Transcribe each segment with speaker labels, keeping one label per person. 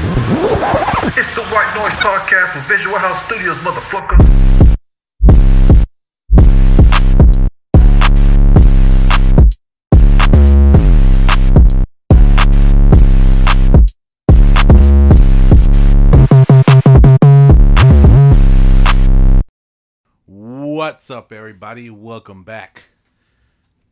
Speaker 1: It's the White Noise Podcast from Visual House Studios, motherfucker.
Speaker 2: What's up, everybody? Welcome back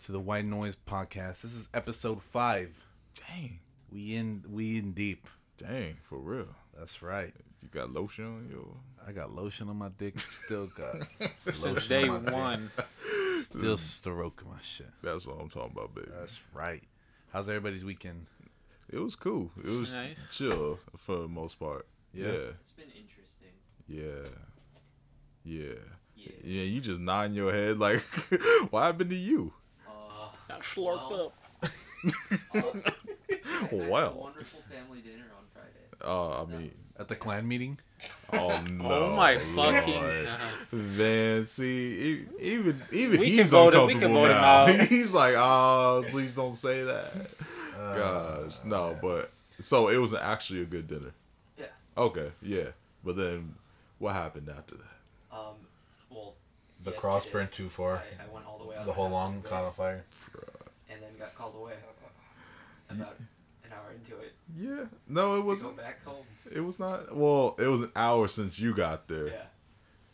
Speaker 2: to the White Noise Podcast. This is episode five.
Speaker 3: Dang,
Speaker 2: We in, we in deep.
Speaker 3: dang, for real.
Speaker 2: That's right.
Speaker 3: You got lotion on your
Speaker 2: I got lotion on my dick. Still got
Speaker 4: Since
Speaker 2: on
Speaker 4: Oh, day
Speaker 2: my dick.
Speaker 4: one,
Speaker 2: Still stroking my shit.
Speaker 3: That's what I'm talking about, baby.
Speaker 2: That's right. How's everybody's weekend?
Speaker 3: It was cool. It was
Speaker 4: Nice.
Speaker 3: chill for the most part.
Speaker 2: Yeah.
Speaker 3: Yeah.
Speaker 5: It's been interesting.
Speaker 3: yeah, yeah, yeah,
Speaker 5: Yeah.
Speaker 3: You just nodding your head like, what happened to you?
Speaker 5: Uh,
Speaker 4: I slurped
Speaker 5: Well,
Speaker 4: up.
Speaker 5: I had
Speaker 3: Oh, Wow.
Speaker 5: a wonderful family dinner on Friday.
Speaker 3: Oh, I mean,
Speaker 2: At the clan meeting?
Speaker 3: oh no.
Speaker 4: Oh my fucking
Speaker 3: Lord.
Speaker 4: god.
Speaker 3: Man, see, e- even even
Speaker 4: We can
Speaker 3: he's
Speaker 4: vote him- we can
Speaker 3: uncomfortable
Speaker 4: vote him
Speaker 3: now.
Speaker 4: out.
Speaker 3: He's like, oh, please don't say that. Gosh, no, but so it was actually a good dinner.
Speaker 5: Yeah.
Speaker 3: Okay, yeah, but then what happened after that?
Speaker 5: Um, well,
Speaker 2: The
Speaker 5: Yes,
Speaker 2: cross
Speaker 5: it
Speaker 2: burned too
Speaker 5: I,
Speaker 2: far.
Speaker 5: I went all the way out
Speaker 2: The whole
Speaker 5: to
Speaker 2: lawn
Speaker 5: Hampton
Speaker 2: caught on
Speaker 5: Roads
Speaker 2: fire.
Speaker 5: and then got called away about an hour into it.
Speaker 3: Yeah, no, it
Speaker 5: Was to
Speaker 3: wasn't.
Speaker 5: go back home.
Speaker 3: It was not. Well, it was an hour since you got there.
Speaker 5: Yeah.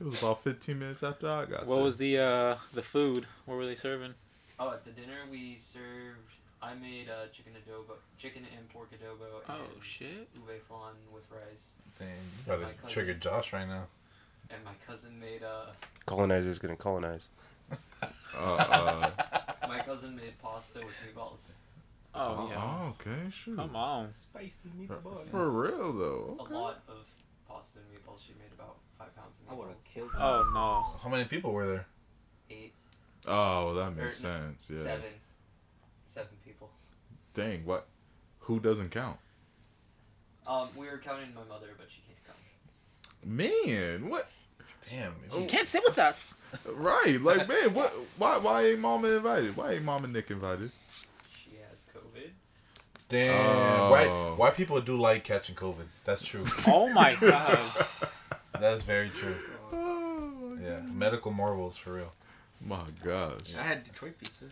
Speaker 3: It was about fifteen minutes after I got there.
Speaker 4: What was the uh the food? What were they serving?
Speaker 5: Oh, at the dinner we served. I made uh, chicken adobo, chicken and pork adobo,
Speaker 4: Oh
Speaker 5: and
Speaker 4: shit.
Speaker 5: ube flan with rice.
Speaker 2: Damn, you about
Speaker 5: My cousin.
Speaker 2: to trigger Josh right now.
Speaker 5: And my cousin made uh,
Speaker 6: colonizers gonna colonize.
Speaker 3: Uh, uh,
Speaker 5: my cousin made pasta with meatballs.
Speaker 4: Oh yeah.
Speaker 3: oh, okay, shoot.
Speaker 4: Come on.
Speaker 5: Spicy
Speaker 3: For, for real though.
Speaker 5: A
Speaker 3: Okay.
Speaker 5: lot of pasta and meatballs. She made about five pounds of meatballs.
Speaker 6: killed.
Speaker 4: Oh no.
Speaker 2: How many people were there?
Speaker 5: Eight,
Speaker 3: Oh, that
Speaker 5: Er,
Speaker 3: makes sense. Yeah.
Speaker 5: seven, seven people.
Speaker 3: Dang, what? Who doesn't count?
Speaker 5: Um, we were counting my mother, but she can't come.
Speaker 3: Man, what?
Speaker 2: Damn.
Speaker 3: Oh.
Speaker 4: Can't sit with us.
Speaker 3: Right, like man, what? Why? Why ain't Mama invited? Why ain't Mama Nick invited?
Speaker 5: She has COVID.
Speaker 2: Damn.
Speaker 3: Oh.
Speaker 2: Why, why people do like catching COVID? That's true.
Speaker 4: Oh my god.
Speaker 2: That's very true.
Speaker 5: Uh,
Speaker 3: Oh
Speaker 2: Yeah. Medical marvels for real.
Speaker 3: my gosh,
Speaker 7: I had Detroit pizza.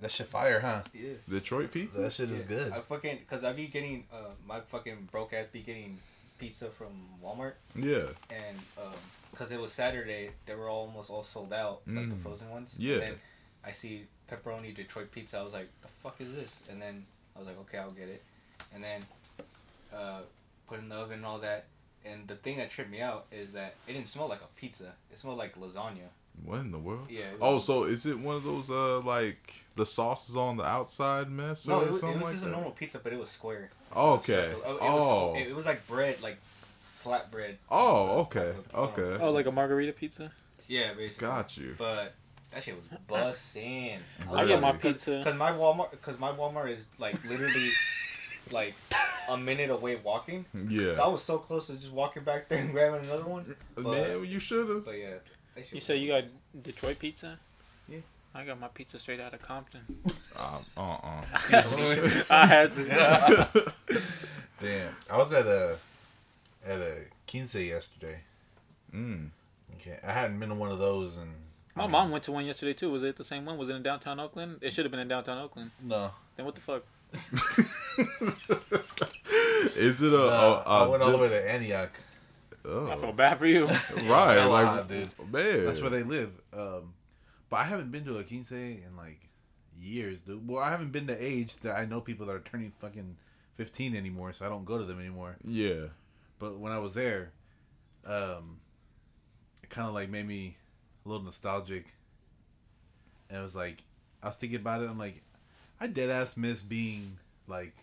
Speaker 2: That shit fire, huh?
Speaker 7: Yeah.
Speaker 3: Detroit pizza.
Speaker 2: That shit is good.
Speaker 7: I fucking cause I be getting uh my fucking broke ass be getting pizza from Walmart
Speaker 3: Yeah,
Speaker 7: and um cause it was Saturday they were almost all sold out like the
Speaker 3: Mm.
Speaker 7: frozen ones.
Speaker 3: Yeah.
Speaker 7: And then I see pepperoni Detroit pizza. I was like, the fuck is this? And then I was like, okay, I'll get it. And then uh put it in the oven and all that. And the thing that tripped me out is that it didn't smell like a pizza. It smelled like lasagna.
Speaker 3: what in the world?
Speaker 7: Yeah. it was-
Speaker 3: Oh, so is it one of those uh like the sauce is on the outside mess
Speaker 7: No,
Speaker 3: or
Speaker 7: it was, it
Speaker 3: something
Speaker 7: was
Speaker 3: like
Speaker 7: just
Speaker 3: that?
Speaker 7: a normal pizza, but it was square.
Speaker 3: Okay.
Speaker 7: Circle. It was,
Speaker 3: Oh.
Speaker 7: it was like bread, like flatbread.
Speaker 3: Oh,
Speaker 7: pizza.
Speaker 3: okay,
Speaker 7: Like a-
Speaker 3: okay.
Speaker 4: Oh like a margarita pizza?
Speaker 7: Yeah, basically.
Speaker 3: Got you.
Speaker 7: But that shit was bussin'.
Speaker 4: I get my
Speaker 3: Really?
Speaker 4: pizza.
Speaker 7: Cause my Walmart, cause my Walmart is like literally, like a minute away walking. So I
Speaker 3: Yeah,
Speaker 7: was so close to just walking back there and grabbing another one.
Speaker 3: man, you should have.
Speaker 7: But yeah, that shit
Speaker 4: You
Speaker 7: was-
Speaker 4: say you got Detroit pizza?
Speaker 7: Yeah.
Speaker 4: I got my pizza straight out of Compton.
Speaker 3: Uh uh.
Speaker 4: I had to.
Speaker 2: Damn. I was at a at a quince yesterday.
Speaker 3: Mm.
Speaker 2: Okay. I hadn't been to one of those and
Speaker 4: My mom went to one yesterday too. Was it the same one? Was it in downtown Oakland? It should have been in downtown Oakland.
Speaker 2: No.
Speaker 4: Then what the fuck?
Speaker 3: Is it a?
Speaker 2: no
Speaker 3: a, a
Speaker 2: I went all the way
Speaker 3: uh, just-
Speaker 2: to Antioch.
Speaker 3: oh,
Speaker 4: I feel bad for you.
Speaker 3: Right,
Speaker 2: Hella
Speaker 3: like
Speaker 2: hot, dude.
Speaker 3: man.
Speaker 2: That's where they live. Um but I haven't been to a quince in like years, dude. Well, I haven't been to age that I know people that are turning fucking 15 anymore, so I don't go to them anymore.
Speaker 3: Yeah.
Speaker 2: But when I was there, um, it kind of like made me a little nostalgic. And it was like, I was thinking about it. I'm like, I dead ass miss being like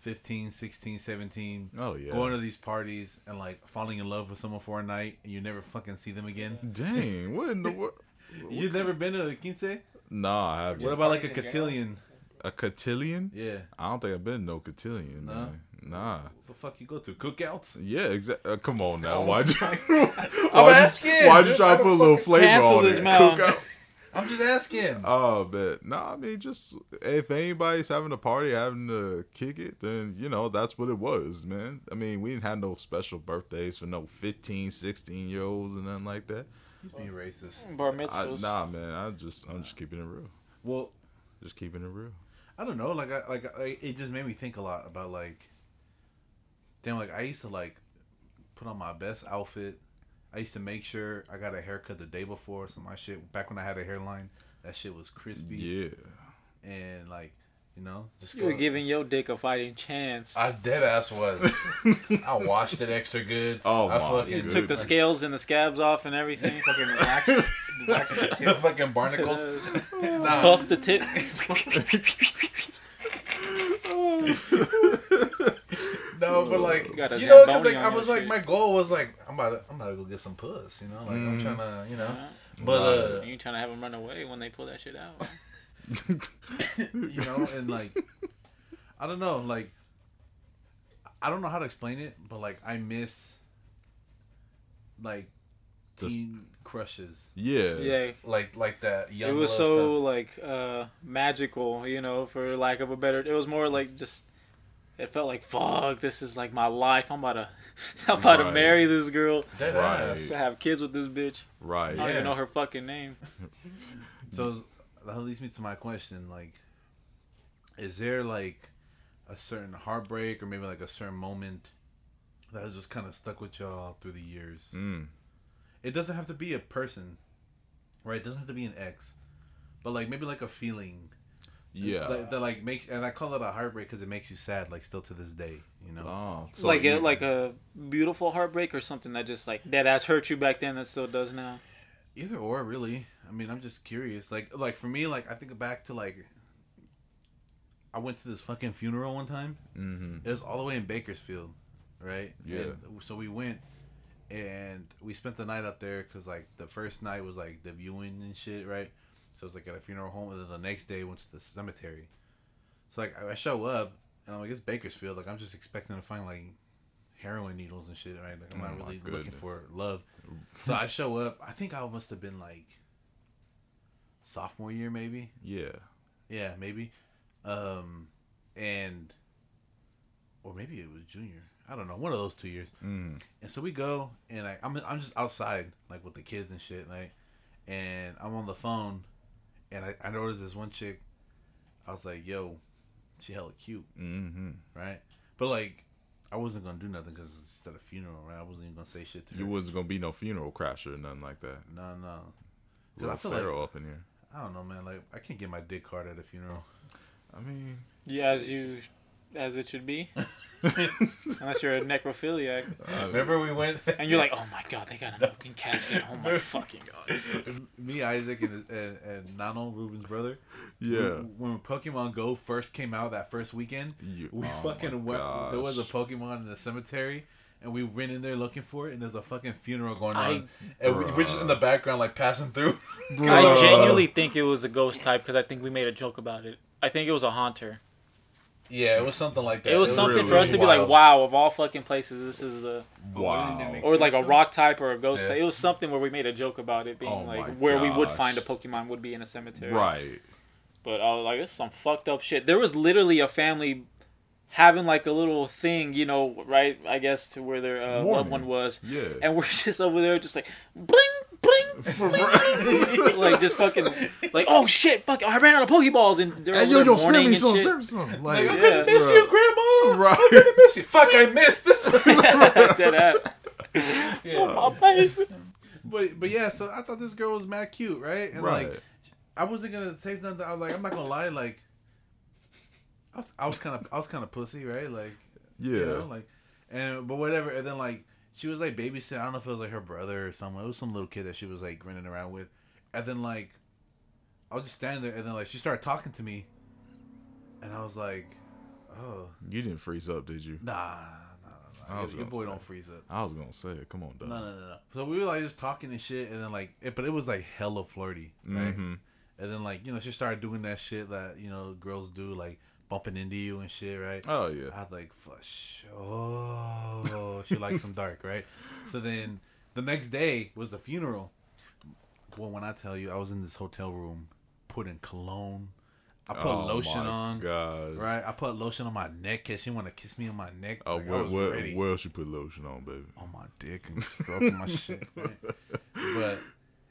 Speaker 2: 15, 16, 17.
Speaker 3: Oh yeah.
Speaker 2: Going to these parties and like falling in love with someone for a night and you never fucking see them again.
Speaker 3: Dang, what in the world?
Speaker 2: You've never been to a quince?
Speaker 3: Nah, I haven't.
Speaker 2: What about like a
Speaker 7: parties in general?
Speaker 2: cotillion?
Speaker 3: A cotillion?
Speaker 2: Yeah.
Speaker 3: I don't think I've been to no cotillion,
Speaker 2: No?
Speaker 3: man. Nah.
Speaker 2: What the fuck you go to? Cookouts?
Speaker 3: Yeah, exactly. Uh, come on now. Why'd you?
Speaker 2: Oh I'm
Speaker 3: why'd you-
Speaker 2: asking.
Speaker 3: Why'd you try to put a little flavor
Speaker 4: Cancel
Speaker 3: on
Speaker 4: this
Speaker 3: it?
Speaker 4: man.
Speaker 3: Cookouts.
Speaker 2: I'm just asking.
Speaker 3: Oh, but no, I mean, just if anybody's having a party, having to kick it, then you know that's what it was, man. I mean, we didn't have no special birthdays for no 15, 16 year olds and nothing like that.
Speaker 2: Be racist.
Speaker 4: Bar
Speaker 3: I,
Speaker 4: mitzvahs.
Speaker 3: Uh, nah, man, I just I'm just keeping it real,
Speaker 2: Well,
Speaker 3: just keeping it real.
Speaker 2: I don't know. Like, I like I, it just made me think a lot about like, damn. Like I used to like put on my best outfit. I used to make sure I got a haircut the day before, so my shit back when I had a hairline, that shit was crispy
Speaker 3: Yeah,
Speaker 2: and like, you know, just
Speaker 4: You were
Speaker 2: go-
Speaker 4: giving your dick a fighting chance.
Speaker 2: I dead ass was. I washed it extra good.
Speaker 3: Oh
Speaker 2: I
Speaker 3: my
Speaker 2: fucking
Speaker 3: goodness.
Speaker 4: Took the scales and the scabs off and everything.
Speaker 8: Fucking relax. relax the
Speaker 2: the
Speaker 8: tip.
Speaker 2: fucking barnacles. Nah.
Speaker 4: Buff the tip.
Speaker 2: No, but like
Speaker 4: You
Speaker 2: you,
Speaker 4: got a
Speaker 2: know, 'cause,
Speaker 4: Zamboni
Speaker 2: like
Speaker 4: on
Speaker 2: I
Speaker 4: your
Speaker 2: was like
Speaker 4: shit.
Speaker 2: my goal was like I'm about to, I'm about to go get some puss, you know, like
Speaker 3: Mm.
Speaker 2: I'm trying to you know,
Speaker 4: Uh-huh.
Speaker 2: but uh,
Speaker 4: You trying to have them run away when they pull that shit out?
Speaker 2: you know, and like I don't know, like I don't know how to explain it, but like I miss like
Speaker 3: The s-
Speaker 2: teen crushes,
Speaker 3: yeah,
Speaker 4: Yeah,
Speaker 2: like like that young.
Speaker 4: it was
Speaker 2: love
Speaker 4: so
Speaker 2: stuff.
Speaker 4: like uh magical, you know, for lack of a better. It was more like just. It felt like fuck. This is like my life. I'm about to, I'm about to
Speaker 3: Right.
Speaker 4: marry this girl,
Speaker 2: Dead
Speaker 3: Right.
Speaker 2: ass.
Speaker 4: to have kids with this bitch.
Speaker 3: right.
Speaker 4: I don't
Speaker 2: Yeah.
Speaker 4: even know her fucking name.
Speaker 2: So that leads me to my question: like, is there like a certain heartbreak, or maybe like a certain moment that has just kind of stuck with y'all through the years?
Speaker 3: Mm.
Speaker 2: It doesn't have to be a person, right? It doesn't have to be an ex, but like maybe like a feeling
Speaker 3: Yeah.
Speaker 2: that, that like makes, and I call it a heartbreak because it makes you sad, like still to this day, you know.
Speaker 3: oh, so
Speaker 4: like
Speaker 3: you-
Speaker 4: a, like a beautiful heartbreak or something that just like that ass hurt you back then that still does now.
Speaker 2: Either or, really. I mean, I'm just curious. Like, like for me, like I think back to like, I went to this fucking funeral one time.
Speaker 3: Mhm.
Speaker 2: It was all the way in Bakersfield, right?
Speaker 3: Yeah.
Speaker 2: And so we went, and we spent the night up there because like the first night was like the viewing and shit, right? So it's like at a funeral home, and then the next day went to the cemetery. So like I I show up, and I'm like it's Bakersfield. Like I'm just expecting to find like heroin needles and shit, right? Like I'm
Speaker 3: Oh,
Speaker 2: not
Speaker 3: my
Speaker 2: really looking
Speaker 3: goodness.
Speaker 2: for love. So I show up. I think I must have been like sophomore year, maybe.
Speaker 3: yeah,
Speaker 2: Yeah, maybe. Um, and or maybe it was junior. I don't know. One of those two years.
Speaker 3: mm.
Speaker 2: And so we go, and I, I'm I'm just outside, like with the kids and shit, like, and I'm on the phone, and I, I noticed this one chick. I was like, "Yo, she hella cute,
Speaker 3: hmm
Speaker 2: right?" But like, I wasn't gonna do nothing because it's just at a funeral, right? I wasn't even gonna say shit to her.
Speaker 3: you wasn't gonna be no funeral crasher or nothing like that.
Speaker 2: no, no. 'Cause I
Speaker 3: Little
Speaker 2: feel like-
Speaker 3: Pharaoh up in here.
Speaker 2: I don't know, man. Like, I can't get my dick hard at a funeral.
Speaker 3: I mean,
Speaker 4: Yeah, as you, as it should be, unless you're a necrophiliac
Speaker 2: Remember we went.
Speaker 4: and you're like, oh my god, they got a fucking casket. Oh my fucking god.
Speaker 2: me, Isaac, and and, and Nano, Ruben's brother.
Speaker 3: yeah,
Speaker 2: When, when Pokemon Go first came out that first weekend,
Speaker 3: You-
Speaker 2: we
Speaker 3: oh my
Speaker 2: fucking went. There was a
Speaker 3: gosh.
Speaker 2: Pokemon in the cemetery, and we went in there looking for it, and there's a fucking funeral going
Speaker 4: I-
Speaker 2: on, and we, we're just in the background like passing through.
Speaker 4: I genuinely think it was a ghost type because I think we made a joke about it. I think it was a haunter.
Speaker 2: yeah, it was something like that.
Speaker 4: It was something for us to be like,
Speaker 2: wild.
Speaker 4: wow, of all fucking places, this is the
Speaker 3: wow.
Speaker 4: or like a rock type or a ghost
Speaker 2: Yeah.
Speaker 4: type. It was something where we made a joke about it being
Speaker 3: Oh my
Speaker 4: like where we would
Speaker 3: gosh.
Speaker 4: find a Pokemon would be in a cemetery.
Speaker 3: Right.
Speaker 4: But I was like, this is some fucked up shit. There was literally a family having like a little thing, you know, right? I guess to where their uh, loved
Speaker 3: Mourning.
Speaker 4: one was,
Speaker 3: Yeah.
Speaker 4: and we're just over there, just like bling bling, bling, like just fucking, like oh shit, fuck, I ran out of Pokeballs, and they're
Speaker 3: Hey,
Speaker 4: over
Speaker 3: yo,
Speaker 4: there
Speaker 3: yo, spare
Speaker 4: mourning
Speaker 3: me
Speaker 4: and
Speaker 3: some,
Speaker 4: shit.
Speaker 3: spare me some. Like,
Speaker 4: Yeah.
Speaker 2: I'm gonna miss
Speaker 3: Bruh.
Speaker 2: you, Grandma. I'm
Speaker 3: right.
Speaker 2: gonna miss you. Fuck, I missed this.
Speaker 4: Dead ass. Oh, my baby.
Speaker 2: but but yeah, so I thought this girl was mad cute, right? And
Speaker 3: Right.
Speaker 2: like I wasn't gonna say nothing. I was like, I'm not gonna lie, like I was I was kind of I was kind of pussy, right? Like
Speaker 3: yeah.
Speaker 2: you know, like and but whatever. And then like she was like babysitting. I don't know if it was like her brother or someone. It was some little kid that she was like running around with. And then like I was just standing there, and then like she started talking to me, and I was like, oh
Speaker 3: you didn't freeze up, did you?
Speaker 2: nah, nah, nah,
Speaker 3: I
Speaker 2: nah.
Speaker 3: was
Speaker 2: Your, your
Speaker 3: gonna
Speaker 2: boy
Speaker 3: say.
Speaker 2: don't freeze up.
Speaker 3: I was gonna say it. Come on, dog.
Speaker 2: No, no, no, no. So we were like just talking and shit, and then like, it, but it was like hella flirty, right?
Speaker 3: Mhm.
Speaker 2: And then like, you know, she started doing that shit that you know girls do, like bumping into you and shit, right?
Speaker 3: Oh
Speaker 2: I
Speaker 3: yeah.
Speaker 2: was like, Oh, for sure, she likes some dark, right? So then the next day was the funeral. Well, when I tell you, I was in this hotel room, putting cologne. I put
Speaker 3: Oh
Speaker 2: lotion
Speaker 3: my
Speaker 2: on.
Speaker 3: Gosh.
Speaker 2: Right, I put lotion on my neck because she want to kiss me on my neck.
Speaker 3: Oh,
Speaker 2: like, I
Speaker 3: where,
Speaker 2: was
Speaker 3: where,
Speaker 2: ready.
Speaker 3: where else you put lotion on, baby?
Speaker 2: on my dick and stroking my shit. Man. But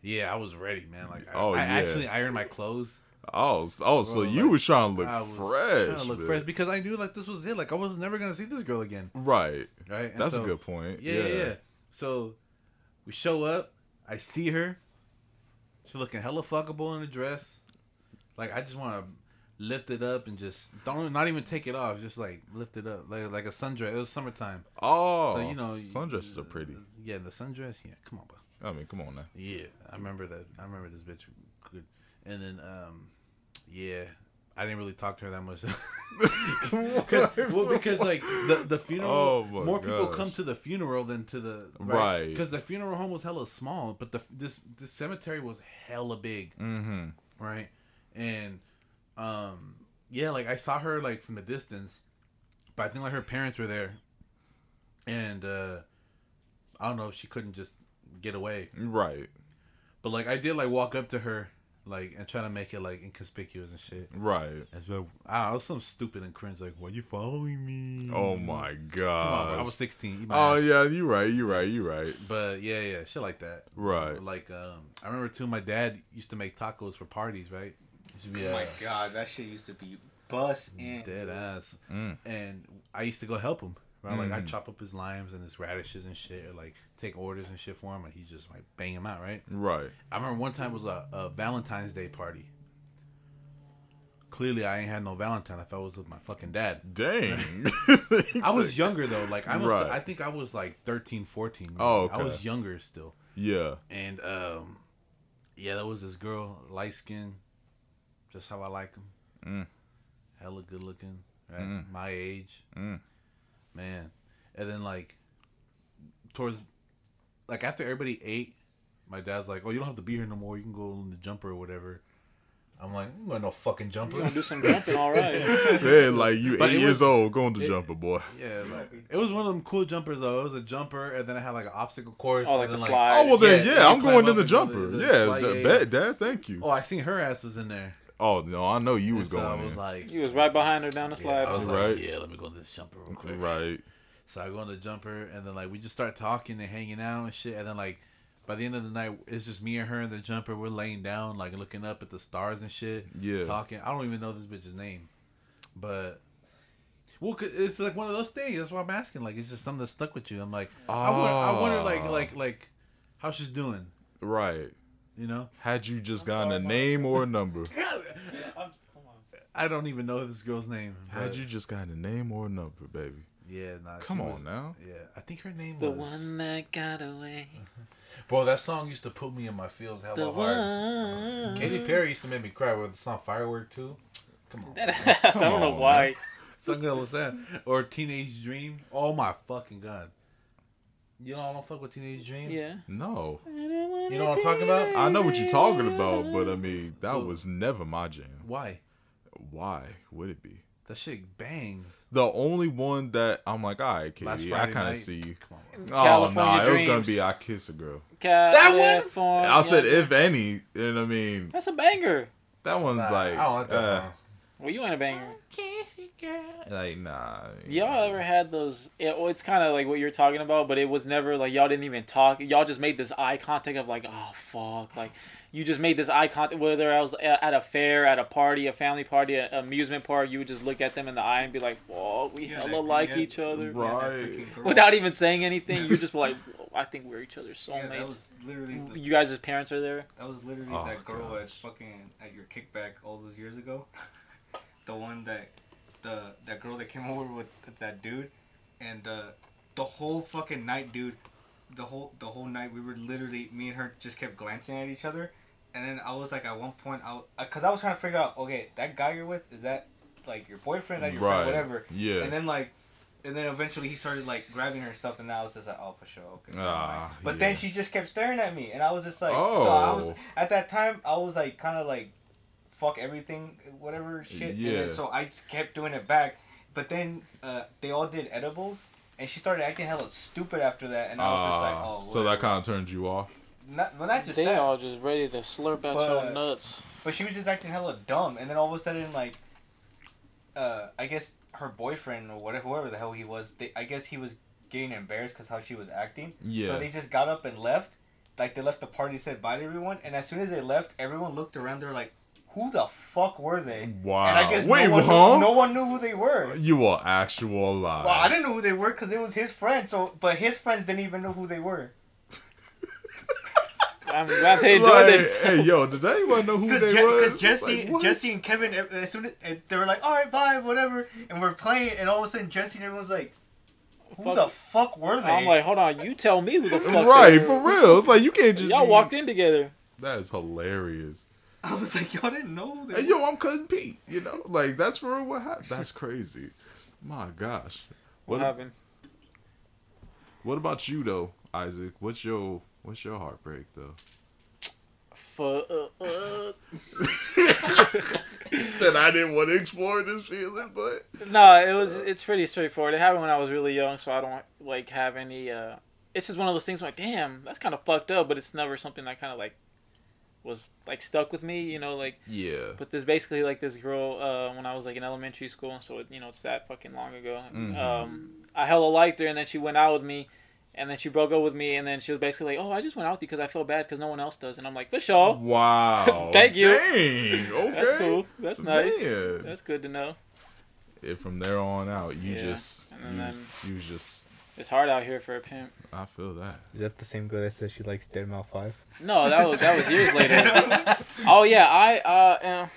Speaker 2: yeah, I was ready, man. Like, I,
Speaker 3: Oh,
Speaker 2: I
Speaker 3: yeah.
Speaker 2: actually ironed my clothes.
Speaker 3: Oh, s- oh, so
Speaker 2: Bro,
Speaker 3: you
Speaker 2: like,
Speaker 3: was trying to look
Speaker 2: I was
Speaker 3: fresh.
Speaker 2: trying to look
Speaker 3: man.
Speaker 2: fresh because I knew like this was it. Like I was never gonna see this girl again.
Speaker 3: Right.
Speaker 2: Right. And
Speaker 3: That's
Speaker 2: so-
Speaker 3: a good point.
Speaker 2: Yeah, yeah, yeah. So we show up. I see her. She looking hella fuckable in a dress. Like I just want to lift it up and just don't not even take it off. Just like lift it up like like a sundress. It was summertime,
Speaker 3: Oh,
Speaker 2: so you know
Speaker 3: sundresses are pretty.
Speaker 2: Yeah, the sundress. Yeah, come on, bro.
Speaker 3: I mean, come on now.
Speaker 2: Yeah, I remember that. I remember this bitch. Good. And then, um, yeah, I didn't really talk to her that much. 'Cause- well, because like the the funeral,
Speaker 3: Oh my
Speaker 2: more people
Speaker 3: gosh.
Speaker 2: come to the funeral than to the
Speaker 3: Right.
Speaker 2: Because the funeral home was hella small, but the this the cemetery was hella big,
Speaker 3: Mm-hmm.
Speaker 2: right? And um, yeah, like I saw her like from the distance, but I think like her parents were there, and uh, I don't know if she couldn't just get away.
Speaker 3: Right.
Speaker 2: But like I did like walk up to her like and try to make it like inconspicuous and shit.
Speaker 3: Right.
Speaker 2: As well, I was some stupid and cringe like, "Why you following me?"
Speaker 3: Oh my
Speaker 2: Come on, bro.
Speaker 3: god.
Speaker 2: I was sixteen. eat my
Speaker 3: Oh
Speaker 2: ass.
Speaker 3: yeah, you right, you right, you right.
Speaker 2: But yeah, yeah, shit like that.
Speaker 3: Right.
Speaker 2: Like um, I remember too. My dad used to make tacos for parties, right? It should be
Speaker 8: Oh my
Speaker 2: a
Speaker 8: god, that shit used to be bust and
Speaker 2: dead ass,
Speaker 3: Mm.
Speaker 2: and I used to go help him. Right? Like I
Speaker 3: Mhm.
Speaker 2: chop up his limes and his radishes and shit, or like take orders and shit for him, and he just like bang him out, right?
Speaker 3: Right.
Speaker 2: I remember one time it was a, a Valentine's Day party. Clearly, I ain't had no Valentine if I was with my fucking dad.
Speaker 3: Dang.
Speaker 2: I was younger though. Like I must,
Speaker 3: Right.
Speaker 2: I think I was like 13, 14. man.
Speaker 3: Oh,
Speaker 2: I was
Speaker 3: okay.
Speaker 2: younger still.
Speaker 3: Yeah.
Speaker 2: And um, yeah, there was this girl, light skin, just how I like them.
Speaker 3: Mm.
Speaker 2: Hella good looking, right?
Speaker 3: Mm.
Speaker 2: My age,
Speaker 3: Mm.
Speaker 2: man. And then like towards, like after everybody ate, my dad's like, "Oh, you don't have to be here no more. You can go in the jumper or whatever." I'm like, "I'm going no fucking
Speaker 4: We're gonna
Speaker 2: jumper."
Speaker 4: do some jumping, all right.
Speaker 3: Man, like you
Speaker 2: But
Speaker 3: eight
Speaker 2: it
Speaker 3: years
Speaker 2: was-
Speaker 3: old, going to
Speaker 2: it-
Speaker 3: jumper, boy.
Speaker 2: yeah, like it was one of them cool jumpers though. It was a jumper, and then I had like an obstacle course.
Speaker 4: Oh,
Speaker 2: and
Speaker 4: like
Speaker 2: then,
Speaker 4: the slide.
Speaker 3: Oh well, then
Speaker 2: Yeah,
Speaker 3: yeah,
Speaker 2: you
Speaker 3: I'm
Speaker 2: climb
Speaker 3: going
Speaker 2: up
Speaker 3: in the
Speaker 2: and
Speaker 3: jumper.
Speaker 2: do the- the
Speaker 3: yeah,
Speaker 2: slide,
Speaker 3: that,
Speaker 2: yeah, yeah.
Speaker 3: bet, dad. Thank you.
Speaker 2: Oh, I seen her ass was in there.
Speaker 3: Oh no, I know you was
Speaker 2: And so
Speaker 3: going.
Speaker 2: I was
Speaker 3: in.
Speaker 2: like,
Speaker 4: He was right behind her down the
Speaker 2: yeah,
Speaker 4: slide.
Speaker 2: I was
Speaker 3: Right.
Speaker 2: like, yeah, let me go in this jumper real quick.
Speaker 3: right.
Speaker 2: So I go in the jumper, and then like we just start talking and hanging out and shit. And then like by the end of the night, it's just me and her in the jumper. We're laying down, like looking up at the stars and shit.
Speaker 3: Yeah.
Speaker 2: Talking. I don't even know this bitch's name, but. Well, 'cause it's like one of those things. That's why I'm asking. Like, it's just something that stuck with you. I'm like, I wonder, I wonder, like,
Speaker 3: Ah.
Speaker 2: like, like, how she's doing.
Speaker 3: Right.
Speaker 2: You know,
Speaker 3: Had you just gotten a name or a number?
Speaker 4: I'm- come on.
Speaker 2: I don't even know this girl's name.
Speaker 3: Had
Speaker 2: but
Speaker 3: you just gotten a name or a number, baby?
Speaker 2: Yeah, nah, she
Speaker 3: Come
Speaker 2: was-
Speaker 3: on now.
Speaker 2: Yeah, I think her name
Speaker 4: The
Speaker 2: was.
Speaker 4: one that got away.
Speaker 2: Bro, that song used to put me in my feels hella
Speaker 4: The
Speaker 2: hard.
Speaker 4: one.
Speaker 2: Katy Perry used to make me cry with the song Firework too. Come on.
Speaker 4: I don't know
Speaker 3: on.
Speaker 4: why.
Speaker 2: Some girl was that. Or Teenage Dream. Oh my fucking god. You know I don't fuck with Teenage Dream?
Speaker 4: Yeah.
Speaker 3: No.
Speaker 2: You know what I'm talking about?
Speaker 3: I know what you're talking about, but I mean, that
Speaker 2: So-
Speaker 3: was never my jam.
Speaker 2: Why?
Speaker 3: Why would it be?
Speaker 2: That shit bangs.
Speaker 3: The only one that I'm like, all right,
Speaker 2: Last
Speaker 3: Katie, I
Speaker 2: Friday
Speaker 3: kind
Speaker 2: night.
Speaker 3: of see you.
Speaker 2: Come on.
Speaker 3: Oh, no,
Speaker 4: California
Speaker 3: it was going
Speaker 4: Dreams.
Speaker 3: to be I Kiss a Girl.
Speaker 4: That
Speaker 8: Oh,
Speaker 4: one.
Speaker 3: I said, if any, and I mean,
Speaker 4: That's a banger.
Speaker 3: that one's
Speaker 2: Nah,
Speaker 3: like,
Speaker 2: I don't like that
Speaker 3: uh,
Speaker 2: song.
Speaker 4: Well, you ain't a banger.
Speaker 3: like, nah.
Speaker 4: Y'all ever had those? It, well, it's kind of like what you're talking about, but it was never like y'all didn't even talk. Y'all just made this eye contact of like, oh fuck, like you just made this eye contact. Whether I was a- at a fair, at a party, a family party, an amusement park, you would just look at them in the eye and be like, whoa, we
Speaker 8: Yeah,
Speaker 4: hella
Speaker 8: that-
Speaker 4: like
Speaker 8: yeah.
Speaker 4: each other.
Speaker 3: Right.
Speaker 4: Without even saying anything, you just were like, "Whoa, I think we're each other's
Speaker 8: yeah, that
Speaker 4: soulmates.
Speaker 8: was literally the-
Speaker 4: you guys' parents are there.
Speaker 8: that was literally
Speaker 3: Oh,
Speaker 8: that girl at
Speaker 3: gosh.
Speaker 8: fucking at your kickback all those years ago. the one that the that girl that came over with that dude and uh, the whole fucking night dude the whole the whole night we were literally me and her just kept glancing at each other and then I was like at one point I because I was trying to figure out okay that guy you're with is that like your boyfriend that your
Speaker 3: Right.
Speaker 8: friend whatever
Speaker 3: Yeah.
Speaker 8: and then like and then eventually he started like grabbing her and stuff and I was just like oh for sure okay never
Speaker 3: Ah,
Speaker 8: mind. but
Speaker 3: yeah.
Speaker 8: then she just kept staring at me and I was just like so I was
Speaker 3: Oh.
Speaker 8: at that time I was like kind of like fuck everything whatever shit yeah
Speaker 3: Yeah.
Speaker 8: so I kept doing it back but then uh, they all did edibles and she started acting hella stupid after that and I was just like
Speaker 3: Ah,
Speaker 8: oh
Speaker 3: so that
Speaker 8: whatever.
Speaker 3: kind of turned you off?
Speaker 8: not well, not just
Speaker 4: they
Speaker 8: that,
Speaker 4: all just ready to slurp out
Speaker 8: But-
Speaker 4: some nuts.
Speaker 8: but she was just acting hella dumb, and then all of a sudden, like, uh, I guess her boyfriend or whatever, whoever the hell he was, they, I guess he was getting embarrassed because how she was acting.
Speaker 3: Yeah.
Speaker 8: So they just got up and left. Like they left the party, said bye to everyone, and as soon as they left, everyone looked around. They're like, "Who the fuck were they?"
Speaker 3: Wow.
Speaker 8: And I guess
Speaker 3: Wait,
Speaker 8: no one,
Speaker 3: huh? Uh,
Speaker 8: knew, no one knew who they were.
Speaker 3: You are actual alive.
Speaker 8: Well, I didn't know who they were because it was his friend. So, but his friends didn't even know who they were.
Speaker 4: I'm glad they enjoyed
Speaker 3: like,
Speaker 4: themselves.
Speaker 3: hey, yo, did anyone know who
Speaker 8: Because
Speaker 3: they were?
Speaker 8: Jesse, Jesse and Kevin, eh, as soon as eh, they were like, "All right, bye, whatever," and we're playing, and all of a sudden Jesse and everyone's like, "Who
Speaker 4: Fuck.
Speaker 8: the fuck were they?"
Speaker 4: I'm like, hold on, you tell me who the fuck. they
Speaker 3: Right,
Speaker 4: were.
Speaker 3: for real. It's like you can't just.
Speaker 4: Y'all
Speaker 3: be-
Speaker 4: walked in together.
Speaker 3: That is hilarious.
Speaker 8: I was like, "Y'all didn't know." Who they
Speaker 3: Hey,
Speaker 8: were."
Speaker 3: yo, I'm cousin Pete. You know, like that's for real. What happened? That's crazy. My gosh.
Speaker 4: What,
Speaker 3: What?
Speaker 4: happened?
Speaker 3: What about you though, Isaac? What's your What's your heartbreak though?
Speaker 4: For uh, uh,
Speaker 3: Said I didn't want to explore this feeling, but
Speaker 4: no, it was. It's pretty straightforward. It happened when I was really young, so I don't like have any. uh It's just one of those things. Like, damn, that's kind of fucked up, but it's never something that kind of like was like stuck with me. You know, like.
Speaker 3: yeah,
Speaker 4: But there's basically like this girl uh, when I was like in elementary school, so it, you know it's that fucking long ago.
Speaker 3: Mm-hmm.
Speaker 4: Um, I hella liked her, and then she went out with me, and then she broke up with me, and then she was basically like, "Oh, I just went out with you because I feel bad because no one else does," and I'm like, "For sure,
Speaker 3: wow.
Speaker 4: Thank you.
Speaker 3: Dang. Okay.
Speaker 4: that's cool, that's nice,
Speaker 3: Man.
Speaker 4: that's good to know."
Speaker 3: And from there on out, you
Speaker 4: Yeah,
Speaker 3: just
Speaker 4: and
Speaker 3: you,
Speaker 4: then-
Speaker 3: you just.
Speaker 4: It's hard out here for a pimp.
Speaker 3: I feel that.
Speaker 8: Is that the same girl that says she likes Dead Mouth Five?
Speaker 4: No, that was that was years later. Oh yeah, I uh, uh,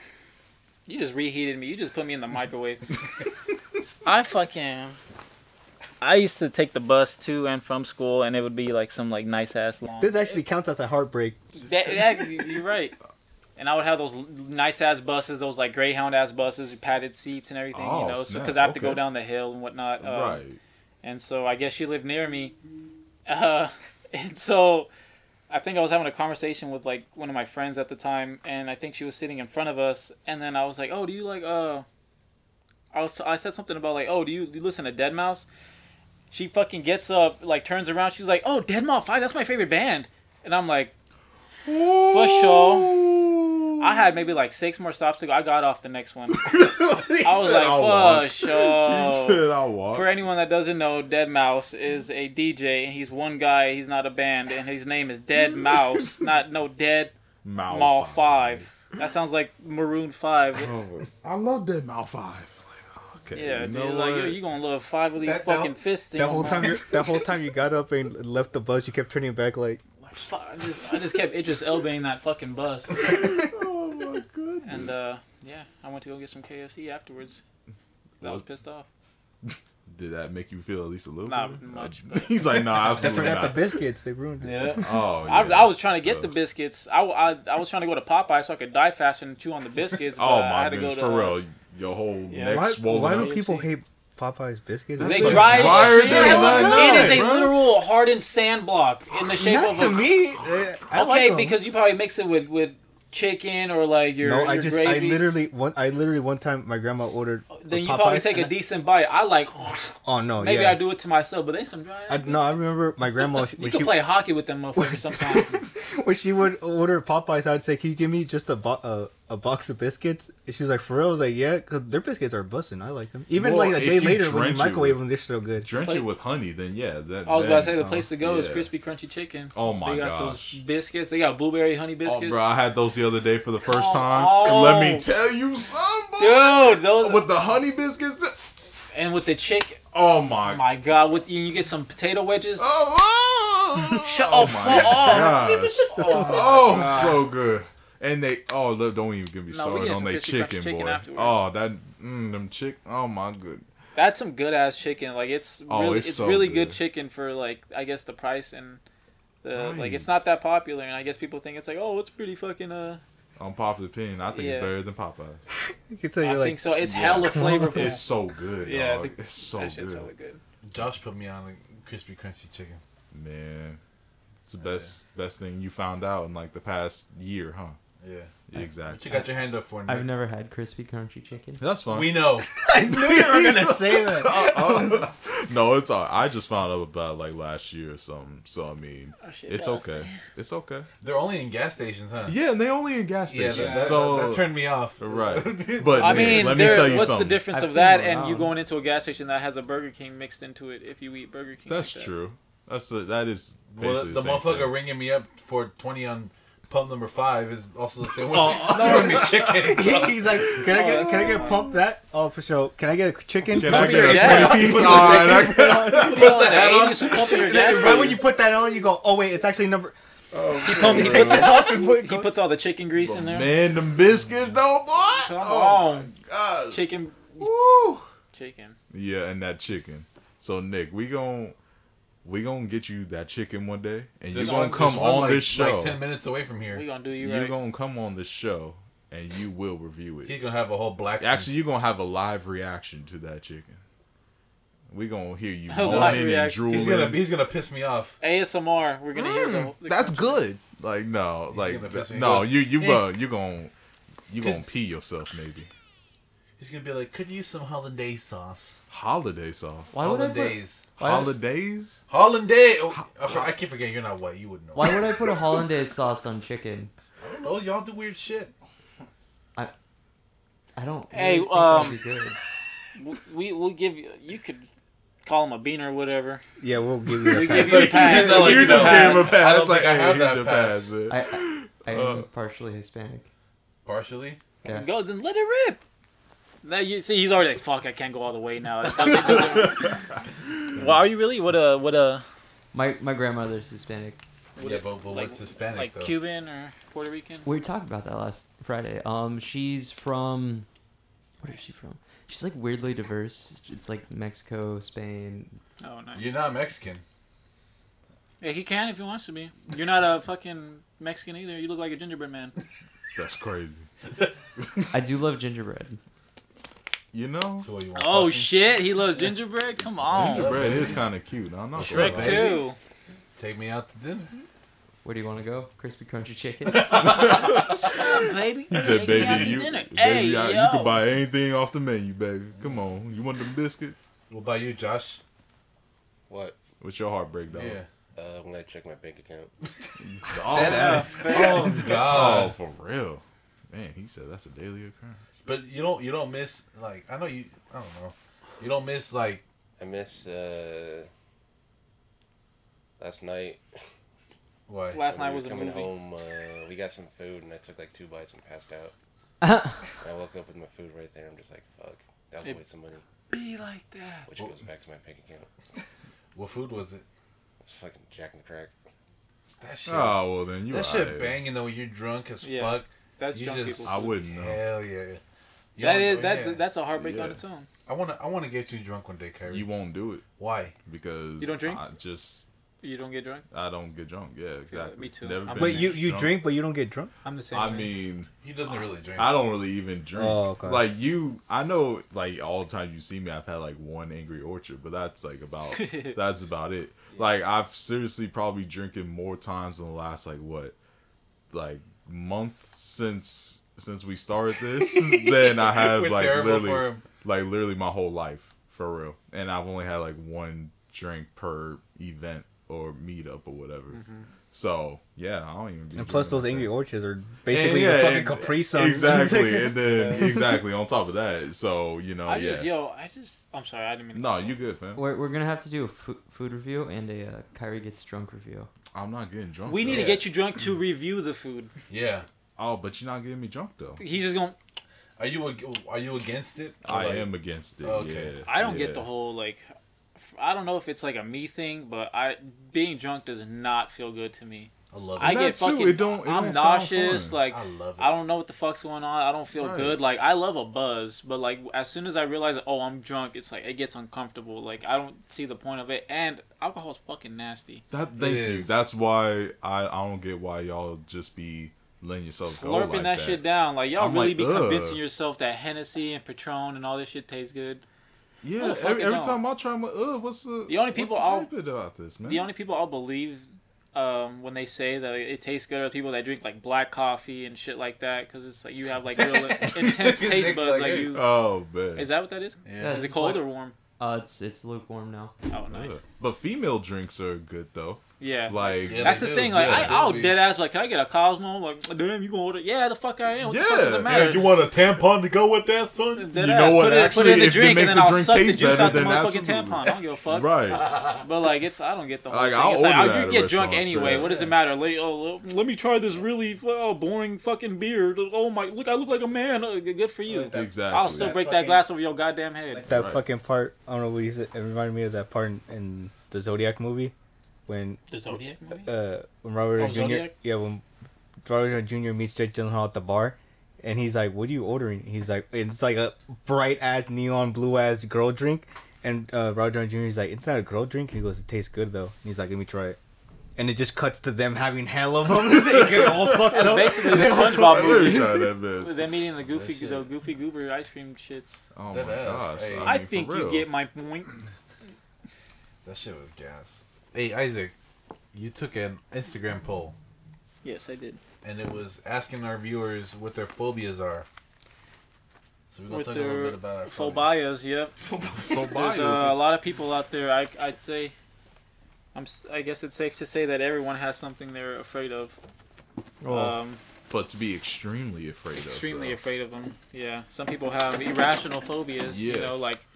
Speaker 4: you just reheated me. You just put me in the microwave. I fucking. I used to take the bus to and from school, and it would be like some like nice ass long.
Speaker 7: This actually counts as a heartbreak.
Speaker 4: That, that- you're right. And I would have those nice ass buses, those like Greyhound ass buses, with padded seats and everything,
Speaker 3: Oh,
Speaker 4: you know,
Speaker 3: snap,
Speaker 4: because I have to go
Speaker 3: okay.
Speaker 4: down the hill and whatnot. Um,
Speaker 3: right.
Speaker 4: And so I guess she lived near me. Uh, and so I think I was having a conversation with like one of my friends at the time, and I think she was sitting in front of us. And then I was like, "Oh, do you like uh?" I was I said something about like, "Oh, do you, you listen to Dead Mouse?" She fucking gets up, like turns around. She's like, "Oh, Dead Mouse Five, that's my favorite band." And I'm like, "For sure." I had maybe like six more stops to go. I got off the next one. I was like, "For sure."
Speaker 3: You said I'll walk.
Speaker 4: For anyone that doesn't know, Dead Mouse is a DJ. and He's one guy. He's not a band, and his name is Dead Mouse, not no Dead
Speaker 3: Mouth
Speaker 4: Mall Five. That sounds like Maroon Five.
Speaker 3: Oh, I love Dead Mouth Five. Like, okay.
Speaker 4: Yeah,
Speaker 3: you
Speaker 4: dude.
Speaker 3: know
Speaker 4: like
Speaker 3: what?
Speaker 4: yo, you gonna love five of these
Speaker 7: That- that
Speaker 4: fucking
Speaker 7: whole-
Speaker 4: fists. in
Speaker 7: That
Speaker 4: your
Speaker 7: whole
Speaker 4: mouth.
Speaker 7: time, you that whole time you got up and left the bus, you kept turning back like,
Speaker 4: Like, fuck, I just, I just kept Idris elbowing that fucking bus,
Speaker 3: oh my goodness.
Speaker 4: and uh, yeah, I went to go get some KFC afterwards. I was pissed off.
Speaker 3: Did that make you feel at least a little?
Speaker 4: Not
Speaker 3: bit?
Speaker 4: much,
Speaker 3: Uh,
Speaker 4: but-
Speaker 3: He's like, no, nah,
Speaker 7: they
Speaker 3: absolutely
Speaker 7: forgot the
Speaker 3: not.
Speaker 7: biscuits, they ruined it.
Speaker 4: Yeah.
Speaker 3: oh,
Speaker 4: I,
Speaker 3: yeah.
Speaker 4: I was trying to get
Speaker 3: Uh,
Speaker 4: the biscuits. I, I, I was trying to go to Popeye so I could die faster and chew on the biscuits. But
Speaker 3: Oh
Speaker 4: I
Speaker 3: my
Speaker 4: had to
Speaker 3: goodness,
Speaker 4: go to,
Speaker 3: for
Speaker 4: uh,
Speaker 3: real. Your whole
Speaker 4: yeah.
Speaker 3: neck
Speaker 7: Why,
Speaker 3: swollen.
Speaker 7: why
Speaker 3: up.
Speaker 7: do people hate Popeye's biscuits?
Speaker 4: They
Speaker 3: It's
Speaker 4: dry
Speaker 3: dry
Speaker 4: as
Speaker 3: as
Speaker 4: shit.
Speaker 3: hell.
Speaker 4: It is a
Speaker 3: Bro.
Speaker 4: literal hardened sand block in the shape
Speaker 7: Not
Speaker 4: of
Speaker 7: to
Speaker 4: a.
Speaker 7: me. eh, I like
Speaker 4: okay,
Speaker 7: them.
Speaker 4: because you probably mix it with with chicken or like your,
Speaker 7: no,
Speaker 4: your
Speaker 7: I just I
Speaker 4: gravy.
Speaker 7: literally one I literally one time my grandma ordered.
Speaker 4: then you
Speaker 7: Popeyes,
Speaker 4: probably take a
Speaker 7: and I-
Speaker 4: decent bite. I like.
Speaker 7: Oh no,
Speaker 4: Maybe
Speaker 7: yeah.
Speaker 4: I do it to myself, but they some dry.
Speaker 7: I, no, I remember my grandma she-
Speaker 4: you
Speaker 7: when
Speaker 4: can
Speaker 7: she
Speaker 4: play hockey with them motherfuckers sometimes.
Speaker 7: when she would order Popeyes, I'd say, "Can you give me just a bo- a, a box of biscuits?" And she was like, "For real?" I was like, "Yeah, because their biscuits are busting. I like them. Even
Speaker 3: Well,
Speaker 7: like a
Speaker 3: if
Speaker 7: day
Speaker 3: you
Speaker 7: later when
Speaker 3: drench
Speaker 7: you
Speaker 3: it
Speaker 7: microwave
Speaker 3: with-
Speaker 7: them, they're still good."
Speaker 3: Drench
Speaker 4: Play-
Speaker 3: it with honey, then yeah. That, uh,
Speaker 4: I was about to say the
Speaker 7: oh,
Speaker 3: then-
Speaker 4: place to go is
Speaker 3: yeah.
Speaker 4: crispy, crunchy chicken.
Speaker 3: Oh my
Speaker 4: they got
Speaker 3: gosh.
Speaker 4: those biscuits. They got blueberry honey
Speaker 3: Oh,
Speaker 4: biscuits.
Speaker 3: bro, I had those the other day for the first
Speaker 4: Oh,
Speaker 3: time.
Speaker 4: oh.
Speaker 3: Let me tell you something.
Speaker 4: Dude, those
Speaker 3: With the honey biscuits. th-
Speaker 4: and with the chick,
Speaker 3: Oh my.
Speaker 4: my god, with you, you get some potato wedges.
Speaker 3: Oh, oh.
Speaker 4: Shut
Speaker 3: oh
Speaker 4: up,
Speaker 3: my
Speaker 4: fuck off.
Speaker 3: gosh.
Speaker 4: Oh,
Speaker 3: Oh, so good. And they oh look, don't even get me
Speaker 4: No, we
Speaker 3: started
Speaker 4: get
Speaker 3: on
Speaker 4: some
Speaker 3: their
Speaker 4: crispy crunchy
Speaker 3: chicken,
Speaker 4: chicken
Speaker 3: boy.
Speaker 4: afterwards.
Speaker 3: Oh that mm, them chick. Oh my good.
Speaker 4: That's some good ass chicken. Like it's
Speaker 3: Oh,
Speaker 4: really
Speaker 3: it's
Speaker 4: it's,
Speaker 3: so
Speaker 4: really
Speaker 3: good.
Speaker 4: good. chicken for like I guess the price and the like it's
Speaker 3: Right.
Speaker 4: not that popular and I guess people think it's like oh it's pretty fucking uh
Speaker 3: On Popular Opinion, I think
Speaker 4: Yeah.
Speaker 3: it's better than Popeyes.
Speaker 7: You can tell
Speaker 4: I
Speaker 7: you're like,
Speaker 4: think so it's hella flavorful.
Speaker 3: It's so good.
Speaker 4: Yeah,
Speaker 3: Yeah,
Speaker 4: the-
Speaker 3: it's so
Speaker 4: that shit's
Speaker 3: good.
Speaker 4: hella good.
Speaker 2: Josh put me on a crispy, crunchy chicken.
Speaker 3: Man, it's the best best thing you found out in like the past year, huh?
Speaker 2: Yeah. What
Speaker 3: Exactly.
Speaker 2: you got your hand up for?
Speaker 5: I've
Speaker 2: Nick?
Speaker 5: never had crispy crunchy chicken.
Speaker 3: That's fine.
Speaker 2: We know.
Speaker 7: I knew you were gonna say that.
Speaker 3: Uh, uh, no, it's all. I just found out about it, like last year or something. So I mean,
Speaker 4: Oh, shit,
Speaker 3: it's
Speaker 4: that was-
Speaker 3: okay. It's okay.
Speaker 2: They're only in gas stations, huh?
Speaker 3: Yeah, and they only in gas
Speaker 2: Yeah,
Speaker 3: stations.
Speaker 2: that, that,
Speaker 3: so
Speaker 2: that turned me off.
Speaker 3: right. But
Speaker 4: I
Speaker 3: Nick,
Speaker 4: mean,
Speaker 3: let me
Speaker 4: there-
Speaker 3: tell you
Speaker 4: what's
Speaker 3: something.
Speaker 4: the difference
Speaker 5: I've
Speaker 4: of that
Speaker 5: seen them
Speaker 4: and you
Speaker 5: around.
Speaker 4: going into a gas station that has a Burger King mixed into it if you eat Burger King?
Speaker 3: That's
Speaker 4: like that?
Speaker 3: true. That's the, that is
Speaker 2: Well,
Speaker 3: basically
Speaker 2: the
Speaker 3: same
Speaker 2: motherfucker
Speaker 3: thing.
Speaker 2: ringing me up for twenty on pump number five is also the same one. Throwing me chicken.
Speaker 7: He- He's like, can I
Speaker 4: Oh,
Speaker 7: get
Speaker 4: that's
Speaker 7: can I get pumped that? Oh, for sure. Can I get a chicken?
Speaker 3: Can I get a
Speaker 4: Yeah.
Speaker 3: twenty piece? All right. I-
Speaker 4: You put on
Speaker 2: that
Speaker 4: the
Speaker 2: on?
Speaker 4: 80s, who pumped your
Speaker 7: Yeah,
Speaker 4: gas
Speaker 7: right
Speaker 4: for
Speaker 7: when
Speaker 4: you?
Speaker 7: you put that on, you go, oh wait, it's actually number.
Speaker 4: He pumped- he puts-
Speaker 7: off and put-
Speaker 4: he puts all the chicken grease in there.
Speaker 3: Man, them biscuits, though, boy.
Speaker 4: Come
Speaker 3: Oh,
Speaker 4: on,
Speaker 3: gosh.
Speaker 4: chicken,
Speaker 3: Woo.
Speaker 4: chicken.
Speaker 3: Yeah, and that chicken. So Nick, we gon' we gonna get you that chicken one day, and you
Speaker 2: Just
Speaker 3: gonna
Speaker 2: one-
Speaker 3: come
Speaker 2: just one,
Speaker 3: on
Speaker 2: like-
Speaker 3: this show.
Speaker 2: like ten minutes away from
Speaker 4: We
Speaker 2: here.
Speaker 4: gonna do you
Speaker 3: you
Speaker 4: right.
Speaker 3: gonna come on this show, and you will review
Speaker 2: He's
Speaker 3: it.
Speaker 2: gonna have a whole black.
Speaker 3: Actually, you gonna have a live reaction to that chicken. We gonna hear you
Speaker 4: live
Speaker 3: moaning and
Speaker 4: reaction.
Speaker 3: drooling.
Speaker 2: he's gonna he's gonna piss me off.
Speaker 4: ASMR. We're gonna hear the, whole- the
Speaker 3: Hmm, Mm, That's
Speaker 4: crunch.
Speaker 3: good. Like no,
Speaker 2: He's
Speaker 3: like
Speaker 2: gonna piss me
Speaker 3: no,
Speaker 2: off.
Speaker 3: you you
Speaker 2: Hey.
Speaker 3: uh, you gonna you gonna pee yourself maybe.
Speaker 2: He's gonna be like, could you use some hollandaise sauce?
Speaker 3: Holiday sauce.
Speaker 5: Why would I put,
Speaker 2: hollandaise.
Speaker 5: why-
Speaker 3: Holidays?
Speaker 2: Hollandaise. Oh, I for- I keep forgetting you're not white. You wouldn't know.
Speaker 5: why would I put a hollandaise sauce on chicken?
Speaker 2: I don't know. Y'all do weird shit.
Speaker 5: I don't.
Speaker 4: Hey,
Speaker 5: Really think
Speaker 4: um,
Speaker 5: that'd be good.
Speaker 4: We we'll give you. You could call him a bean or whatever.
Speaker 7: Yeah, we'll give you.
Speaker 4: We
Speaker 7: a
Speaker 4: give
Speaker 7: pass.
Speaker 4: you a pass.
Speaker 2: He's not like,
Speaker 3: you
Speaker 2: you
Speaker 3: just
Speaker 2: know,
Speaker 3: gave him a
Speaker 2: I
Speaker 3: pass.
Speaker 2: don't
Speaker 3: like,
Speaker 2: think I
Speaker 3: hey,
Speaker 2: have
Speaker 3: here's
Speaker 2: that
Speaker 3: your
Speaker 2: pass.
Speaker 3: pass, man.
Speaker 5: I, I, I am
Speaker 3: Uh,
Speaker 5: partially Hispanic.
Speaker 2: Partially.
Speaker 5: Yeah.
Speaker 4: Go then, let it rip. Now you see, he's already like, "Fuck, I can't go all the way now." well, are you really? What a what a
Speaker 5: My my grandmother's Hispanic.
Speaker 2: Yeah, but, but
Speaker 4: like-
Speaker 2: what's Hispanic
Speaker 4: like
Speaker 2: though?
Speaker 4: Cuban or Puerto Rican?
Speaker 5: We talked about that last Friday. Um, she's from. Where is she from? She's like weirdly diverse. It's like Mexico, Spain.
Speaker 4: Oh no.
Speaker 2: You're not Mexican.
Speaker 4: Yeah, he can if he wants to be. You're not a fucking Mexican either. You look like a gingerbread man.
Speaker 3: That's crazy.
Speaker 5: I do love gingerbread.
Speaker 3: You know,
Speaker 2: So what, you want
Speaker 4: Oh
Speaker 2: fucking-
Speaker 4: shit, he loves gingerbread. Come on,
Speaker 3: gingerbread is kind of cute. I'm not
Speaker 2: Shrek
Speaker 3: gonna lie.
Speaker 4: Shrek
Speaker 2: too.
Speaker 4: too.
Speaker 2: Take me out to dinner.
Speaker 5: Where do you want to go? Crispy, crunchy chicken.
Speaker 4: What's up, baby?
Speaker 3: He said,
Speaker 4: Take me out
Speaker 3: "Baby,
Speaker 4: to
Speaker 3: you,
Speaker 4: dinner."
Speaker 3: baby,
Speaker 4: Hey,
Speaker 3: I-
Speaker 4: yo.
Speaker 3: you can buy anything off the menu, baby. Come on, you want the biscuits?
Speaker 2: What about you, Josh?
Speaker 9: What?
Speaker 3: What's your heartbreak, dog?
Speaker 2: Yeah.
Speaker 9: Uh, when I check my bank account.
Speaker 3: Dog.
Speaker 2: Oh
Speaker 3: Oh,
Speaker 2: God.
Speaker 3: for real? Man, he said that's a daily occurrence.
Speaker 2: But you don't you don't miss like I know you I don't know. You don't miss like
Speaker 9: I miss uh, last night.
Speaker 2: what?
Speaker 4: Last
Speaker 9: when
Speaker 4: night
Speaker 9: we
Speaker 4: was
Speaker 9: were
Speaker 4: a
Speaker 9: coming
Speaker 4: movie.
Speaker 9: home. Uh, we got some food, and I took like two bites and passed out. I woke up with my food right there. I'm just like, fuck, that was a
Speaker 4: It-
Speaker 9: waste of money,
Speaker 4: Be like that.
Speaker 9: which
Speaker 2: Well-
Speaker 9: goes back to my bank account.
Speaker 2: What food was it?
Speaker 9: It's fucking Jack and the Crack.
Speaker 2: That shit.
Speaker 3: Oh well, then you.
Speaker 2: that
Speaker 3: outta
Speaker 2: shit
Speaker 3: here.
Speaker 2: banging though when you're drunk as
Speaker 4: Yeah.
Speaker 2: fuck.
Speaker 4: That's
Speaker 2: You
Speaker 4: drunk
Speaker 2: just-
Speaker 4: people.
Speaker 3: I wouldn't know.
Speaker 2: Hell yeah. You
Speaker 4: that
Speaker 2: don't
Speaker 4: is
Speaker 2: go-
Speaker 4: that
Speaker 2: yeah.
Speaker 4: that's a heartbreak on
Speaker 3: Yeah.
Speaker 4: its own.
Speaker 2: I wanna I wanna get you drunk one day, Kyrie.
Speaker 3: You won't do it
Speaker 2: Why?
Speaker 3: because
Speaker 4: You don't drink?
Speaker 3: I just
Speaker 4: You don't get drunk.
Speaker 3: I don't get drunk. Yeah, exactly.
Speaker 4: me too.
Speaker 3: Never
Speaker 4: I'm-
Speaker 3: been
Speaker 7: But you you
Speaker 3: drunk.
Speaker 7: drink, but you don't get drunk.
Speaker 4: I'm the same.
Speaker 3: I mean,
Speaker 2: He doesn't really drink.
Speaker 3: I don't really even drink.
Speaker 7: Oh, okay.
Speaker 3: Like you, I know. Like all the time you see me, I've had like one Angry Orchard, but that's like about that's about it. Like I've seriously probably drinking more times in the last like what, like month since since we started this than I have
Speaker 2: We're
Speaker 3: like
Speaker 2: terrible
Speaker 3: literally
Speaker 2: for him.
Speaker 3: like literally my whole life for real. And I've only had like one drink per event or meetup or whatever. So yeah, I don't even. be
Speaker 7: Mm-hmm. And plus,
Speaker 3: drinking
Speaker 7: those
Speaker 3: like that.
Speaker 7: angry orchards are basically
Speaker 3: And,
Speaker 7: the
Speaker 3: yeah,
Speaker 7: fucking
Speaker 3: and-
Speaker 7: Capri Sun.
Speaker 3: Exactly, and then exactly on top of that, so you know,
Speaker 4: I
Speaker 3: yeah.
Speaker 4: just yo, I just I'm sorry, I didn't mean. to-
Speaker 3: no, you good, fam.
Speaker 5: We're, we're gonna have to do a fu- food review and a uh, Kyrie gets drunk review.
Speaker 3: I'm not getting drunk.
Speaker 4: We need
Speaker 3: though.
Speaker 4: to get you drunk to review the food.
Speaker 2: yeah.
Speaker 3: Oh, but you're not getting me drunk though.
Speaker 4: He's just going.
Speaker 2: Are you ag- are you against it? Or
Speaker 3: I
Speaker 2: like-
Speaker 3: am against it.
Speaker 2: Okay.
Speaker 3: Yeah,
Speaker 4: I don't
Speaker 3: yeah.
Speaker 4: get the whole like. f- I don't know if it's like a me thing, but I being drunk does not feel good to me.
Speaker 2: I love it.
Speaker 4: I
Speaker 3: That
Speaker 4: get
Speaker 3: too,
Speaker 4: fucking.
Speaker 3: it don't- it
Speaker 4: I'm
Speaker 3: don't sound
Speaker 4: nauseous.
Speaker 3: fun.
Speaker 4: Like
Speaker 2: I love it.
Speaker 4: I don't know what the fuck's going on. I don't feel
Speaker 3: Right.
Speaker 4: good. Like I love a buzz, but like as soon as I realize, oh, I'm drunk, it's like it gets uncomfortable. Like I don't see the point of it, and alcohol's fucking nasty.
Speaker 3: That thank
Speaker 2: It
Speaker 3: you.
Speaker 2: is.
Speaker 3: That's why I I don't get why y'all just be letting yourself go
Speaker 4: Slurping
Speaker 3: like
Speaker 4: that,
Speaker 3: that
Speaker 4: shit down, like y'all
Speaker 3: I'm
Speaker 4: really
Speaker 3: like,
Speaker 4: be
Speaker 3: ugh.
Speaker 4: convincing yourself that Hennessy and Patron and all this shit tastes good.
Speaker 3: Yeah,
Speaker 4: Motherfucker,
Speaker 3: every, every
Speaker 4: no.
Speaker 3: time I try, my, uh, what's the
Speaker 4: The only people I'll-
Speaker 3: i about this man?
Speaker 4: The only people I'll believe um, when they say that it tastes good are people that drink like black coffee and shit like that because it's like you have like real intense taste
Speaker 8: Nick's
Speaker 4: buds.
Speaker 8: like,
Speaker 4: Like
Speaker 8: "Hey."
Speaker 4: you,
Speaker 3: Oh man.
Speaker 4: is that what that is?
Speaker 2: Yeah.
Speaker 5: Yes.
Speaker 4: Is it cold or warm?
Speaker 5: Uh, it's it's lukewarm now.
Speaker 4: Oh, nice.
Speaker 3: Yeah. But female drinks are good though.
Speaker 4: Yeah.
Speaker 3: Like
Speaker 9: Yeah,
Speaker 4: That's
Speaker 9: they
Speaker 4: the
Speaker 9: do.
Speaker 4: thing. Like
Speaker 3: Yeah,
Speaker 4: I,
Speaker 3: they
Speaker 4: I'll
Speaker 3: do.
Speaker 4: dead ass. Like, can I get a Cosmo? like, damn, you gonna order? Yeah, the fuck I am. What the fuck
Speaker 3: Yeah.
Speaker 4: does it
Speaker 3: Yeah,
Speaker 4: matter?
Speaker 2: a tampon to go with that, son?
Speaker 4: Dead
Speaker 3: You
Speaker 4: ass,
Speaker 3: know what,
Speaker 4: Put it, put
Speaker 3: actually,
Speaker 4: it in the
Speaker 3: if it
Speaker 4: drink,
Speaker 3: makes
Speaker 4: and
Speaker 3: the
Speaker 4: then I'll
Speaker 3: drink
Speaker 4: suck the
Speaker 3: taste
Speaker 4: juice out
Speaker 3: better,
Speaker 4: the
Speaker 3: then
Speaker 4: motherfucking
Speaker 3: absolutely.
Speaker 4: tampon. I don't give a fuck.
Speaker 3: right.
Speaker 4: But like, it's I don't get the whole
Speaker 3: Like,
Speaker 4: thing.
Speaker 3: I'll
Speaker 4: it's like,
Speaker 3: order
Speaker 4: I'll-
Speaker 3: that
Speaker 4: you
Speaker 3: at
Speaker 4: get drunk
Speaker 3: restaurants,
Speaker 4: anyway.
Speaker 3: yeah.
Speaker 4: What does it matter? Like, oh, let me try this really oh, boring fucking beer. Oh my, look, I look like a man. Oh, good for you.
Speaker 8: That-
Speaker 3: Uh, Exactly.
Speaker 4: I'll still
Speaker 8: That
Speaker 4: break that
Speaker 8: fucking-
Speaker 4: glass over your goddamn head.
Speaker 7: That
Speaker 3: Right.
Speaker 7: fucking part, I don't know what you said. It reminded me of that part in, in the Zodiac movie when
Speaker 4: The Zodiac movie.
Speaker 7: uh, when Robert
Speaker 4: Oh,
Speaker 7: Jr.
Speaker 4: Zodiac?
Speaker 7: Yeah, when Robert Downey Jr. meets Jake Gyllenhaal at the bar, and he's like, "What are you ordering?" He's like, "It's like a bright ass neon blue ass girl drink," and uh, Robert Downey Jr. is like, "It's not a girl drink." And he goes, "It tastes good though." And he's like, "Let me try it." And it just cuts to them having hell of them. They get all fucked up.
Speaker 4: Basically, the SpongeBob
Speaker 3: Let me
Speaker 4: movie.
Speaker 3: try that mess.
Speaker 4: Them eating the goofy,
Speaker 9: shit.
Speaker 4: the goofy goober ice cream shits.
Speaker 3: Oh my
Speaker 2: That ass,
Speaker 3: gosh.
Speaker 2: hey.
Speaker 3: mean,
Speaker 4: I
Speaker 3: for
Speaker 4: think you
Speaker 3: real.
Speaker 4: get my point.
Speaker 2: That shit was gas. Hey, Isaac, you took an Instagram poll,
Speaker 4: Yes, I did.
Speaker 2: and it was asking our viewers what their phobias are. So we're gonna
Speaker 4: With
Speaker 2: talk a little
Speaker 4: their
Speaker 2: bit about our phobias.
Speaker 4: phobias, yep.
Speaker 3: So
Speaker 4: There's
Speaker 3: biased.
Speaker 4: uh, a lot of people out there. I, I'd say, I'm. s- I guess it's safe to say that everyone has something they're afraid of.
Speaker 3: Oh.
Speaker 4: um,
Speaker 3: but to be extremely afraid of.
Speaker 4: extremely
Speaker 3: though.
Speaker 4: afraid of them. Yeah. Some people have irrational phobias. You know,
Speaker 3: Yes.
Speaker 4: like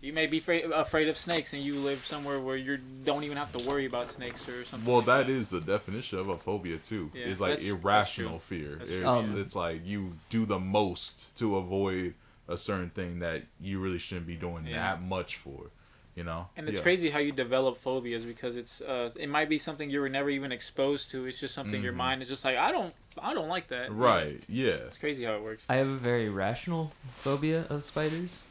Speaker 4: you may be fra- afraid of snakes, and you live somewhere where you don't even have to worry about snakes or something.
Speaker 3: Well,
Speaker 4: like
Speaker 3: that is the definition of a phobia too.
Speaker 4: Yeah,
Speaker 3: it's like
Speaker 4: that's- that's
Speaker 3: irrational
Speaker 4: true.
Speaker 3: fear.
Speaker 4: That's
Speaker 3: It's,
Speaker 5: true.
Speaker 3: it's like you do the most to avoid a certain thing that you really shouldn't be doing
Speaker 4: Yeah.
Speaker 3: that much for. You know.
Speaker 4: And it's
Speaker 3: Yeah.
Speaker 4: crazy how you develop phobias because it's uh, it might be something you were never even exposed to. It's just something your
Speaker 3: Mhm.
Speaker 4: mind is just like I don't I don't like that.
Speaker 3: Right. Yeah.
Speaker 4: It's crazy how it works.
Speaker 5: I have a very rational phobia of spiders.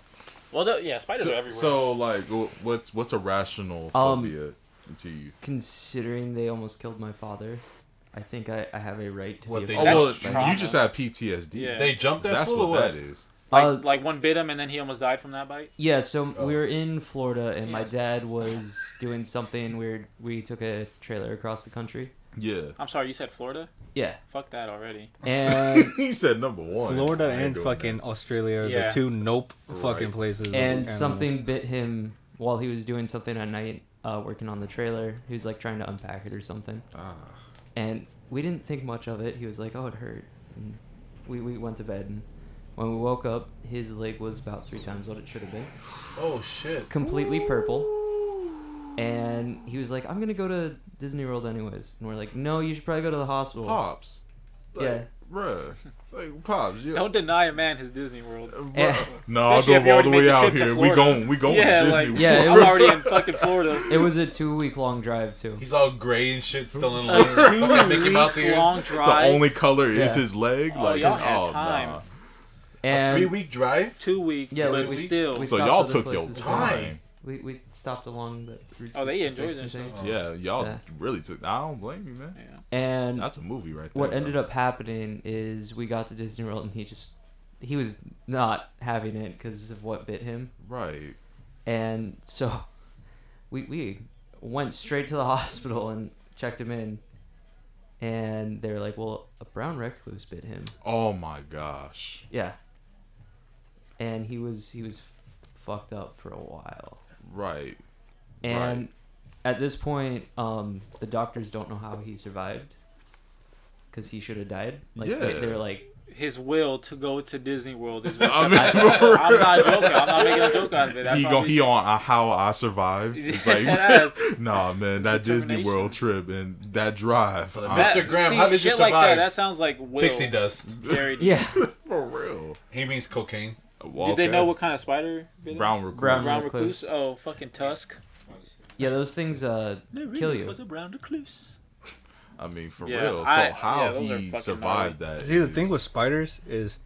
Speaker 4: Well, the, yeah, spiders are
Speaker 3: So,
Speaker 4: everywhere.
Speaker 3: so, like, wh- what's what's a rational
Speaker 5: Um,
Speaker 3: phobia to you?
Speaker 5: Considering they almost killed my father, I think I, I have a right to
Speaker 2: What
Speaker 5: be
Speaker 2: they-
Speaker 3: Oh
Speaker 5: afraid of
Speaker 3: well,
Speaker 2: that's
Speaker 5: spiders.
Speaker 3: you just have PTSD.
Speaker 4: Yeah.
Speaker 2: They jumped that
Speaker 3: That's
Speaker 2: fool
Speaker 3: what that
Speaker 2: away.
Speaker 3: is.
Speaker 4: like,
Speaker 5: Uh,
Speaker 4: like one bit him and then he almost died from that bite.
Speaker 5: Yeah, so
Speaker 2: Oh.
Speaker 5: we were in Florida and my
Speaker 4: Yes.
Speaker 5: dad was doing something weird. We took a trailer across the country.
Speaker 3: Yeah.
Speaker 4: I'm sorry, you said Florida.
Speaker 5: Yeah.
Speaker 4: Fuck that already.
Speaker 5: And
Speaker 3: he said number one.
Speaker 7: Florida
Speaker 3: I ain't
Speaker 7: and
Speaker 3: doing
Speaker 7: fucking Australia are
Speaker 4: Yeah.
Speaker 7: the two nope fucking
Speaker 3: Right.
Speaker 7: places. with
Speaker 5: and
Speaker 7: animals.
Speaker 5: something bit him while he was doing something at night uh, working on the trailer. He was like trying to unpack it or something.
Speaker 3: that. Ah.
Speaker 5: And we didn't think much of it. He was like, oh, it hurt. And we, we went to bed. And when we woke up, his leg was about three times what it should have been.
Speaker 2: Oh shit!
Speaker 5: completely purple. And he was like, I'm gonna go to Disney World anyways. And we're like, No, you should probably go to the hospital.
Speaker 3: pops. Like,
Speaker 5: Yeah.
Speaker 3: bruh. Like pops. Yeah.
Speaker 4: Don't deny a man his Disney World.
Speaker 3: bruh.
Speaker 5: Yeah.
Speaker 3: No, I'll
Speaker 4: Especially if
Speaker 3: drove
Speaker 4: you
Speaker 3: all
Speaker 4: already
Speaker 3: the
Speaker 4: made
Speaker 3: way
Speaker 4: the
Speaker 3: out
Speaker 4: trip to
Speaker 3: here. We
Speaker 4: Florida.
Speaker 3: going. We going
Speaker 4: yeah,
Speaker 3: to
Speaker 4: like
Speaker 3: Disney.
Speaker 5: Yeah, it
Speaker 4: I'm
Speaker 5: was-
Speaker 4: already in fucking Florida.
Speaker 5: It was a two week long drive too.
Speaker 2: He's all gray and shit, still in
Speaker 4: A
Speaker 2: line.
Speaker 4: two
Speaker 2: Fucking Mickey Mouse
Speaker 4: weeks
Speaker 2: ears.
Speaker 4: long
Speaker 3: the
Speaker 4: drive.
Speaker 3: only color
Speaker 5: Yeah.
Speaker 3: is his leg.
Speaker 4: Oh,
Speaker 3: like,
Speaker 4: y'all
Speaker 3: it's-
Speaker 4: had
Speaker 3: oh,
Speaker 4: time.
Speaker 3: nah.
Speaker 5: And
Speaker 2: Three week drive.
Speaker 4: two weeks.
Speaker 5: Yeah,
Speaker 4: but
Speaker 5: we- we-
Speaker 4: still.
Speaker 5: we-
Speaker 3: So
Speaker 5: stopped
Speaker 3: y'all
Speaker 5: other
Speaker 3: took your
Speaker 5: places as well.
Speaker 3: time.
Speaker 5: we, we stopped along the Route
Speaker 4: Oh, they
Speaker 5: 66
Speaker 4: enjoyed
Speaker 5: and
Speaker 4: themselves.
Speaker 5: things.
Speaker 3: Yeah, y'all
Speaker 5: Yeah.
Speaker 3: really took. I don't blame you, man.
Speaker 4: yeah.
Speaker 5: And
Speaker 3: That's a movie right there.
Speaker 5: what ended up happening is we got to Disney World and he just he was not having it because of what bit him.
Speaker 3: right?
Speaker 5: and so we we went straight to the hospital and checked him in and they were like well a brown recluse bit him
Speaker 3: Oh my gosh.
Speaker 5: yeah and he was he was fucked up for a while
Speaker 3: Right.
Speaker 5: and
Speaker 3: Right.
Speaker 5: at this point um the doctors don't know how he survived because he should have died like they, they
Speaker 3: Yeah.
Speaker 5: were like
Speaker 4: His will to go to Disney World is. What
Speaker 3: I mean,
Speaker 4: I'm not joking. I'm not making a joke out of it. That's
Speaker 3: he
Speaker 4: why
Speaker 3: go,
Speaker 4: we-
Speaker 3: he on uh, how I survived. It's
Speaker 4: Yes.
Speaker 3: like, nah, man, that Disney World trip and that drive. Uh,
Speaker 2: For the
Speaker 3: I-
Speaker 2: best- Mr. Graham, how did you
Speaker 4: shit like that,
Speaker 2: survive?
Speaker 4: that sounds like Will.
Speaker 2: Pixie dust.
Speaker 4: Buried.
Speaker 5: yeah
Speaker 3: for real.
Speaker 2: He means cocaine.
Speaker 4: Did they know what kind of spider? bit him?
Speaker 3: brown recluse?
Speaker 5: Brown
Speaker 4: Brown recluse.
Speaker 5: recluse.
Speaker 4: Oh, fucking tusk.
Speaker 5: yeah those things uh kill you
Speaker 4: a brown recluse.
Speaker 3: I mean, for
Speaker 4: Yeah,
Speaker 3: real. So
Speaker 4: I- yeah,
Speaker 3: how
Speaker 4: those are
Speaker 3: he
Speaker 4: fucking
Speaker 3: survived that?
Speaker 7: See, the thing
Speaker 3: is-
Speaker 7: with spiders is,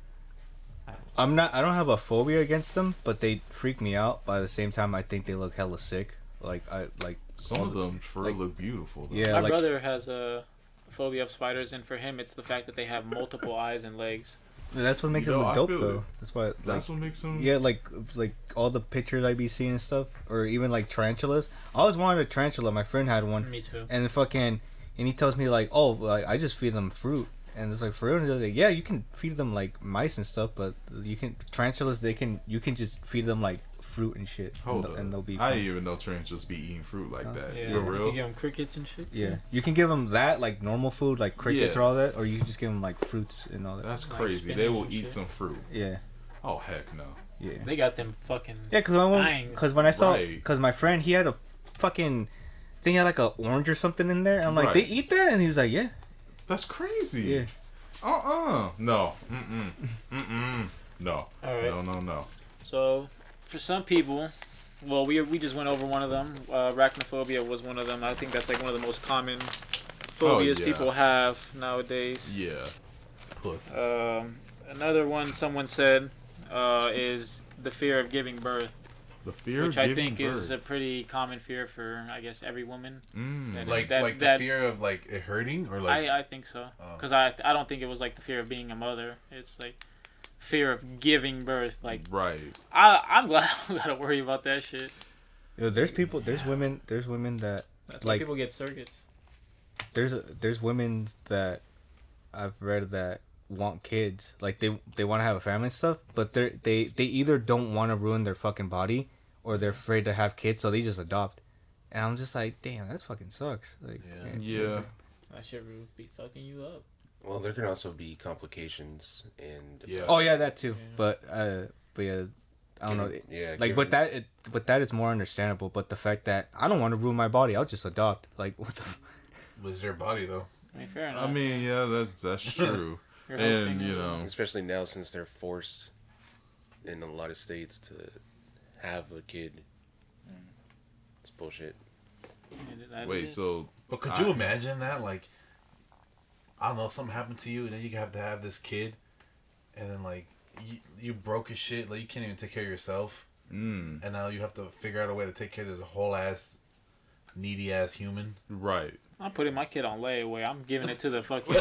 Speaker 7: I'm not. I don't have a phobia against them, but they freak me out. By the same time, I think they look hella sick. Like I like
Speaker 3: some of them for real
Speaker 7: like-
Speaker 3: look beautiful. Though.
Speaker 7: Yeah,
Speaker 4: My
Speaker 7: like
Speaker 4: brother has a phobia of spiders, and for him, it's the fact that they have multiple eyes and legs.
Speaker 7: That's what makes
Speaker 3: You know,
Speaker 7: him
Speaker 3: I
Speaker 7: dope
Speaker 3: feel
Speaker 7: though.
Speaker 3: it.
Speaker 7: That's why. Like,
Speaker 3: That's what makes him.
Speaker 7: yeah, like like all the pictures I be seeing and stuff, or even like tarantulas. I always wanted a tarantula. My friend had one,
Speaker 4: Me too.
Speaker 7: and fucking, and he tells me like, oh, like, I just feed them fruit, and it's like for real. And they're like, yeah, you can feed them like mice and stuff, but you can tarantulas. They can you can just feed them like fruit and shit, and,
Speaker 3: Hold
Speaker 7: they'll-
Speaker 3: up.
Speaker 7: and they'll be.
Speaker 3: I
Speaker 7: fine.
Speaker 3: didn't even know tarantulas be eating fruit like that.
Speaker 4: Yeah,
Speaker 3: For
Speaker 4: You
Speaker 3: real?
Speaker 4: give them crickets and shit. too.
Speaker 7: Yeah, you can give them that like normal food, like crickets
Speaker 3: Yeah.
Speaker 7: or all that, or you can just give them like fruits and all that.
Speaker 3: That's
Speaker 4: Like
Speaker 3: crazy.
Speaker 4: spinach
Speaker 3: They will
Speaker 4: and
Speaker 3: eat
Speaker 4: shit.
Speaker 3: some fruit.
Speaker 7: yeah,
Speaker 3: Oh heck no.
Speaker 7: yeah.
Speaker 4: They got them fucking.
Speaker 7: Yeah, because I went,
Speaker 4: Thanks.
Speaker 7: because when I saw,
Speaker 3: Right.
Speaker 7: because my friend he had a fucking thing had like a orange or something in there. And I'm like,
Speaker 3: Right.
Speaker 7: they eat that, and he was like, yeah,
Speaker 3: That's crazy.
Speaker 7: yeah.
Speaker 3: Uh uh No. Mm mm. Mm mm. No.
Speaker 4: All right.
Speaker 3: No no no.
Speaker 4: So, for some people, well, we we just went over one of them. Uh, arachnophobia was one of them. I think that's like one of the most common phobias
Speaker 3: yeah.
Speaker 4: people have nowadays.
Speaker 3: Yeah. Puss.
Speaker 4: Um, another one someone said uh, is the fear of giving birth,
Speaker 3: the fear
Speaker 4: which
Speaker 3: of
Speaker 4: I
Speaker 3: giving
Speaker 4: think
Speaker 3: birth.
Speaker 4: is a pretty common fear for I guess every woman.
Speaker 3: Mm.
Speaker 4: that-
Speaker 2: Like
Speaker 4: that-
Speaker 2: like
Speaker 4: that-
Speaker 2: the fear of like it hurting or like
Speaker 4: I, I think so
Speaker 2: Oh.
Speaker 4: because I I don't think it was like the fear of being a mother. It's like fear of giving birth. Like
Speaker 3: Mm. Right.
Speaker 4: I I'm glad I don't gotta worry about that shit.
Speaker 7: Yo, there's people, there's women, there's women that
Speaker 4: That's
Speaker 7: why Like- people
Speaker 4: get circuits.
Speaker 7: there's a, there's women that I've read that want kids, like they they want to have a family and stuff, but they they they either don't want to ruin their fucking body or they're afraid to have kids, so they just adopt. And I'm just like, damn, that fucking sucks. Like,
Speaker 2: Yeah.
Speaker 7: man, it's
Speaker 3: Yeah.
Speaker 7: like-
Speaker 4: That shit will be fucking you up.
Speaker 9: Well, there can also be complications and uh,
Speaker 2: yeah.
Speaker 7: Oh yeah, that too.
Speaker 4: Yeah.
Speaker 7: But uh, but yeah, I don't know.
Speaker 9: Yeah,
Speaker 7: like
Speaker 9: given-
Speaker 7: with that it, with that it's more understandable but the fact that i don't want to ruin my body i'll just adopt like what the f-
Speaker 2: was their body though.
Speaker 4: I mean, fair enough.
Speaker 3: I mean, yeah, that's that's true.
Speaker 4: You're
Speaker 3: and
Speaker 4: hosting
Speaker 3: you
Speaker 4: a-
Speaker 3: know,
Speaker 9: especially now since they're forced in a lot of states to have a kid.
Speaker 4: Mm.
Speaker 9: It's bullshit.
Speaker 4: that
Speaker 3: wait.
Speaker 4: is-
Speaker 3: So
Speaker 2: But could
Speaker 3: I-
Speaker 2: you imagine that? Like, I don't know, something happened to you, and then you have to have this kid, and then like you, you broke his shit, like you can't even take care of yourself,
Speaker 3: mm,
Speaker 2: and now you have to figure out a way to take care of this whole ass needy ass human.
Speaker 3: right.
Speaker 4: I'm putting my kid on layaway. I'm giving it to the fucking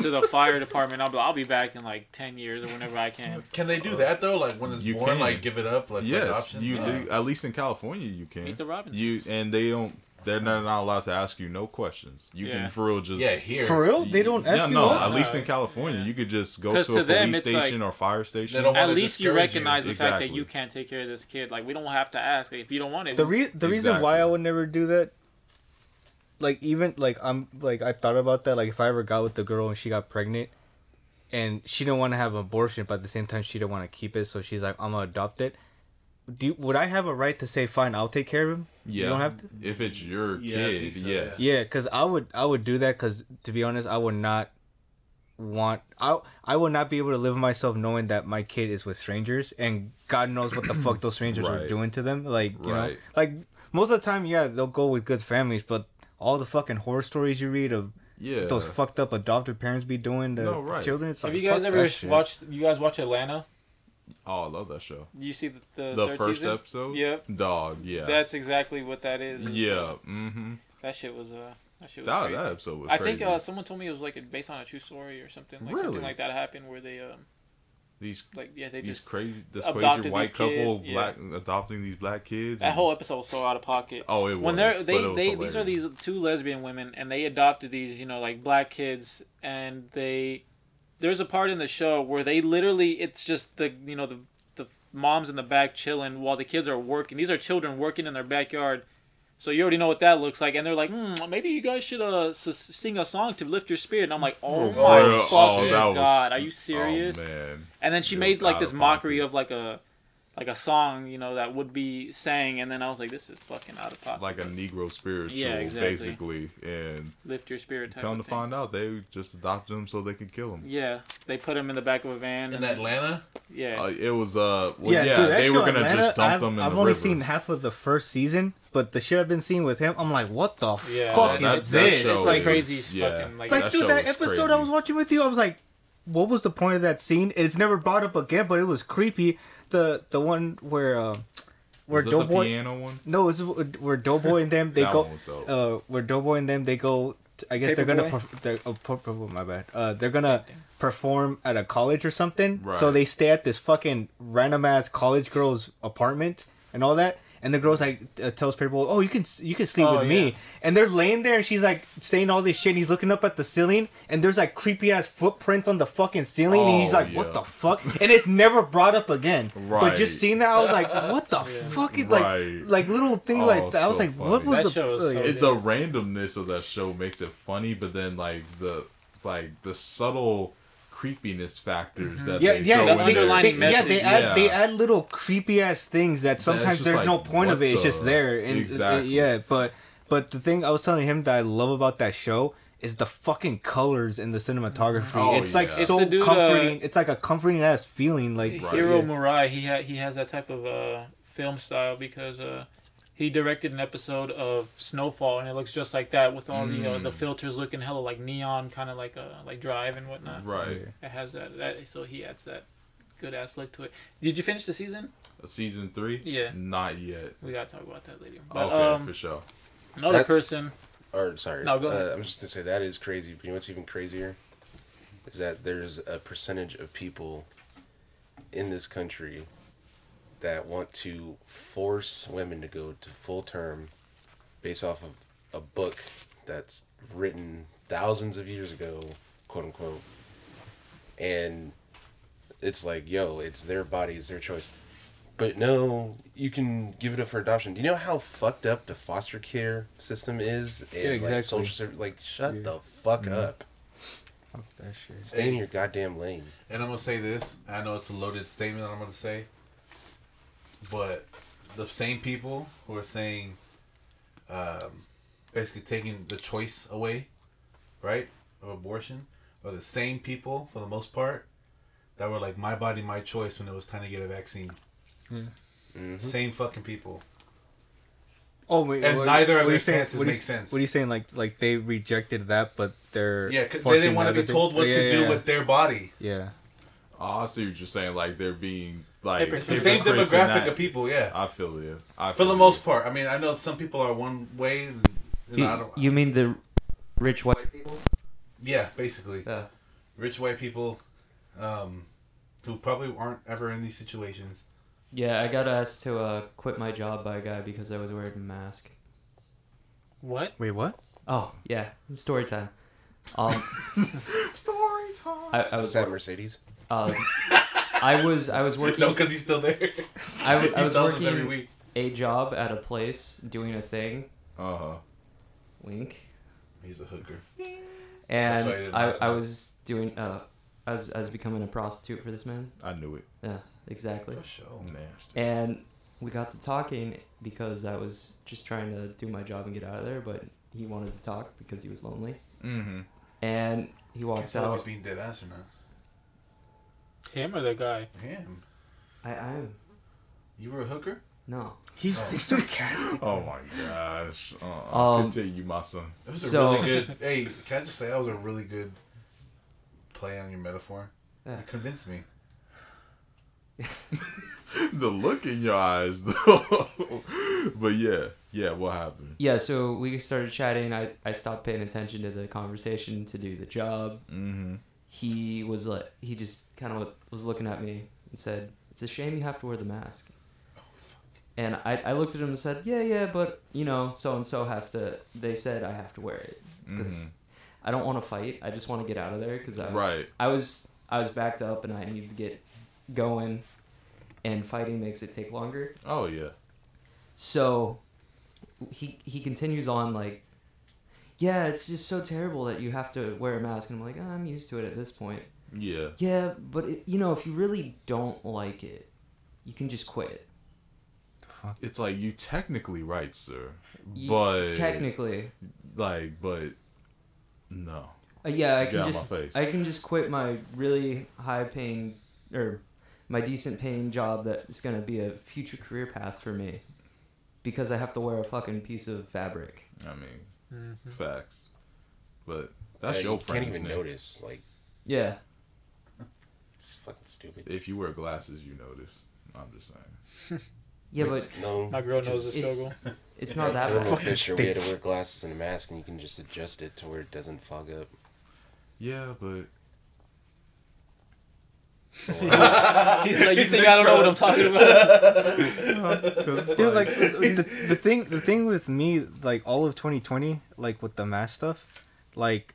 Speaker 4: to the fire department. I'll be, I'll be back in like ten years or whenever I can.
Speaker 2: Can they do that though? Like when it's
Speaker 3: You
Speaker 2: born,
Speaker 3: can.
Speaker 2: like give it up, like for
Speaker 3: Yes,
Speaker 2: adoption?
Speaker 3: you
Speaker 2: Yeah.
Speaker 3: do. At least in California, you can.
Speaker 4: Meet the Robinsons.
Speaker 3: You and they don't. They're not not allowed to ask you no questions. You
Speaker 4: Yeah.
Speaker 3: can for real just
Speaker 2: Yeah, here
Speaker 7: for real they don't ask
Speaker 3: yeah,
Speaker 7: you
Speaker 3: no.
Speaker 7: what?
Speaker 3: At least in
Speaker 4: No.
Speaker 3: California,
Speaker 4: Yeah.
Speaker 3: you could just go
Speaker 4: 'Cause
Speaker 3: to a
Speaker 4: to them,
Speaker 3: police
Speaker 4: it's like-
Speaker 3: station or fire station.
Speaker 2: They don't
Speaker 4: At
Speaker 2: wanna
Speaker 4: least you
Speaker 2: discourage you.
Speaker 4: recognize the fact that
Speaker 3: Exactly.
Speaker 4: you can't take care of this kid. Like we don't have to ask. Like, if you don't want it,
Speaker 7: the re- the reason why i
Speaker 3: Exactly.
Speaker 7: would never do that like even like i'm like i thought about that like if i ever got with the girl and she got pregnant and she didn't want to have an abortion but at the same time she didn't want to keep it so she's like i'm gonna adopt it do you- would i have a right to say fine i'll take care of him
Speaker 3: yeah,
Speaker 7: you don't have to
Speaker 3: If it's your
Speaker 2: Yeah, I
Speaker 3: kid,
Speaker 2: think so,
Speaker 3: yes.
Speaker 2: yeah.
Speaker 7: Yeah, cause I would I would do that because to be honest, I would not want I I would not be able to live with myself knowing that my kid is with strangers and God knows what the fuck those strangers are
Speaker 3: Right.
Speaker 7: doing to them. Like you know,
Speaker 3: Right.
Speaker 7: like most of the time, yeah, they'll go with good families, but all the fucking horror stories you read of
Speaker 3: Yeah.
Speaker 7: those fucked up adopted parents be doing to
Speaker 3: No, right.
Speaker 7: children. It's
Speaker 4: have
Speaker 7: like,
Speaker 4: you guys
Speaker 7: fuck
Speaker 4: ever
Speaker 7: that shit.
Speaker 4: watched? You guys watch Atlanta?
Speaker 3: oh, I love that show.
Speaker 4: You see the the,
Speaker 3: The
Speaker 4: third
Speaker 3: first
Speaker 4: season?
Speaker 3: episode.
Speaker 4: Yep.
Speaker 3: Dog. Yeah.
Speaker 4: That's exactly what that is. It's,
Speaker 3: yeah.
Speaker 4: uh,
Speaker 3: Mm-hmm.
Speaker 4: that shit was uh that shit was
Speaker 3: That,
Speaker 4: crazy.
Speaker 3: that episode was.
Speaker 4: I
Speaker 3: crazy.
Speaker 4: think uh, someone told me it was like based on a true story or something like
Speaker 3: Really?
Speaker 4: something like that happened where they um
Speaker 3: these
Speaker 4: like yeah they
Speaker 3: these
Speaker 4: just
Speaker 3: crazy this
Speaker 4: adopted
Speaker 3: crazy
Speaker 4: these
Speaker 3: white couple
Speaker 4: kid- yeah.
Speaker 3: black adopting these black kids.
Speaker 4: that
Speaker 3: and-
Speaker 4: whole episode was so out of pocket.
Speaker 3: oh, it was.
Speaker 4: when they're they,
Speaker 3: but it was
Speaker 4: they these are
Speaker 3: hilarious.
Speaker 4: these two lesbian women and they adopted these you know like black kids and they there's a part in the show where they literally it's just the you know the the moms in the back chilling while the kids are working these are children working in their backyard so you already know what that looks like and they're like hmm, maybe you guys should uh s- sing a song to lift your spirit and i'm like oh
Speaker 2: Oh,
Speaker 4: my
Speaker 2: yeah. Oh,
Speaker 4: fucking
Speaker 3: that was-
Speaker 4: god are you serious
Speaker 3: Oh, man.
Speaker 4: and then she
Speaker 3: It
Speaker 4: made
Speaker 3: was
Speaker 4: like
Speaker 3: out
Speaker 4: this
Speaker 3: of
Speaker 4: mockery
Speaker 3: pocket.
Speaker 4: of like a like a song you know that would be sang and then i was like this is fucking out of pocket
Speaker 3: Like a Negro spiritual,
Speaker 4: Yeah, exactly.
Speaker 3: basically, and
Speaker 4: lift your spirit type
Speaker 3: come to
Speaker 4: of thing.
Speaker 3: find out they just adopted him so they could kill him.
Speaker 4: Yeah, they put him in the back of a van.
Speaker 2: in
Speaker 4: And,
Speaker 2: Atlanta.
Speaker 4: yeah,
Speaker 3: Uh, it was uh, well,
Speaker 7: yeah,
Speaker 3: yeah,
Speaker 7: dude, that
Speaker 3: they
Speaker 7: shit
Speaker 3: were gonna
Speaker 7: Atlanta,
Speaker 3: just dump
Speaker 7: I've,
Speaker 3: them in
Speaker 7: I've
Speaker 3: the
Speaker 7: only
Speaker 3: river.
Speaker 7: seen half of the first season, but the shit I've been seeing with him, I'm like, what the
Speaker 4: yeah.
Speaker 7: fuck
Speaker 3: that-
Speaker 7: is
Speaker 3: that
Speaker 7: this?
Speaker 3: show
Speaker 4: It's
Speaker 7: like,
Speaker 4: like crazy.
Speaker 3: yeah.
Speaker 4: Fucking, like,
Speaker 7: like
Speaker 3: That
Speaker 7: dude,
Speaker 3: show
Speaker 7: that
Speaker 3: was
Speaker 7: episode
Speaker 3: crazy.
Speaker 7: I was watching with you, I was like, what was the point of that scene? It's never brought up again, but it was creepy. The the one where uh, where
Speaker 3: Was it the
Speaker 7: Doughboy
Speaker 3: piano one?
Speaker 7: no, it's where Doughboy and them they
Speaker 3: That
Speaker 7: go
Speaker 3: one was dope.
Speaker 7: uh where Doughboy and them they go. t- I guess they're gonna
Speaker 4: Paperboy?
Speaker 7: perf- they're, oh, per- per- oh, my bad. Uh, they're gonna perform at a college or something. So
Speaker 3: Right.
Speaker 7: they stay at this fucking random ass college girl's apartment and all that. And the girl's like uh, tells people, "Oh, you can s- you can sleep
Speaker 4: Oh,
Speaker 7: with
Speaker 4: yeah.
Speaker 7: me." And they're laying there, and she's like saying all this shit. And he's looking up at the ceiling, and there's like creepy ass footprints on the fucking ceiling. and he's
Speaker 3: Oh,
Speaker 7: like, "What
Speaker 3: yeah.
Speaker 7: the fuck?" And it's never brought up again. But
Speaker 3: Right.
Speaker 7: just seeing that, I was like, "What the fuck?" Is, like
Speaker 3: Right.
Speaker 7: like little things
Speaker 3: Oh,
Speaker 7: like that. I
Speaker 3: so
Speaker 7: was like,
Speaker 3: funny.
Speaker 7: "What was
Speaker 4: That
Speaker 7: the?"
Speaker 4: show was so
Speaker 7: like-
Speaker 4: good.
Speaker 3: It, the randomness of that show makes it funny, but then like the like the subtle creepiness factors that
Speaker 7: Yeah,
Speaker 3: they
Speaker 7: yeah,
Speaker 3: throw
Speaker 4: Mm-hmm. the
Speaker 3: in
Speaker 4: underlying
Speaker 3: there.
Speaker 7: They- yeah,
Speaker 4: message.
Speaker 7: they add
Speaker 3: Yeah.
Speaker 7: they add little creepy ass things that sometimes
Speaker 3: just
Speaker 7: there's
Speaker 3: like,
Speaker 7: no point of
Speaker 3: what
Speaker 7: it. It's just
Speaker 3: the-
Speaker 7: there. And,
Speaker 3: Exactly.
Speaker 7: yeah, but but the thing I was telling him that I love about that show is the fucking colors and the cinematography.
Speaker 3: Oh,
Speaker 7: it's like
Speaker 3: yeah. It's
Speaker 7: so
Speaker 4: the dude, uh,
Speaker 7: comforting. it's like a comforting ass feeling. Like
Speaker 3: Right.
Speaker 4: Hiro
Speaker 3: yeah.
Speaker 4: Murai, he ha- he has that type of uh, film style because uh, he directed an episode of Snowfall and it looks just like that with all the uh,
Speaker 3: Mm.
Speaker 4: the filters looking hella like neon, kind of like uh, like Drive and whatnot.
Speaker 3: Right,
Speaker 4: It has that that so he adds that good ass look to it. Did you finish the season?
Speaker 3: season three.
Speaker 4: Yeah.
Speaker 3: not yet.
Speaker 4: We gotta talk about that later. But
Speaker 3: okay,
Speaker 4: um,
Speaker 3: for sure.
Speaker 4: another
Speaker 9: That's-
Speaker 4: person.
Speaker 9: Or sorry,
Speaker 4: No, go ahead.
Speaker 9: Uh, I'm just gonna say that is crazy. But you know what's even crazier is that there's a percentage of people in this country that want to force women to go to full term based off of a book that's written thousands of years ago, quote unquote, and it's like, yo, it's their body, it's their choice. But no, you can give it up for adoption. Do you know how fucked up the foster care system is? And
Speaker 7: Yeah, exactly.
Speaker 9: like social service like shut
Speaker 7: Yeah. Mm-hmm.
Speaker 9: the fuck up.
Speaker 7: that shit.
Speaker 9: Stay in your goddamn lane.
Speaker 2: And I'm gonna say this. I know it's a loaded statement I'm gonna say, but the same people who are saying, um, basically taking the choice away, right, of abortion, are the same people for the most part that were like, "My body, my choice" when it was time to get a vaccine. Same fucking people.
Speaker 7: Oh, wait,
Speaker 2: And
Speaker 7: what-
Speaker 2: neither of
Speaker 7: what are you
Speaker 2: their
Speaker 7: saying-
Speaker 2: stances
Speaker 7: what are you-
Speaker 2: make sense.
Speaker 7: What are you saying? Like like they rejected that, but they're
Speaker 2: Yeah, because they
Speaker 7: forcing
Speaker 2: didn't want to be
Speaker 7: everything-
Speaker 2: told what
Speaker 7: Yeah,
Speaker 2: to
Speaker 7: yeah,
Speaker 2: do
Speaker 7: yeah.
Speaker 2: with their body.
Speaker 7: yeah.
Speaker 3: Oh, I see what you're saying. Like they're being like
Speaker 4: Hypocrites.
Speaker 2: It's the same
Speaker 3: hypocrites in
Speaker 2: demographic
Speaker 3: that.
Speaker 2: of people. Yeah,
Speaker 3: I feel you. I
Speaker 2: for
Speaker 3: feel
Speaker 2: the
Speaker 3: you.
Speaker 2: most part. I mean, I know some people are one way. And, and I
Speaker 5: You,
Speaker 2: don't,
Speaker 5: you mean the rich white people?
Speaker 2: Yeah, basically.
Speaker 5: Yeah.
Speaker 2: Rich white people um, who probably aren't ever in these situations.
Speaker 5: Yeah, I got asked to uh, quit my job by a guy because I was wearing a mask.
Speaker 4: What?
Speaker 7: Wait, what?
Speaker 5: Oh yeah, story time. Um,
Speaker 3: story time.
Speaker 5: I, I
Speaker 9: Is
Speaker 5: was
Speaker 9: that Mercedes?
Speaker 5: um, I was I was working.
Speaker 2: No, because he's still there.
Speaker 5: I, w- I
Speaker 2: He
Speaker 5: was
Speaker 2: tells us every
Speaker 5: working
Speaker 2: week.
Speaker 5: a job at a place doing a thing.
Speaker 3: Uh huh.
Speaker 5: Wink.
Speaker 2: He's a hooker.
Speaker 5: And
Speaker 2: why I didn't
Speaker 5: I,
Speaker 2: ask
Speaker 5: I
Speaker 2: him.
Speaker 5: was doing uh, I was I was becoming a prostitute for this man.
Speaker 3: I knew it. Oh,
Speaker 5: Yeah, Mm. exactly.
Speaker 2: For sure.
Speaker 3: Nasty.
Speaker 5: And we got to talking because I was just trying to do my job and get out of there, but he wanted to talk because he was lonely.
Speaker 3: Mm-hmm.
Speaker 5: And he
Speaker 2: Can't
Speaker 5: walks
Speaker 2: tell if he's
Speaker 5: out.
Speaker 2: being dead ass or not.
Speaker 4: Him or the guy?
Speaker 2: Him.
Speaker 5: I I am
Speaker 2: You were a hooker?
Speaker 5: no.
Speaker 7: He's, he's still casting.
Speaker 3: Oh my gosh. Uh-uh.
Speaker 5: Um,
Speaker 3: Continue, my son.
Speaker 2: That was a
Speaker 5: So-
Speaker 2: really good. Hey, can I just say that was a really good play on your metaphor?
Speaker 5: Yeah.
Speaker 2: You convinced me.
Speaker 3: the look in your eyes, though. but yeah, yeah. What happened?
Speaker 5: Yeah, so we started chatting. I, I stopped paying attention to the conversation to do the job.
Speaker 3: Mm-hmm.
Speaker 5: He was like, he just kind of was looking at me and said, "It's a shame you have to wear the mask." And I, I looked at him and said, "Yeah, yeah, but you know, so and so has to." They said I have to wear it because
Speaker 3: Mhm.
Speaker 5: I don't want to fight. I just want to get out of there because I was,
Speaker 3: Right.
Speaker 5: I was I was backed up and I needed to get going, and fighting makes it take longer.
Speaker 3: Oh yeah.
Speaker 5: So he he continues on like, yeah, it's just so terrible that you have to wear a mask. And I'm like, "Ah, I'm used to it at this point.
Speaker 3: Yeah.
Speaker 5: Yeah, but it, you know, if you really don't like it, you can just quit.
Speaker 3: It's like you technically right, sir.
Speaker 5: You-
Speaker 3: But
Speaker 5: technically,
Speaker 3: like, but no.
Speaker 5: uh, yeah, I
Speaker 3: Get
Speaker 5: can
Speaker 3: out my
Speaker 5: just
Speaker 3: face.
Speaker 5: I can just quit my really high paying or my decent paying job that is gonna be a future career path for me because I have to wear a fucking piece of fabric.
Speaker 3: I mean,
Speaker 2: Mm-hmm.
Speaker 3: facts. But that's
Speaker 9: Uh,
Speaker 3: your
Speaker 9: you
Speaker 3: friends.
Speaker 9: Can't even
Speaker 3: Nick.
Speaker 9: notice. Like
Speaker 5: Yeah,
Speaker 9: it's fucking stupid.
Speaker 3: If you wear glasses, you notice. I'm just saying.
Speaker 5: yeah, but
Speaker 9: No,
Speaker 4: My girl knows the
Speaker 5: It's-
Speaker 4: struggle.
Speaker 5: it's not that
Speaker 9: Thermal
Speaker 5: bad.
Speaker 9: Fisher, we had to
Speaker 7: space.
Speaker 9: wear glasses and a mask, and you can just adjust it to where it doesn't fog up.
Speaker 3: Yeah, but
Speaker 4: He's like, you think I don't know what I'm talking about?
Speaker 7: Dude, like the, the thing, the thing with me, like all of 2020, like with the mask stuff, like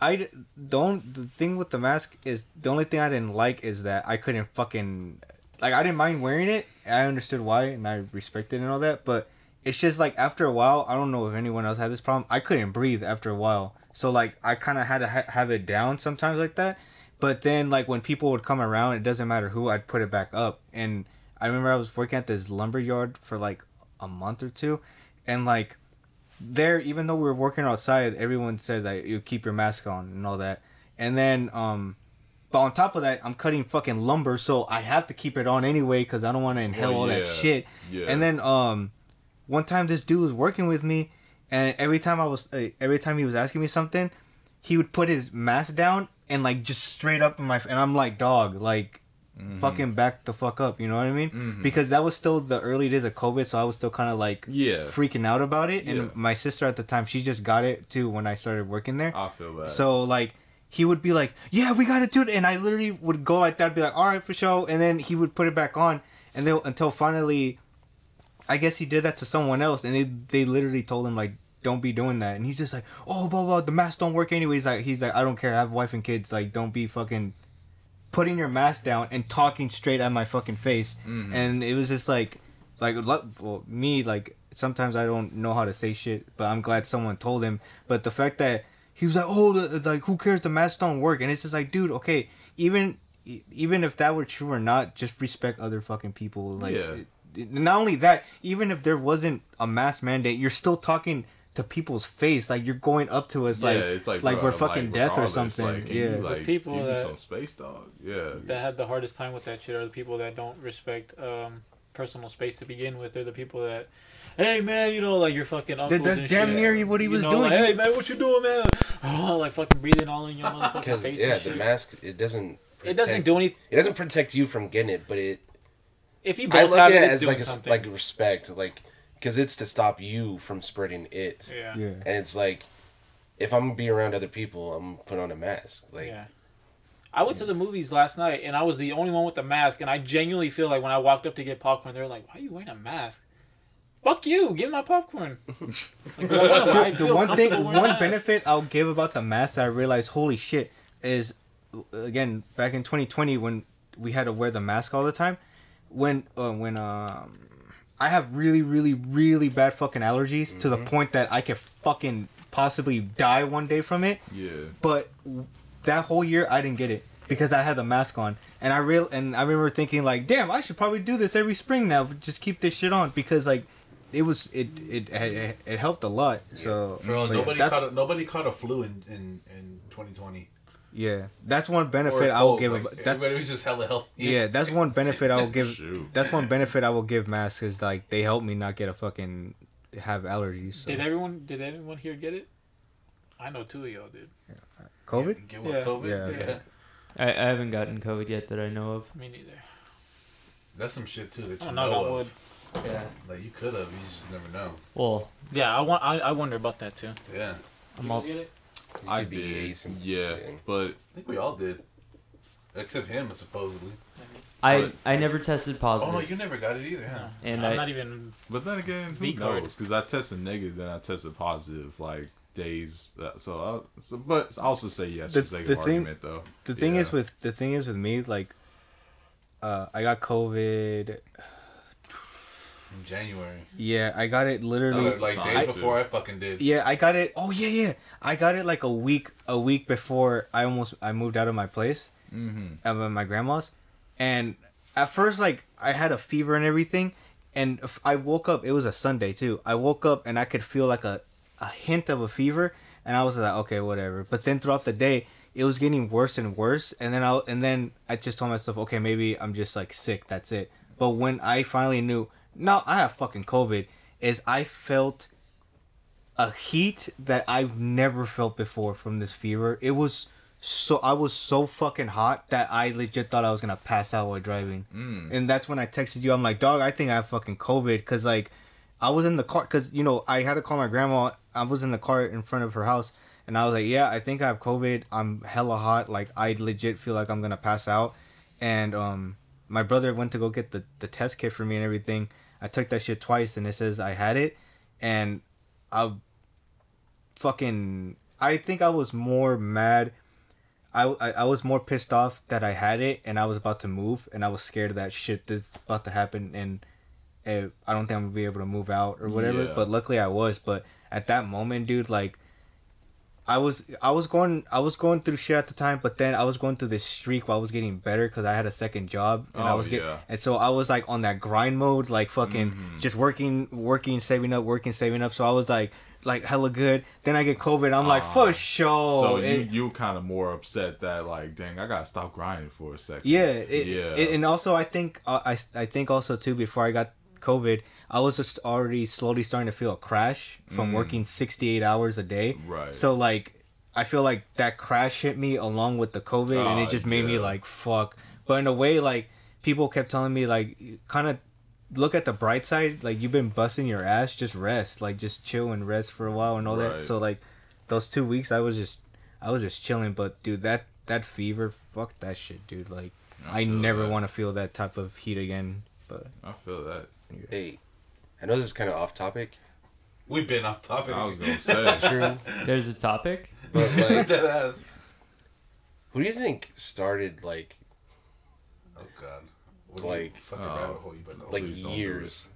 Speaker 7: I d- don't. The thing with the mask is the only thing I didn't like is that I couldn't fucking like I didn't mind wearing it. I understood why and I respected it and all that, but it's just like after a while, I don't know if anyone else had this problem. I couldn't breathe after a while, so like I kind of had to ha- have it down sometimes like that. But then, like when people would come around, it doesn't matter who, I'd put it back up. And I remember I was working at this lumber yard for like a month or two, and like there, even though we were working outside, everyone said that you keep your mask on and all that. And then, um, but on top of that, I'm cutting fucking lumber, so I have to keep it on anyway because I don't want to inhale all that
Speaker 3: yeah.
Speaker 7: shit.
Speaker 3: Yeah.
Speaker 7: And then, um, one time this dude was working with me, and every time I was, uh, every time he was asking me something, he would put his mask down and like just straight up in my and I'm like dog like
Speaker 3: Mm-hmm.
Speaker 7: fucking back the fuck up you know what I mean because that was still the early days of COVID so I was still kind of like
Speaker 3: Yeah.
Speaker 7: freaking out about it and
Speaker 3: Yeah.
Speaker 7: my sister at the time she just got it too when I started working there
Speaker 3: I feel bad.
Speaker 7: so like he would be like, "Yeah, we got to do it," and I literally would go like that, be like, "All right, for sure," and then he would put it back on, and then until finally, I guess he did that to someone else, and they they literally told him like, "Don't be doing that," and he's just like, "Oh, blah blah, the masks don't work anyways." Like he's like, "I don't care, I have a wife and kids. Like, don't be fucking putting your mask down and talking straight at my fucking face,"
Speaker 3: Mm-hmm.
Speaker 7: and it was just like, like lo- well, me like sometimes I don't know how to say shit, but I'm glad someone told him. But the fact that he was like, "Oh, the, like who cares? The masks don't work," and it's just like, dude, okay, even e- even if that were true or not, just respect other fucking people. Like,
Speaker 3: Yeah.
Speaker 7: it- it- not only that, even if there wasn't a mask mandate, you're still talking to people's face. Like you're going up to us,
Speaker 3: yeah,
Speaker 7: like
Speaker 3: it's like
Speaker 7: like
Speaker 3: bro,
Speaker 7: we're fucking
Speaker 3: like,
Speaker 7: death or
Speaker 3: regardless,
Speaker 7: something.
Speaker 3: Like, can
Speaker 7: yeah,
Speaker 3: you, like,
Speaker 4: people
Speaker 3: give
Speaker 4: that-
Speaker 3: me some space, dog. Yeah,
Speaker 4: That had the hardest time with that shit are the people that don't respect um, personal space to begin with. They're the people that, hey man, you know, like your fucking uncles
Speaker 7: That- that's
Speaker 4: and
Speaker 7: damn
Speaker 4: shit.
Speaker 7: near what he
Speaker 4: You
Speaker 7: was
Speaker 4: know,
Speaker 7: doing.
Speaker 4: Like, hey man, what you doing, man? Oh, like fucking breathing all in your motherfucking
Speaker 9: Because
Speaker 4: face.
Speaker 9: yeah,
Speaker 4: and
Speaker 9: the
Speaker 4: shit.
Speaker 9: mask it doesn't.
Speaker 4: It doesn't do anything.
Speaker 9: It doesn't protect you from getting it, but it.
Speaker 4: If you
Speaker 9: I
Speaker 4: both
Speaker 9: look
Speaker 4: have
Speaker 9: at
Speaker 4: it,
Speaker 9: it
Speaker 4: it's
Speaker 9: as
Speaker 4: doing
Speaker 9: like a, s-
Speaker 4: something.
Speaker 9: like respect, like because it's to stop you from spreading it,
Speaker 4: yeah.
Speaker 7: yeah.
Speaker 9: and it's like if I'm gonna be around other people, I'm gonna put on a mask. Like
Speaker 4: yeah. I went to the movies last night and I was the only one with a mask and I genuinely feel like when I walked up to get popcorn they were like, Why are you wearing a mask? Fuck you, give me my popcorn. Like, well, I
Speaker 7: Dude, the
Speaker 4: feel
Speaker 7: one thing,
Speaker 4: comfortable
Speaker 7: one
Speaker 4: wearing a mask.
Speaker 7: benefit I'll give about the mask that I realized, holy shit, is uh, again back in 2020 when we had to wear the mask all the time. When uh, when um, I have really really really bad fucking allergies to the
Speaker 4: Mm-hmm.
Speaker 7: point that I could fucking possibly die one day from it
Speaker 3: yeah.
Speaker 7: but w- that whole year I didn't get it because I had the mask on, and I real and I remember thinking like, damn, I should probably do this every spring now. but Just keep this shit on because like, it was it it it, it helped a lot. So
Speaker 2: Bro,
Speaker 7: but yeah,
Speaker 2: nobody
Speaker 7: that's,
Speaker 2: caught a, nobody caught a flu in in, in 2020.
Speaker 7: yeah, that's one
Speaker 2: Or
Speaker 7: benefit
Speaker 2: a
Speaker 7: I will
Speaker 2: cold,
Speaker 7: give.
Speaker 2: like,
Speaker 7: ab- that's
Speaker 2: everybody was just hella healthy.
Speaker 7: yeah, that's one benefit I will give.
Speaker 3: Shoot.
Speaker 7: That's one benefit I will give masks is like they help me not get a fucking have allergies. So.
Speaker 4: Did everyone did anyone here get it? I know two of y'all did.
Speaker 7: COVID?
Speaker 2: Get what,
Speaker 4: Yeah.
Speaker 2: COVID?
Speaker 7: Yeah.
Speaker 2: Yeah.
Speaker 5: I, I haven't gotten COVID yet that I know of.
Speaker 4: Me neither.
Speaker 2: That's some shit too that you
Speaker 4: Oh knock on
Speaker 2: know
Speaker 4: wood.
Speaker 2: of.
Speaker 5: Yeah.
Speaker 2: Like you could have, you just never know.
Speaker 5: Well,
Speaker 4: Yeah, I want I, I wonder about that too.
Speaker 2: Yeah.
Speaker 5: I'm all.
Speaker 4: Did you get it?
Speaker 9: you
Speaker 3: I
Speaker 9: could be
Speaker 3: did.
Speaker 9: asymptomatic.
Speaker 3: Yeah, but
Speaker 2: I think we all did. Except him, supposedly.
Speaker 5: I I never tested
Speaker 2: Oh
Speaker 5: positive,
Speaker 2: no, you never got it either, huh?
Speaker 5: and
Speaker 4: I'm
Speaker 5: I
Speaker 4: not even
Speaker 3: but then again, who
Speaker 4: V card.
Speaker 3: knows? Because I tested negative, then I tested positive like days. uh, So, I, so but I also say yes
Speaker 7: The-
Speaker 3: for sake
Speaker 7: the
Speaker 3: of
Speaker 7: thing-
Speaker 3: argument, though.
Speaker 7: the thing
Speaker 3: Yeah.
Speaker 7: is with the thing is with me like, uh, I got COVID.
Speaker 2: In January.
Speaker 7: Yeah, I got it
Speaker 2: That
Speaker 7: literally.
Speaker 2: was like days
Speaker 3: I-
Speaker 2: before I fucking did.
Speaker 7: Yeah, I got it. Oh yeah, yeah. I got it like a week a week before I almost I moved out of my place, mm-hmm. out of my grandma's, and at first like I had a fever and everything, and if I woke up. It was a Sunday too. I woke up and I could feel like a a hint of a fever, and I was like, okay, whatever. But then throughout the day, it was getting worse and worse, and then I and then I just told myself, okay, maybe I'm just like sick. That's it. But when I finally knew, no, I have fucking COVID. Is I felt a heat that I've never felt before from this fever. It was so I was so fucking hot that I legit thought I was gonna pass out while driving. Mm. And that's when I texted you. I'm like, dog, I think I have fucking COVID because like I was in the car because you know I had to call my grandma. I was in the car in front of her house, And I was like, yeah, I think I have COVID. I'm hella hot. Like, I legit feel like I'm going to pass out. And um, my brother went to go get the, the test kit for me and everything. I took that shit twice and it says I had it. And I fucking. I think I was more mad. I, I, I was more pissed off that I had it and I was about to move and I was scared that shit this about to happen and eh, I don't think I'm gonna be able to move out or whatever.
Speaker 3: Yeah.
Speaker 7: But luckily I was. But at that moment, dude, like I was I was going I was going through shit at the time, but then I was going through this streak where I was getting better because I had a second job and I
Speaker 3: Oh,
Speaker 7: was getting
Speaker 3: yeah. Mm-hmm.
Speaker 7: and so I was like on that grind mode, like fucking just working, working, saving up, working, saving up. So I was like like hella good. Then I get COVID. I'm like for sure.
Speaker 3: so you
Speaker 7: And-
Speaker 3: you kind of more upset that like, dang, I gotta stop grinding for a second.
Speaker 7: yeah, it,
Speaker 3: yeah.
Speaker 7: it- and also I think uh, I I think also too before I got COVID, I was just already slowly starting to feel a crash from working 68 hours a day.
Speaker 3: Mm. Right.
Speaker 7: So like I feel like that crash hit me along with the COVID and it
Speaker 3: Ah,
Speaker 7: just made me
Speaker 3: yeah.
Speaker 7: like fuck. But in a way like people kept telling me like kind of look at the bright side like you've been busting your ass just rest like just chill and rest for a while and all
Speaker 3: Right.
Speaker 7: that so like those two weeks i was just i was just chilling but dude that that fever fuck that shit dude like i,
Speaker 3: feel
Speaker 7: never
Speaker 3: that.
Speaker 7: want to feel that type of heat again but
Speaker 3: I feel that.
Speaker 9: Hey, I know this is kind of off topic.
Speaker 2: We've been off topic.
Speaker 3: I was gonna say.
Speaker 9: True.
Speaker 5: There's a topic.
Speaker 9: But like,
Speaker 2: Dead ass.
Speaker 9: who do you think started like
Speaker 2: Oh god. What
Speaker 9: Like,
Speaker 2: you fucking
Speaker 3: uh,
Speaker 2: rabbit hole you been down?
Speaker 9: like
Speaker 3: Please don't do
Speaker 9: years?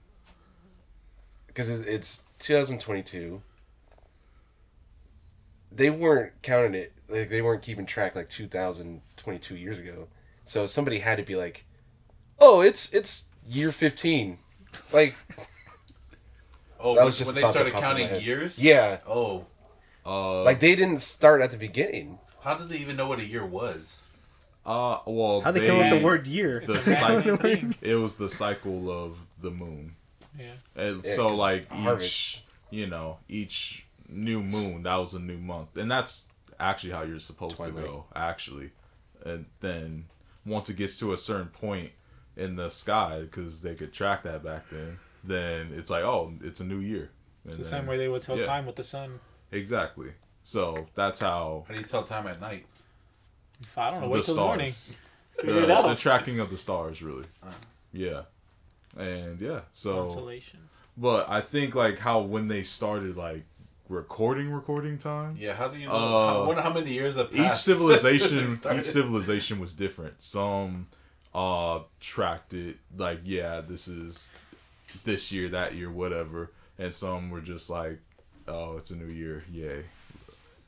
Speaker 9: Because it's, it's 2022. They weren't counting it. Like they weren't keeping track like 2022 years ago. So somebody had to be like, "Oh, it's it's year 15." Like
Speaker 2: oh,
Speaker 9: that
Speaker 2: when,
Speaker 9: was just
Speaker 2: when they
Speaker 9: a thought that
Speaker 2: started
Speaker 9: popped in my
Speaker 2: counting
Speaker 9: head.
Speaker 2: years.
Speaker 9: yeah,
Speaker 2: Oh,
Speaker 3: Uh,
Speaker 9: like they didn't start at the beginning.
Speaker 2: how did they even know what a year was?
Speaker 3: uh, well,
Speaker 7: how they,
Speaker 3: they
Speaker 7: come up with the word year
Speaker 3: the cycle. It was the cycle of the moon.
Speaker 4: Yeah.
Speaker 3: And
Speaker 9: Yeah,
Speaker 3: so
Speaker 9: 'cause
Speaker 3: like
Speaker 9: harvest.
Speaker 3: each, you know, each new moon that was a new month, and that's actually how you're supposed to
Speaker 9: Twilight.
Speaker 3: go, actually. And then once it gets to a certain point in the sky, because they could track that back then, then it's like, oh, it's a new year. And
Speaker 4: The
Speaker 3: then-
Speaker 4: same way they would tell
Speaker 3: yeah.
Speaker 4: time with the sun.
Speaker 3: Exactly. So that's how
Speaker 2: How do you tell time at night?
Speaker 4: I don't know.
Speaker 3: the
Speaker 4: Wait till the morning.
Speaker 3: stars,
Speaker 4: Figure it
Speaker 3: the,
Speaker 4: out.
Speaker 3: the tracking of the stars, really.
Speaker 2: Uh.
Speaker 3: Yeah. And yeah, so
Speaker 4: Constellations.
Speaker 3: But I think like how when they started like recording recording time,
Speaker 2: Yeah, how do you know?
Speaker 3: Uh,
Speaker 2: how, I wonder how many years have
Speaker 3: each
Speaker 2: passed since they
Speaker 3: civilization
Speaker 2: started?
Speaker 3: each civilization was different. Some uh tracked it like yeah, this is this year, that year, whatever, and some were just like, oh, it's a new year, yay.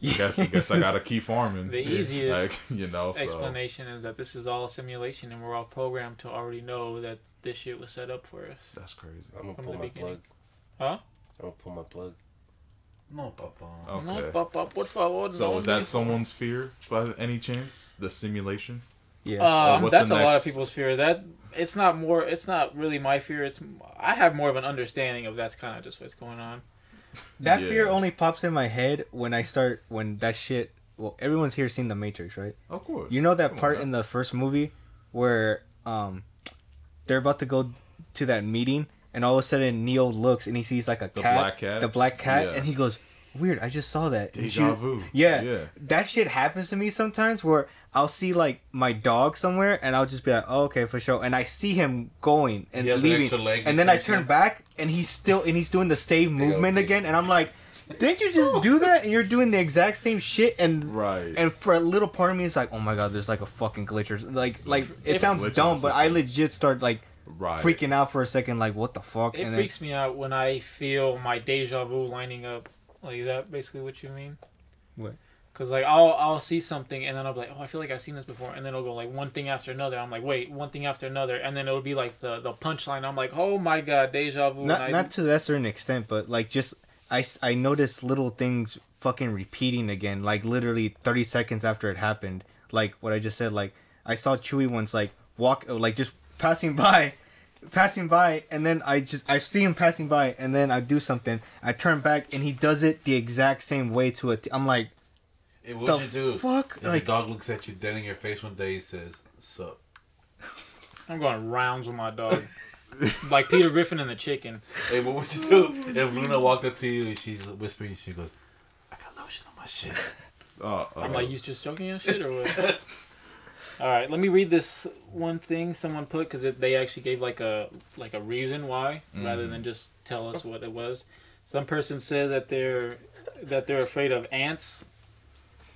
Speaker 3: guess I guess I gotta keep farming.
Speaker 4: The easiest
Speaker 3: like, you know, so
Speaker 4: Explanation is that this is all simulation and we're all programmed to already know that this shit was set up for us.
Speaker 3: that's crazy.
Speaker 9: I'm gonna
Speaker 4: From
Speaker 9: pull
Speaker 4: the
Speaker 9: my plug.
Speaker 4: beginning. Huh?
Speaker 9: I'm gonna pull my plug.
Speaker 2: No, papa.
Speaker 3: Okay.
Speaker 4: No, papa, por favor,
Speaker 3: So
Speaker 4: no
Speaker 3: is
Speaker 4: me.
Speaker 3: that someone's fear by any chance? The simulation?
Speaker 7: yeah
Speaker 3: Or
Speaker 4: Um,
Speaker 3: what's
Speaker 4: that's a
Speaker 3: the
Speaker 4: lot of
Speaker 3: next-
Speaker 4: people's fear. That it's not more. It's not really my fear. It's I have more of an understanding of that's kind of just what's going on.
Speaker 7: that
Speaker 3: yeah.
Speaker 7: fear only pops in my head when i start when that shit well everyone's here seen the matrix right
Speaker 3: Of course.
Speaker 7: You know that
Speaker 3: Come on
Speaker 7: part
Speaker 3: now.
Speaker 7: in the first movie where um they're about to go to that meeting and all of a sudden Neo looks and he sees like a
Speaker 3: The
Speaker 7: cat,
Speaker 3: black cat?
Speaker 7: the black cat,
Speaker 3: Yeah.
Speaker 7: and he goes, "Weird, I just saw that." And
Speaker 3: Deja vu.
Speaker 7: Yeah,
Speaker 3: Yeah.
Speaker 7: that shit happens to me sometimes where I'll see like my dog somewhere and I'll just be like, "Oh, okay, for sure," and I see him going and
Speaker 2: He has an
Speaker 7: leaving,
Speaker 2: extra leg
Speaker 7: and then I
Speaker 2: next to him.
Speaker 7: turn back and he's still and he's doing the same movement
Speaker 9: okay.
Speaker 7: again, and I'm like. Didn't you just do that? And you're doing the exact same shit, and
Speaker 3: Right.
Speaker 7: and for a little part of me, it's like, oh my god, there's like a fucking glitch or like, like it
Speaker 3: If-
Speaker 7: sounds
Speaker 3: glitch in
Speaker 7: dumb,
Speaker 3: the
Speaker 7: but I
Speaker 3: system.
Speaker 7: legit start like
Speaker 3: right.
Speaker 7: freaking out for a second, like what the fuck,
Speaker 4: It
Speaker 7: and then
Speaker 4: freaks me out when I feel my deja vu lining up. Like is that, basically, what you mean?
Speaker 7: What?
Speaker 4: Cause like I'll I'll see something and then I'll be like, oh, I feel like I've seen this before, and then it'll go like one thing after another. I'm like, wait, one thing after another, and then it'll be like the the punchline. I'm like, oh my god, deja vu.
Speaker 7: not
Speaker 4: and I-
Speaker 7: not to that certain extent, but like just I s- I noticed little things fucking repeating again, like literally thirty seconds after it happened, like what I just said, like I saw Chewie once like walk oh, like just passing by. Passing by, and then I just I see him passing by, and then I do something. I turn back, and he does it the exact same way to it. I'm like,
Speaker 2: Hey, what'd
Speaker 7: the
Speaker 2: you do?
Speaker 7: fuck?
Speaker 2: If
Speaker 7: Like-
Speaker 2: your dog looks at you dead in your face one day, he says, "Sup."
Speaker 4: I'm going rounds with my dog, like Peter Griffin and the chicken.
Speaker 7: Oh,
Speaker 2: Hey, what would you do if Luna walked up to you and she's whispering? She goes, "I got lotion on my
Speaker 9: shit.
Speaker 3: Uh, uh,
Speaker 4: I'm like, you just joking on shit or what? All right, let me read this one thing someone put because they actually gave like a like a reason why rather than just tell us what it was. Some person said that they're that they're afraid of ants,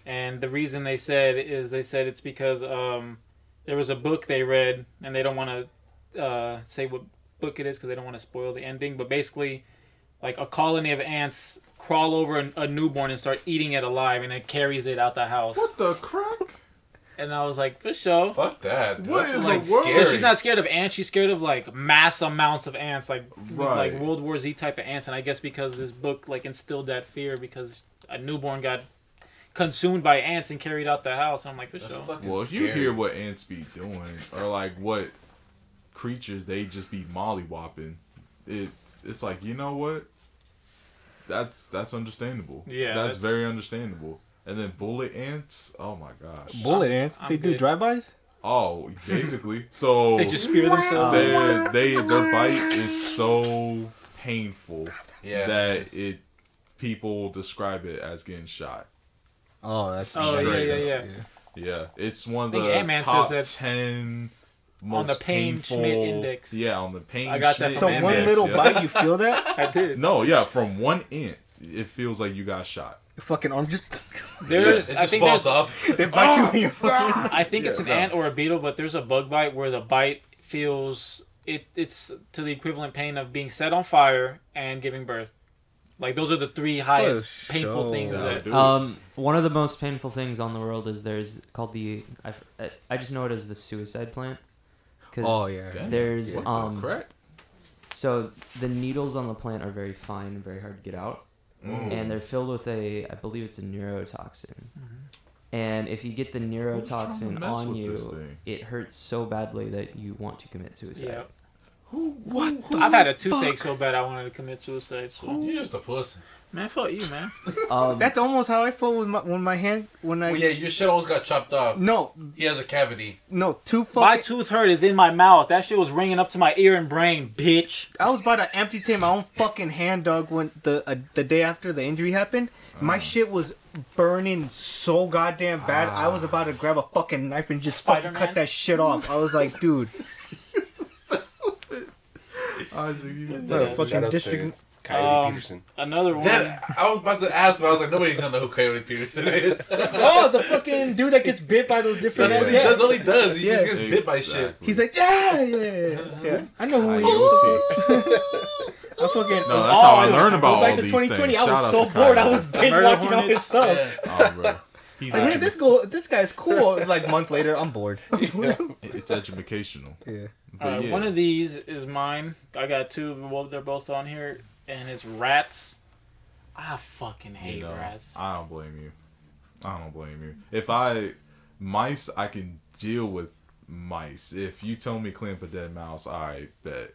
Speaker 4: and the reason they said is they said it's because um, there was a book they read and they don't want to uh, say what book it is because they don't want to spoil the ending. But basically, like a colony of ants crawl over an- a newborn and start eating it alive, and it carries it out the house.
Speaker 3: what the crap?
Speaker 4: And I was like, for sure.
Speaker 9: Fuck that. dude.
Speaker 3: What
Speaker 9: That's
Speaker 3: in
Speaker 9: like
Speaker 3: the world?
Speaker 4: So
Speaker 9: scary.
Speaker 4: she's not scared of ants. She's scared of like mass amounts of ants, like
Speaker 3: Right.
Speaker 4: like World War Z type of ants. And I guess because this book like instilled that fear because a newborn got consumed by ants and carried out the house. And I'm like, for
Speaker 9: That's
Speaker 4: sure.
Speaker 9: fucking
Speaker 3: Well, if you
Speaker 9: scary.
Speaker 3: hear what ants be doing, or like what creatures they just be mollywopping, it's it's like you know what? That's that's understandable.
Speaker 4: Yeah,
Speaker 3: that's,
Speaker 4: that's-
Speaker 3: very understandable. And then bullet ants. Oh my gosh.
Speaker 7: Bullet ants.
Speaker 4: I'm
Speaker 7: they do
Speaker 4: good.
Speaker 7: drive-bys.
Speaker 3: Oh, basically. So
Speaker 4: They just spear themselves.
Speaker 3: their they their bite is so painful
Speaker 9: Yeah.
Speaker 3: that it people describe it as getting shot.
Speaker 7: Oh, that's
Speaker 4: oh yeah, yeah,
Speaker 3: Straight.
Speaker 4: yeah.
Speaker 3: Yeah, it's one of
Speaker 4: I think
Speaker 3: the
Speaker 4: Ant-Man
Speaker 3: top
Speaker 4: says that
Speaker 3: ten most
Speaker 4: on the pain
Speaker 3: painful.
Speaker 4: Schmidt index.
Speaker 3: Yeah, on the pain.
Speaker 4: I got that
Speaker 3: Schmidt
Speaker 7: So
Speaker 4: Man,
Speaker 7: one
Speaker 3: index,
Speaker 7: little
Speaker 3: yeah.
Speaker 7: bite, you feel that?
Speaker 4: I did.
Speaker 3: No, yeah, from one ant, it feels like you got shot.
Speaker 7: fucking arm just
Speaker 4: There's,
Speaker 9: It
Speaker 4: I
Speaker 9: just
Speaker 4: think
Speaker 9: falls
Speaker 4: there's,
Speaker 9: off.
Speaker 7: they bite
Speaker 4: Oh,
Speaker 7: you in your fucking.
Speaker 4: I think it's an ant or a beetle, but there's a bug bite where the bite feels it. It's to the equivalent pain of being set on fire and giving birth. Like those are the three highest painful
Speaker 7: sure.
Speaker 4: things
Speaker 7: Yeah,
Speaker 4: that
Speaker 3: Dude,
Speaker 5: Um, one of the most painful things on the world is there's called the I, I just know it as the suicide plant. 'Cause
Speaker 7: Oh yeah.
Speaker 3: Damn,
Speaker 5: There's
Speaker 3: what the
Speaker 5: um
Speaker 3: crap?
Speaker 5: so the needles on the plant are very fine and very hard to get out,
Speaker 3: Mm.
Speaker 5: and they're filled with a I believe it's a neurotoxin.
Speaker 7: Mm-hmm.
Speaker 5: And if you get the
Speaker 3: to
Speaker 5: neurotoxin
Speaker 3: mess
Speaker 5: on
Speaker 3: with this
Speaker 5: you,
Speaker 3: thing?
Speaker 5: it hurts so badly that you want to commit suicide.
Speaker 4: Yeah.
Speaker 3: What?
Speaker 4: I've had a toothache so bad I wanted to commit suicide. So.
Speaker 9: You're just a pussy.
Speaker 4: Man, fuck you, man.
Speaker 5: Um,
Speaker 7: That's almost how I felt with my when my hand when I
Speaker 9: Well, yeah, your shit almost got chopped off.
Speaker 7: no
Speaker 9: He has a cavity.
Speaker 7: no two
Speaker 4: my
Speaker 7: fucking.
Speaker 4: tooth hurt is in my mouth. That shit was ringing up to my ear and brain, bitch.
Speaker 7: I was about to amputate my own fucking hand, dog. When the uh, the day after the injury happened,
Speaker 3: Ah.
Speaker 7: my shit was burning so goddamn bad. I was about to grab a fucking knife and just fucking
Speaker 4: Spider-Man?
Speaker 7: cut that shit off. I was like, dude,
Speaker 3: Isaac, you
Speaker 7: what a
Speaker 4: Yeah,
Speaker 7: fucking
Speaker 9: Shout out to
Speaker 7: district.
Speaker 9: Coyote
Speaker 4: Um,
Speaker 9: Peterson.
Speaker 4: Another one.
Speaker 9: That, I was about to ask, but I was like, nobody's gonna know who Coyote Peterson is. That's
Speaker 7: Oh, the fucking dude that gets bit by those different.
Speaker 9: what he
Speaker 7: Yeah.
Speaker 9: does. All he does, he
Speaker 7: Yeah.
Speaker 9: just gets bit by shit.
Speaker 7: He's like, yeah, yeah, yeah. yeah. I know who he is.
Speaker 3: IoT.
Speaker 7: I fucking.
Speaker 3: No, that's how I
Speaker 4: Oh,
Speaker 3: learn
Speaker 7: Go
Speaker 3: about
Speaker 7: back
Speaker 3: all
Speaker 7: to
Speaker 3: these
Speaker 7: 2020.
Speaker 3: things.
Speaker 7: I
Speaker 3: Shout out
Speaker 7: was so
Speaker 3: to
Speaker 7: bored. I
Speaker 3: Kyle.
Speaker 7: was binge
Speaker 4: Murder
Speaker 7: watching all
Speaker 4: Hornets?
Speaker 7: his stuff.
Speaker 9: Yeah.
Speaker 3: Oh, bro. He's
Speaker 7: Like, man, this go, this guy's cool. Like month later, I'm bored. yeah.
Speaker 3: it's educational. But
Speaker 4: All right,
Speaker 3: yeah.
Speaker 4: One of these is mine. I got two. of them. Well, they're both on here, and it's rats. I fucking hate
Speaker 3: You know,
Speaker 4: rats.
Speaker 3: I don't blame you. I don't blame you. If I mice, I can deal with mice. If you tell me clean up a dead mouse, all right, bet.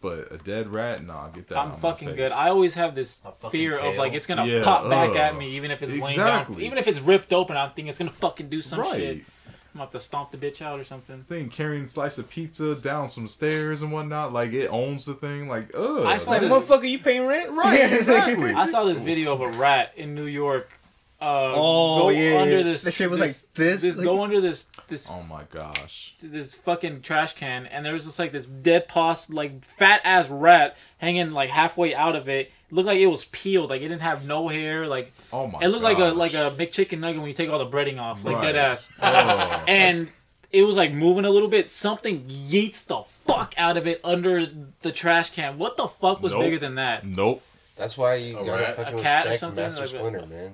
Speaker 3: But a dead rat, nah, get that.
Speaker 4: I'm
Speaker 3: out of my
Speaker 4: fucking good.
Speaker 3: face.
Speaker 4: I always have this
Speaker 9: My fucking
Speaker 4: fear of
Speaker 9: tail.
Speaker 4: like it's gonna
Speaker 3: Yeah,
Speaker 4: pop back
Speaker 3: ugh.
Speaker 4: at me, even if it's laying down,
Speaker 3: Exactly.
Speaker 4: even if it's ripped open. I'm thinking it's gonna fucking do some
Speaker 3: right.
Speaker 4: shit. I'm gonna have to stomp the bitch out or something.
Speaker 3: Thing carrying a slice of pizza down some stairs and whatnot, like it owns the thing. Like, ugh.
Speaker 4: I saw
Speaker 7: Like,
Speaker 4: this-
Speaker 7: motherfucker, you paying rent?
Speaker 3: Right,
Speaker 7: Yeah, it's like-
Speaker 3: exactly.
Speaker 4: I saw this video of a rat in New York. Uh,
Speaker 7: Oh,
Speaker 4: go
Speaker 7: yeah,
Speaker 4: under
Speaker 7: yeah.
Speaker 4: this.
Speaker 7: That shit was like this, like-
Speaker 4: go under this this
Speaker 3: oh my gosh.
Speaker 4: this fucking trash can, and there was just like this dead pos like fat ass rat hanging like halfway out of it. it looked like it was peeled, like it didn't have no hair. Like
Speaker 3: Oh my.
Speaker 4: it looked like a like
Speaker 3: gosh.
Speaker 4: a McChicken nugget when you take all the breading off, like
Speaker 3: Right.
Speaker 4: dead ass.
Speaker 3: Oh.
Speaker 4: and it was like moving a little bit. Something yeets the fuck out of it under the trash can. What the fuck was
Speaker 3: Nope.
Speaker 4: bigger than that?
Speaker 3: nope.
Speaker 9: That's why you
Speaker 2: A
Speaker 9: gotta
Speaker 2: rat?
Speaker 9: fucking
Speaker 4: A cat or
Speaker 9: respect
Speaker 4: something?
Speaker 9: Master
Speaker 4: Like,
Speaker 9: Splinter, man.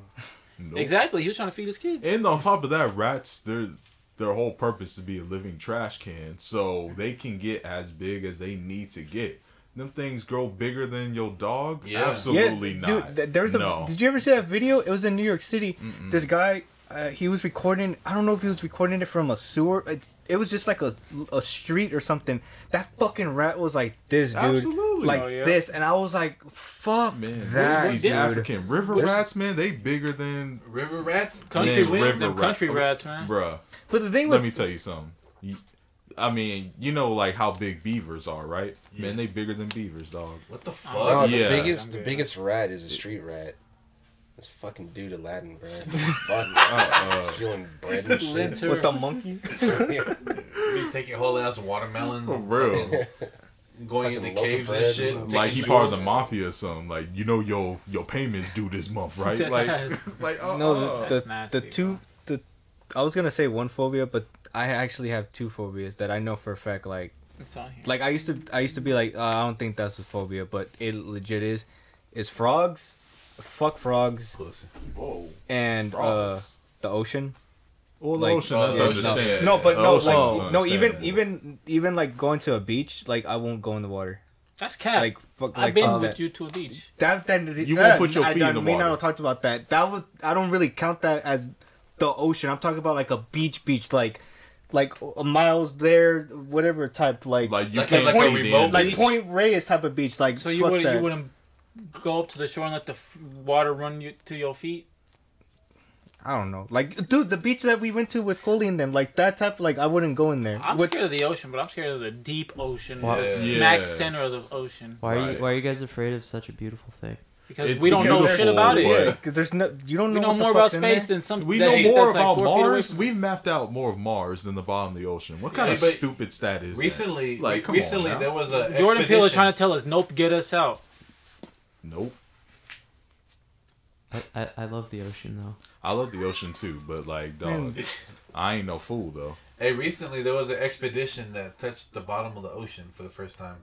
Speaker 3: Nope.
Speaker 4: Exactly. He was trying to feed his kids.
Speaker 3: And on top of that, rats their their whole purpose to be a living trash can, so they can get as big as they need to get. Them things grow bigger than your dog.
Speaker 9: Yeah.
Speaker 3: Absolutely not.
Speaker 7: Dude, th- there's a.
Speaker 3: no.
Speaker 7: Did you ever see that video? It was in New York City. This guy, uh, he was recording. I don't know if he was recording it from a sewer. It, it was just like a, a street or something. That fucking rat was like this, dude.
Speaker 3: Absolutely.
Speaker 7: Like
Speaker 3: Oh,
Speaker 4: yeah.
Speaker 7: this, and I was like, fuck
Speaker 3: man,
Speaker 7: that,
Speaker 3: these
Speaker 4: dude.
Speaker 3: African river
Speaker 9: There's-
Speaker 3: rats, man, they bigger than
Speaker 9: River rats?
Speaker 4: Country
Speaker 3: Man,
Speaker 4: wi-
Speaker 3: river
Speaker 4: them
Speaker 3: rat-
Speaker 4: country rats, man.
Speaker 3: bruh.
Speaker 7: But the thing
Speaker 3: Let
Speaker 7: with
Speaker 3: me tell you something. You- I mean, you know, like how big beavers are, right? Man, they bigger than beavers, dog.
Speaker 7: Oh,
Speaker 9: What the fuck?
Speaker 3: Yeah.
Speaker 9: The biggest, the biggest rat is a street rat. This fucking dude Aladdin, bro. Fucking stealing bread and shit.
Speaker 4: Winter.
Speaker 7: With the monkey?
Speaker 9: Yeah.
Speaker 2: Be taking whole ass watermelons,
Speaker 3: For real.
Speaker 2: and going in the
Speaker 9: Fucking
Speaker 2: caves and
Speaker 9: loaf of bread.
Speaker 2: shit.
Speaker 3: like he
Speaker 2: taking
Speaker 3: part of the
Speaker 2: jewels.
Speaker 3: mafia or something. Like you know your your payments due this month, right? Like like oh,
Speaker 7: No, the
Speaker 4: That's
Speaker 7: the,
Speaker 4: nasty,
Speaker 7: the two the I was gonna say one phobia, but I actually have two phobias that I know for a fact. Like
Speaker 4: It's on here.
Speaker 7: like I used to I used to be like uh, I don't think that's a phobia, but it legit is. Is frogs, fuck frogs,
Speaker 2: Pussy.
Speaker 9: Whoa.
Speaker 7: and uh,
Speaker 3: Frogs.
Speaker 7: the ocean.
Speaker 3: well, the
Speaker 7: like-
Speaker 3: ocean,
Speaker 2: Oh,
Speaker 3: that's
Speaker 2: the ocean,
Speaker 3: understand.
Speaker 2: yeah.
Speaker 7: No, but no,
Speaker 3: Ocean's
Speaker 7: like, no. Even
Speaker 3: understandable.
Speaker 7: even even like going to a beach, like I won't go in the water.
Speaker 4: That's cat.
Speaker 7: Like fuck, like
Speaker 4: I've been
Speaker 7: fuck
Speaker 4: with
Speaker 7: that.
Speaker 4: you to a beach.
Speaker 7: That, that
Speaker 3: You
Speaker 7: that-
Speaker 3: won't put your
Speaker 7: I,
Speaker 3: feet
Speaker 7: I,
Speaker 3: in the
Speaker 7: Me and I
Speaker 3: water.
Speaker 7: talked about that. That was I don't really count that as the ocean. I'm talking about like a beach, beach, like like a miles there, whatever type, like like,
Speaker 3: like you
Speaker 2: Like-
Speaker 3: can't
Speaker 2: like a
Speaker 3: see
Speaker 2: remote
Speaker 3: the end.
Speaker 2: beach?
Speaker 7: Point Reyes type of beach. Like
Speaker 4: So you
Speaker 7: fuck
Speaker 4: would
Speaker 7: that.
Speaker 4: you wouldn't go up to the shore and let the f- water run you, to your feet?
Speaker 7: I don't know. Like dude, the beach that we went to with Coley and them, like that type. Like I wouldn't go in there.
Speaker 4: I'm
Speaker 7: With-
Speaker 4: scared of the ocean, but I'm scared of the deep ocean,
Speaker 5: Why-
Speaker 4: the
Speaker 2: Yeah.
Speaker 4: smack
Speaker 3: Yes.
Speaker 4: center of the ocean,
Speaker 5: Why are
Speaker 3: Right.
Speaker 5: you Why are you guys afraid of such a beautiful thing?
Speaker 4: because
Speaker 3: It's
Speaker 4: we don't know shit
Speaker 3: beautiful,
Speaker 4: about it.
Speaker 3: but-
Speaker 7: yeah, because there's no you don't
Speaker 4: We
Speaker 7: know,
Speaker 4: know,
Speaker 7: what the
Speaker 4: more about
Speaker 7: fuck's in there.
Speaker 4: space than some.
Speaker 3: We
Speaker 4: that
Speaker 3: know
Speaker 4: shit
Speaker 3: more
Speaker 4: that's like
Speaker 3: about
Speaker 4: four feet away
Speaker 3: Mars.
Speaker 4: from-
Speaker 3: We've mapped out more of Mars than the bottom of the ocean. What kind
Speaker 2: Yeah,
Speaker 3: of
Speaker 2: but
Speaker 3: stupid stat is
Speaker 2: Recently,
Speaker 3: That? Like
Speaker 2: like
Speaker 3: come
Speaker 2: recently,
Speaker 3: on
Speaker 2: there
Speaker 3: now.
Speaker 2: was a
Speaker 4: Jordan Peele is
Speaker 2: expedition.
Speaker 4: trying to tell us, "Nope, get us out."
Speaker 3: nope.
Speaker 5: I, I, I love the ocean though.
Speaker 3: I love the ocean too, but like dog, I ain't no fool though.
Speaker 2: Hey, recently there was an expedition that touched the bottom of the ocean for the first time.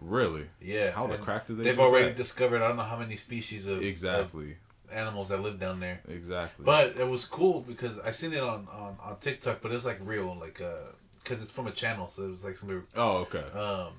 Speaker 3: Really,
Speaker 2: Yeah,
Speaker 3: How the
Speaker 2: and
Speaker 3: crack did they
Speaker 2: They've
Speaker 3: do
Speaker 2: already
Speaker 3: that?
Speaker 2: discovered I don't know how many species of
Speaker 3: exactly,
Speaker 2: of animals that live down there.
Speaker 3: exactly.
Speaker 2: But it was cool because I seen it on on, on TikTok, but it was like real, like uh, because it's from a channel, so it was like somebody
Speaker 3: oh okay,
Speaker 4: Uh,
Speaker 2: um,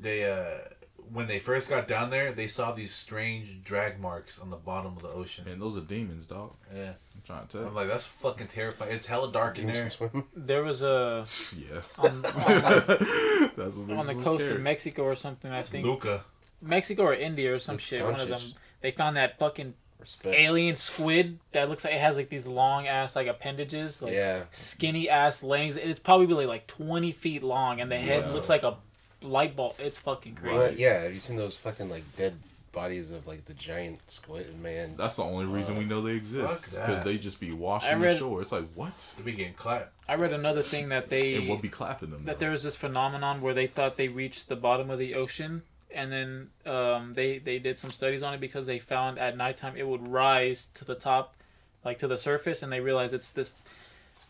Speaker 2: they uh, when they first got down there, they saw these strange drag marks on the bottom of the ocean.
Speaker 3: man, those are demons, dog.
Speaker 2: Yeah,
Speaker 3: I'm trying to tell
Speaker 4: uh,
Speaker 2: I'm like that's fucking terrifying. It's hella dark in
Speaker 9: Demons
Speaker 2: there.
Speaker 9: can swim.
Speaker 4: There was a
Speaker 3: you. Yeah,
Speaker 4: on,
Speaker 3: that's what
Speaker 4: on the coast of Mexico or something. I think
Speaker 2: Luca,
Speaker 4: Mexico or India or some shit. One of them.
Speaker 9: Doncic.
Speaker 4: They found that fucking
Speaker 9: Respect.
Speaker 4: alien squid that looks like it has like these long ass like appendages, like
Speaker 9: Yeah.
Speaker 4: skinny ass legs. It's probably like, like twenty feet long, and the head
Speaker 3: Yeah.
Speaker 4: looks like a light bulb. It's fucking crazy.
Speaker 9: What? Yeah. Have you seen those fucking like dead bodies of like the giant squid man?
Speaker 3: That's the only reason we know they exist
Speaker 2: fuck that.
Speaker 3: because they just be
Speaker 4: I
Speaker 3: washing
Speaker 4: read-
Speaker 3: the shore. It's like what?
Speaker 2: we getting clapped.
Speaker 4: I read another thing that they
Speaker 3: And we'll be clapping them.
Speaker 4: that
Speaker 3: though.
Speaker 4: there was this phenomenon where they thought they reached the bottom of the ocean and then um, they they did some studies on it because they found at nighttime it would rise to the top like to the surface and they realized it's this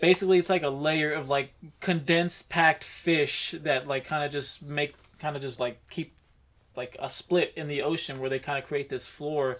Speaker 4: basically it's like a layer of like condensed packed fish that like kind of just make kind of just like keep like a split in the ocean where they kind of create this floor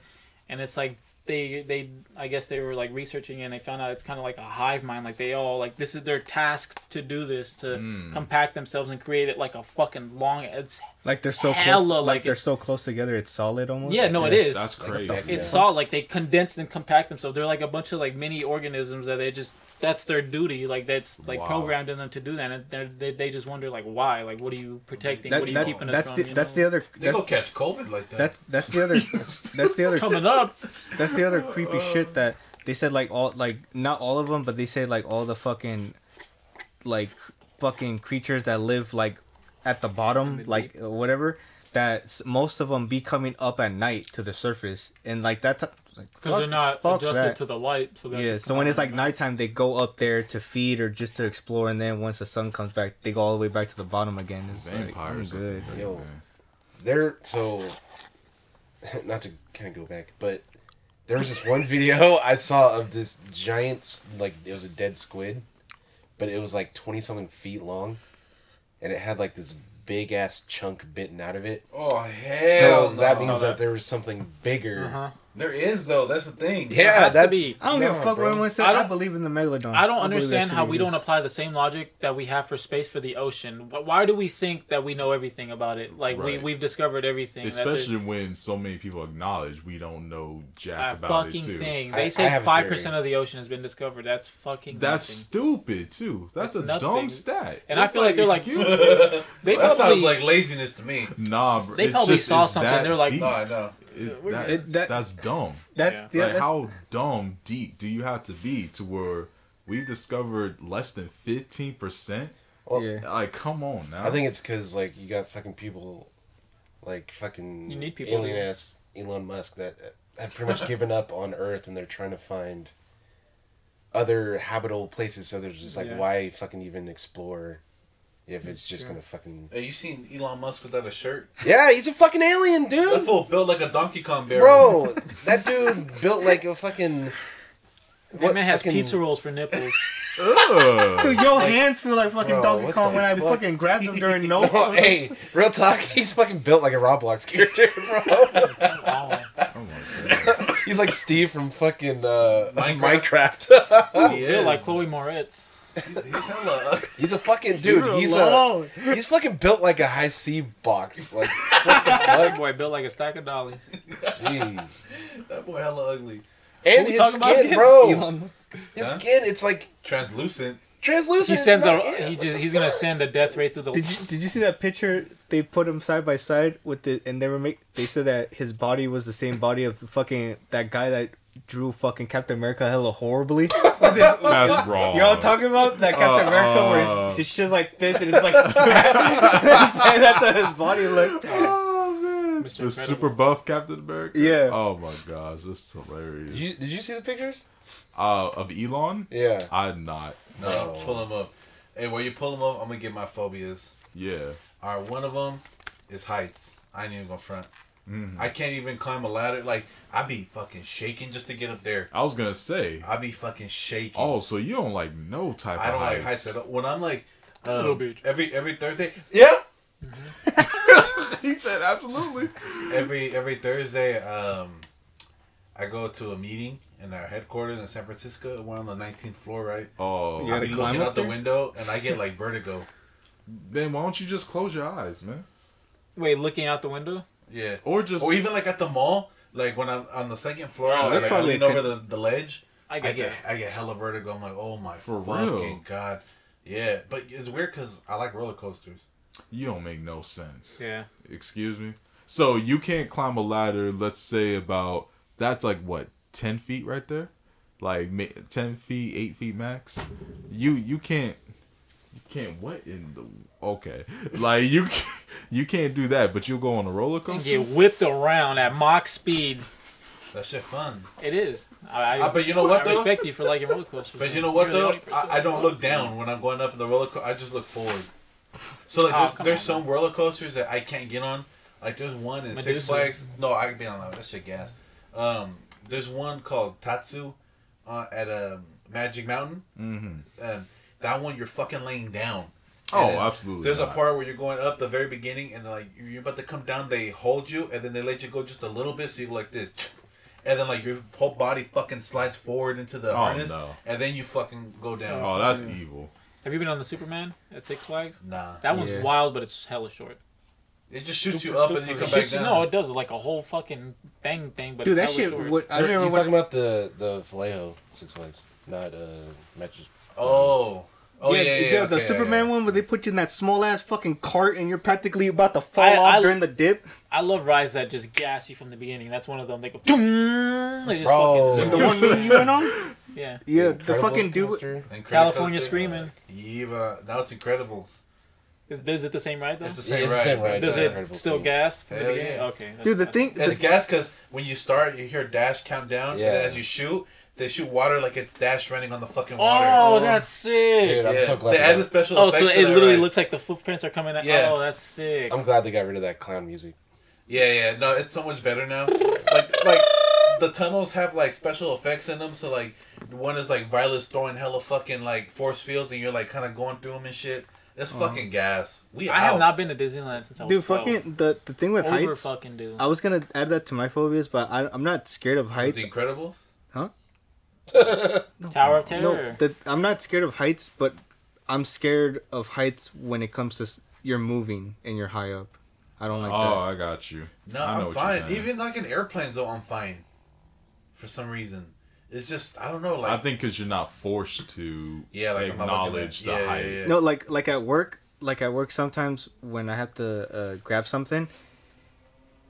Speaker 4: and it's like they they i guess they were like researching it and they found out it's kind of like a hive mind like they all like this is their task to do this to compact themselves and create it like a fucking long it's
Speaker 7: Like they're so
Speaker 4: Hella,
Speaker 7: close. Like,
Speaker 4: like,
Speaker 7: they're
Speaker 4: it-
Speaker 7: so close together. It's solid almost.
Speaker 4: yeah no it is
Speaker 3: That's
Speaker 9: Like a
Speaker 3: crazy.
Speaker 9: duck.
Speaker 4: it's
Speaker 9: Yeah.
Speaker 4: solid like they condense and compact themselves they're like a bunch of like mini organisms that they just that's their duty like that's like
Speaker 3: Wow.
Speaker 4: programmed in them to do that and they're- they, they just wonder like why like what are you protecting
Speaker 7: That,
Speaker 4: what are you
Speaker 7: that-
Speaker 4: keeping
Speaker 7: that's
Speaker 4: us
Speaker 7: the
Speaker 4: from, you
Speaker 7: that's
Speaker 4: know?
Speaker 7: the other
Speaker 2: They
Speaker 7: that's,
Speaker 2: go catch COVID like that.
Speaker 7: that's that's the other that's the other
Speaker 4: coming up
Speaker 7: that's the other creepy
Speaker 4: Uh,
Speaker 7: shit that they said like all like not all of them but they said like all the fucking like fucking creatures that live like at the bottom like uh, whatever that s- most of them be coming up at night to the surface and like that t- like,
Speaker 4: because they're
Speaker 7: fuck-
Speaker 4: not
Speaker 7: fuck
Speaker 4: adjusted
Speaker 7: that.
Speaker 4: to the light so that
Speaker 7: yeah so when it's like nighttime they go up there to feed or just to explore and then once the sun comes back they go all the way back to the bottom again it's
Speaker 3: Vampires.
Speaker 7: vampires like, I'm good
Speaker 3: Like,
Speaker 9: Yo.
Speaker 3: man.
Speaker 9: There. So, not to kind of go back, but there was this one video I saw of this giant, s- like it was a dead squid, but it was like twenty something feet long, and it had like this big ass chunk bitten out of it.
Speaker 2: oh hell!
Speaker 9: so
Speaker 2: no.
Speaker 9: that means that there was something bigger.
Speaker 4: uh-huh.
Speaker 2: there is though. That's the thing.
Speaker 4: There
Speaker 9: Yeah,
Speaker 4: has to
Speaker 9: that's
Speaker 4: be.
Speaker 7: I don't give a
Speaker 9: No,
Speaker 7: fuck
Speaker 9: bro.
Speaker 7: what anyone said.
Speaker 4: I
Speaker 7: I,
Speaker 4: don't-
Speaker 7: believe in the megalodon.
Speaker 4: I don't
Speaker 7: believe that
Speaker 4: understand
Speaker 7: shit
Speaker 4: how we don't
Speaker 7: exists.
Speaker 4: apply the same logic that we have for space for the ocean. Wh- Why do we think that we know everything about it? Like we
Speaker 3: Right.
Speaker 4: we've discovered everything. that there's-
Speaker 3: Especially when so many people acknowledge we don't know jack
Speaker 4: a
Speaker 3: about
Speaker 4: fucking
Speaker 3: it too.
Speaker 4: thing.
Speaker 9: I-
Speaker 4: They
Speaker 9: I
Speaker 4: say
Speaker 9: have a
Speaker 4: five percent
Speaker 9: theory.
Speaker 4: of the ocean has been discovered. That's fucking.
Speaker 3: That's
Speaker 4: nothing.
Speaker 3: stupid too. That's,
Speaker 4: That's
Speaker 3: a
Speaker 4: nothing.
Speaker 3: dumb stat.
Speaker 4: And I feel like they're like-
Speaker 3: they're like,
Speaker 4: they
Speaker 2: That sounds
Speaker 4: probably
Speaker 2: like laziness to me.
Speaker 3: nah, bro.
Speaker 4: They
Speaker 3: it's
Speaker 4: probably
Speaker 3: just-
Speaker 4: saw
Speaker 3: it's
Speaker 4: something,
Speaker 3: that
Speaker 4: they're like,
Speaker 3: deep.
Speaker 2: No, I know.
Speaker 3: It-
Speaker 4: we're
Speaker 3: that-
Speaker 7: good. That-
Speaker 3: that's dumb.
Speaker 7: That's
Speaker 4: Yeah.
Speaker 7: the
Speaker 3: like
Speaker 7: that's,
Speaker 3: how dumb deep do you have to be to where we've discovered less than fifteen percent?
Speaker 9: Well,
Speaker 7: Yeah.
Speaker 3: Like, come on now.
Speaker 9: I think it's because like you got fucking people, like fucking
Speaker 4: You need people to-
Speaker 9: alien ass Elon Musk that uh, have pretty much given up on Earth and they're trying to find other habitable places. So they're just like,
Speaker 2: Yeah.
Speaker 9: why fucking even explore if it's just gonna fucking.
Speaker 2: Hey, you seen Elon Musk without a shirt?
Speaker 9: Yeah, he's a fucking alien,
Speaker 2: That
Speaker 9: dude.
Speaker 2: fool built like a Donkey Kong barrel.
Speaker 9: Bro, that dude built like a fucking.
Speaker 4: That man has
Speaker 9: fucking-
Speaker 4: pizza rolls for nipples.
Speaker 3: Ugh.
Speaker 7: Dude, your hands feel like
Speaker 9: Bro,
Speaker 7: fucking
Speaker 9: what
Speaker 7: Donkey Kong
Speaker 9: the
Speaker 7: when I
Speaker 9: fuck?
Speaker 7: fucking grabbed them during no.
Speaker 9: Oh, hey, real talk. He's fucking built like a Roblox character, bro.
Speaker 3: Oh my god.
Speaker 9: he's like Steve from fucking uh,
Speaker 2: Minecraft.
Speaker 9: Minecraft.
Speaker 2: Bro,
Speaker 4: Built like Chloe Moritz.
Speaker 2: He's, he's hella.
Speaker 9: he's a fucking dude.
Speaker 3: You're
Speaker 9: He's
Speaker 3: alone.
Speaker 9: a he's fucking built like a high C box. Like,
Speaker 4: That
Speaker 9: what
Speaker 4: boy built like a stack of dollies.
Speaker 9: the fuck? Jeez.
Speaker 2: That boy hella ugly.
Speaker 9: And
Speaker 4: we
Speaker 9: his
Speaker 4: talking about
Speaker 9: skin,
Speaker 4: again?
Speaker 9: bro. His
Speaker 2: Huh?
Speaker 9: skin, it's like
Speaker 2: Translucent.
Speaker 9: translucent.
Speaker 4: He
Speaker 9: it's
Speaker 4: sends
Speaker 9: not
Speaker 4: a.
Speaker 9: it.
Speaker 4: He
Speaker 9: What
Speaker 4: just.
Speaker 9: the
Speaker 4: He's gonna
Speaker 9: fuck?
Speaker 4: send a death ray through the.
Speaker 7: Did you did you see that picture? They put him side by side with the and they were make they said that his body was the same body of the fucking that guy that drew fucking Captain America hella horribly.
Speaker 3: That's wrong.
Speaker 7: Y'all talking about that Captain
Speaker 3: Uh,
Speaker 7: America where
Speaker 3: uh.
Speaker 7: it's, it's just like this and it's like that's how his body looked.
Speaker 4: Mr.
Speaker 3: Oh, The
Speaker 4: Incredible.
Speaker 3: super buff Captain America.
Speaker 7: Yeah.
Speaker 3: Oh my gosh, that's hilarious.
Speaker 9: Did you, did you see the pictures?
Speaker 3: Uh, of Elon,
Speaker 9: Yeah.
Speaker 3: I'm not.
Speaker 2: No, pull him up. Hey, while you pull him up, I'm gonna get my phobias.
Speaker 3: Yeah.
Speaker 2: All right, one of them is heights. I ain't even gonna front.
Speaker 9: Mm-hmm.
Speaker 2: I can't even climb a ladder. Like I be fucking shaking just to get up there.
Speaker 3: I was gonna say.
Speaker 2: I be fucking shaking.
Speaker 3: Oh, so you don't like no type
Speaker 2: I
Speaker 3: of
Speaker 2: don't
Speaker 3: heights.
Speaker 2: like heights at all. When I'm like um,
Speaker 4: Little bitch.
Speaker 2: every every Thursday. Yeah.
Speaker 3: he said absolutely.
Speaker 2: Every every Thursday, um, I go to a meeting in our headquarters in San Francisco. We're on the 19th floor, right?
Speaker 3: Oh,
Speaker 7: Yeah.
Speaker 2: I
Speaker 7: Gotta
Speaker 2: be
Speaker 7: climb
Speaker 2: looking
Speaker 7: up
Speaker 2: out the
Speaker 7: there?
Speaker 2: window and I get like vertigo.
Speaker 3: then why don't you just close your eyes, man?
Speaker 4: Wait, looking out the window.
Speaker 2: Yeah.
Speaker 3: Or just
Speaker 2: Or even like at the mall, like when I'm on the second floor,
Speaker 4: Oh,
Speaker 2: and
Speaker 7: that's
Speaker 2: like, I
Speaker 7: probably
Speaker 2: lean
Speaker 7: a
Speaker 2: over
Speaker 7: con-
Speaker 2: the, the ledge.
Speaker 4: I
Speaker 2: I
Speaker 4: get
Speaker 2: get, I get
Speaker 4: that.
Speaker 2: hella vertigo. I'm like, oh my
Speaker 3: For
Speaker 2: fucking
Speaker 3: real?
Speaker 2: god, yeah. But it's weird because I like roller coasters.
Speaker 3: you don't make no sense.
Speaker 4: Yeah.
Speaker 3: Excuse me. So you can't climb a ladder. Let's say about that's like what ten feet right there, like ma- ten feet, eight feet max. You you can't you can't what in the okay like you can't- you can't do that. But you go on a roller
Speaker 4: And
Speaker 3: coaster.
Speaker 4: get whipped around at mock speed.
Speaker 2: That shit fun.
Speaker 4: It is. I,
Speaker 2: Ah, but you know what,
Speaker 4: I
Speaker 2: though?
Speaker 4: respect you for liking roller coasters.
Speaker 2: But
Speaker 4: man.
Speaker 2: you know what
Speaker 4: You're the
Speaker 2: though,
Speaker 4: only person-
Speaker 2: I, I don't look down when I'm going up in the roller coaster. I just look forward. So like,
Speaker 4: Oh,
Speaker 2: there's,
Speaker 4: come
Speaker 2: there's
Speaker 4: on,
Speaker 2: some roller coasters that I can't get on. Like there's one in Six
Speaker 4: Medusa.
Speaker 2: Flags. No, I could be on that. That shit gas. Um, there's one called Tatsu, uh, at um, Magic Mountain. Mm-hmm. And that one you're fucking laying down.
Speaker 3: Oh,
Speaker 2: then
Speaker 3: absolutely
Speaker 2: There's a
Speaker 3: not.
Speaker 2: part where you're going up the very beginning, and like you're about to come down, they hold you, and then they let you go just a little bit, so you go like this, and then like your whole body fucking slides forward into the
Speaker 3: Oh,
Speaker 2: harness,
Speaker 3: no.
Speaker 2: and then you fucking go down.
Speaker 3: Oh, that's evil.
Speaker 4: Have you been on the Superman at Six Flags?
Speaker 2: Nah,
Speaker 4: That one's
Speaker 7: Yeah.
Speaker 4: wild, but it's hella short.
Speaker 2: it just shoots you up, and then you
Speaker 4: It
Speaker 2: come back
Speaker 4: shoots you-
Speaker 2: down.
Speaker 4: No, it does like a whole fucking thing thing, but
Speaker 7: Dude, that
Speaker 4: it's hella
Speaker 7: shit.
Speaker 4: short.
Speaker 7: What, I
Speaker 9: He's
Speaker 7: remember
Speaker 9: talking
Speaker 7: when,
Speaker 9: about the the Vallejo Six Flags, not uh matches.
Speaker 2: oh, oh yeah,
Speaker 7: yeah,
Speaker 2: yeah,
Speaker 7: the, the
Speaker 2: okay, yeah,
Speaker 7: Superman
Speaker 2: yeah.
Speaker 7: one where they put you in that small ass fucking cart and you're practically about to fall
Speaker 4: I-
Speaker 7: off
Speaker 4: I-
Speaker 7: during the dip.
Speaker 4: I love rides that just gas you from the beginning. That's one of them. They go, they just
Speaker 9: Bro.
Speaker 4: fucking,
Speaker 7: The one you you went on.
Speaker 4: yeah.
Speaker 7: Yeah, the,
Speaker 9: Incredibles
Speaker 7: fucking dude.
Speaker 9: coaster.
Speaker 2: And Credit
Speaker 4: California
Speaker 2: Coaster,
Speaker 4: Screaming.
Speaker 2: uh, Eva, now it's Incredibles.
Speaker 4: Is, is it the same ride though?
Speaker 2: It's the
Speaker 9: Yeah,
Speaker 2: same
Speaker 9: it's the
Speaker 2: ride.
Speaker 9: same ride,
Speaker 4: Does
Speaker 9: yeah.
Speaker 4: it
Speaker 9: Incredible
Speaker 4: still
Speaker 9: thing.
Speaker 4: gas from the
Speaker 2: Hell
Speaker 4: beginning?
Speaker 2: yeah.
Speaker 4: Okay. that's-
Speaker 7: Dude, the
Speaker 4: that's-
Speaker 7: thing.
Speaker 2: It's
Speaker 7: The,
Speaker 2: gas because when you start, you hear dash count down,
Speaker 9: Yeah.
Speaker 2: and as you shoot, they shoot water like it's dash running on the fucking water.
Speaker 4: Oh, that's sick.
Speaker 9: Dude, I'm so glad.
Speaker 2: They
Speaker 9: that-
Speaker 2: added special
Speaker 4: Oh, so
Speaker 2: effects. to
Speaker 4: it
Speaker 2: that
Speaker 4: literally
Speaker 2: ride.
Speaker 4: looks like the footprints are coming out.
Speaker 2: Yeah.
Speaker 4: Oh, that's sick.
Speaker 9: I'm glad they got rid of that clown music.
Speaker 2: Yeah, yeah. No, it's so much better now. Like, like the tunnels have like special effects in them. So like, one is like Violet's throwing hella fucking like force fields, and you're like kind of going through them and shit. It's
Speaker 3: Uh-huh.
Speaker 2: fucking gas. We
Speaker 4: I have
Speaker 2: out.
Speaker 4: not been to Disneyland since I was
Speaker 7: dude,
Speaker 4: 12.
Speaker 7: fucking the the thing with
Speaker 4: over
Speaker 7: heights.
Speaker 4: fucking dude.
Speaker 7: I was gonna add that to my phobias, but I, I'm not scared of
Speaker 2: With
Speaker 7: heights.
Speaker 2: the Incredibles.
Speaker 4: Tower of
Speaker 7: No,
Speaker 4: Terror.
Speaker 7: the, I'm not scared of heights, but I'm scared of heights when it comes to s- you're moving and you're high up. I don't like
Speaker 3: Oh, I got you.
Speaker 2: No,
Speaker 3: I know
Speaker 2: I'm
Speaker 3: what you're
Speaker 2: fine.
Speaker 3: saying.
Speaker 2: Even like in airplanes, though, I'm fine. For some reason, it's just I don't know. Like
Speaker 3: I think because you're not forced to
Speaker 2: Yeah, like, I'm not looking
Speaker 3: acknowledge
Speaker 2: at-
Speaker 3: the
Speaker 2: yeah, yeah,
Speaker 3: height.
Speaker 2: yeah.
Speaker 7: that. No, like like at work, like at work sometimes when I have to uh, grab something.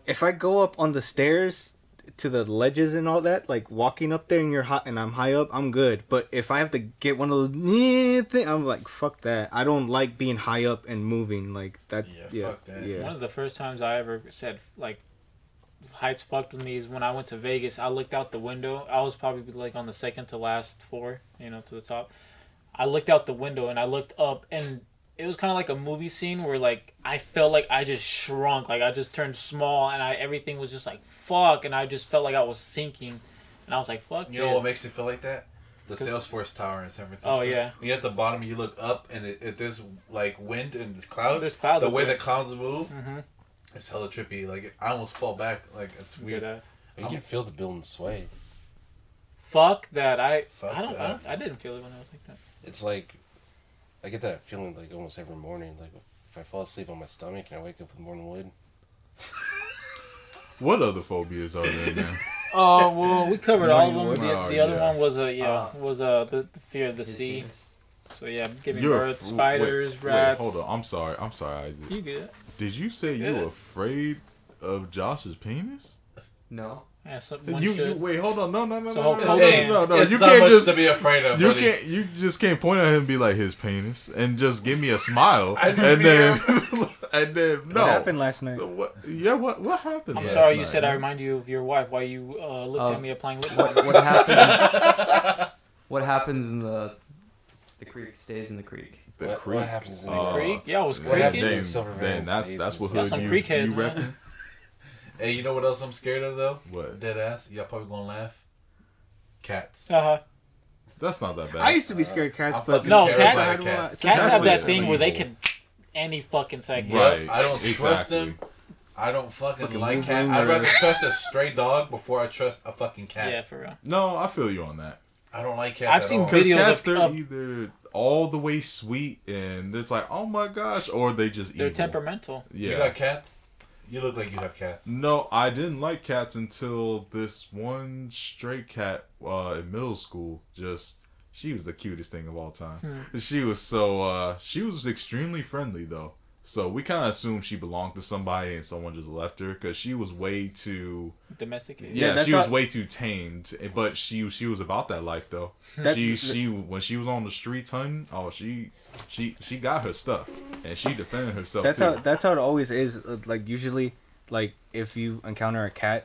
Speaker 7: If I go up on the stairs to the ledges and all that, like walking up there and you're hot and I'm high up, I'm good. But if I have to get one of those thing, I'm like fuck that. I don't like being high up and moving like that.
Speaker 2: Yeah,
Speaker 7: Yeah, yeah,
Speaker 2: fuck that.
Speaker 4: One of the first times I ever said like heights fucked with me is when I went to Vegas. I looked out the window. I was probably like on the second to last floor, you know, to the top. I looked out the window and I looked up, and it was kind of like a movie scene where like I felt like I just shrunk, like I just turned small, and I everything was just like fuck, and I just felt like I was sinking, and I was like fuck.
Speaker 2: You know
Speaker 4: this.
Speaker 2: what makes it feel like that? The Salesforce Tower in San Francisco.
Speaker 4: Oh, yeah.
Speaker 2: When you're at the bottom, you look up, and it, it, there's like wind and there's clouds.
Speaker 4: There's clouds
Speaker 2: The
Speaker 4: up
Speaker 2: way
Speaker 4: there. Mm-hmm.
Speaker 2: the clouds move, it's hella trippy. Like I almost fall back. Like it's
Speaker 4: Good
Speaker 2: weird.
Speaker 4: ass.
Speaker 9: You can feel the building sway.
Speaker 4: Fuck that. I
Speaker 2: Fuck
Speaker 4: I don't, I
Speaker 2: that.
Speaker 4: don't I didn't feel it when I was like that.
Speaker 9: It's like I get that feeling like almost every morning. Like if I fall asleep on my stomach and I wake up with morning wood,
Speaker 3: What other phobias are there, man?
Speaker 4: Oh well, we covered all of them.
Speaker 3: would.
Speaker 4: The,
Speaker 3: Oh,
Speaker 4: the other
Speaker 3: yeah.
Speaker 4: one was a yeah was a the, the fear of the sea.
Speaker 5: Itchiness.
Speaker 4: So yeah, giving
Speaker 3: You're
Speaker 4: birth,
Speaker 3: af-
Speaker 4: spiders,
Speaker 3: wait, wait,
Speaker 4: rats.
Speaker 3: hold on. I'm sorry. I'm sorry, Isaac.
Speaker 4: You good?
Speaker 3: Did you say you were afraid of Josh's penis?
Speaker 5: No.
Speaker 4: Yeah, so one
Speaker 3: You, you
Speaker 4: should.
Speaker 3: wait. Hold on. No, no, no,
Speaker 4: So
Speaker 3: no, no,
Speaker 4: hold
Speaker 3: no,
Speaker 4: on.
Speaker 3: no, no.
Speaker 2: It's
Speaker 3: You
Speaker 2: not
Speaker 3: can't
Speaker 2: much
Speaker 3: just
Speaker 2: to be afraid of.
Speaker 3: You
Speaker 2: buddy.
Speaker 3: can't. You just can't point at him and be like his penis, and just give me a smile,
Speaker 2: I
Speaker 3: and
Speaker 2: didn't
Speaker 3: then, and then no.
Speaker 7: What happened last night?
Speaker 3: So what? Yeah. What? What happened?
Speaker 4: I'm
Speaker 3: last
Speaker 4: sorry, you
Speaker 3: night,
Speaker 4: said I
Speaker 3: man?
Speaker 4: remind you of your wife. Why you uh, looked
Speaker 5: Oh.
Speaker 4: at me applying lip
Speaker 5: What
Speaker 4: balm?
Speaker 5: what happens? what happens in the the creek stays in the creek.
Speaker 3: The
Speaker 9: what,
Speaker 3: creek.
Speaker 9: what happens in the
Speaker 3: Uh,
Speaker 9: creek?
Speaker 4: Creek? Yeah, I was
Speaker 9: What happened
Speaker 4: creaking.
Speaker 9: in
Speaker 3: Damn,
Speaker 9: the Silver
Speaker 3: damn,
Speaker 9: Valley
Speaker 3: that's
Speaker 9: States
Speaker 3: that's
Speaker 9: is-
Speaker 3: what
Speaker 4: Y'all
Speaker 3: hood
Speaker 4: some
Speaker 3: you,
Speaker 4: creek heads,
Speaker 3: you
Speaker 4: man.
Speaker 3: repping?
Speaker 2: Hey, you know what else I'm scared of though?
Speaker 3: What?
Speaker 2: Dead ass. Y'all probably gonna laugh. Cats.
Speaker 4: Uh huh.
Speaker 3: That's not that bad.
Speaker 7: I used to be scared of cats,
Speaker 2: I
Speaker 7: but
Speaker 2: fucking
Speaker 4: No,
Speaker 2: care
Speaker 4: cats-
Speaker 2: about
Speaker 7: I-
Speaker 2: cats.
Speaker 7: That's
Speaker 4: Cats have
Speaker 3: actually
Speaker 4: that thing where they
Speaker 9: illegal.
Speaker 4: can any fucking second.
Speaker 2: Yep,
Speaker 3: Right.
Speaker 2: I don't trust
Speaker 3: exactly.
Speaker 2: them. I don't fucking
Speaker 7: Fucking
Speaker 2: like
Speaker 7: move
Speaker 2: cats.
Speaker 7: in
Speaker 2: I'd
Speaker 7: there.
Speaker 2: rather trust a stray dog before I trust a fucking cat.
Speaker 4: Yeah, for real.
Speaker 3: No, I feel you on that.
Speaker 2: I don't like cats.
Speaker 4: I've
Speaker 2: at
Speaker 4: seen
Speaker 2: all.
Speaker 4: good-
Speaker 3: Because
Speaker 4: Videos
Speaker 3: cats,
Speaker 4: of-
Speaker 3: they're
Speaker 4: of-
Speaker 3: either all the way sweet and it's like, oh my gosh, or they just
Speaker 4: They're
Speaker 3: evil.
Speaker 4: temperamental.
Speaker 2: You
Speaker 3: Yeah.
Speaker 2: got cats? You look like you have cats.
Speaker 3: No, I didn't like cats until this one stray cat uh, in middle school. Just she was the cutest thing of all time. She was so uh, she was extremely friendly though. So we kind of assumed she belonged to somebody and someone just left her because she was way too
Speaker 4: Domesticated.
Speaker 3: yeah,
Speaker 7: that's
Speaker 3: she was
Speaker 7: how-
Speaker 3: way too tamed, eh, but she she was about that life though.
Speaker 7: That-
Speaker 3: she she when she was on the streets hunting, oh she she she got her stuff and she defended herself.
Speaker 7: that's
Speaker 3: too.
Speaker 7: how that's how it always is. uh, Like usually, like if you encounter a cat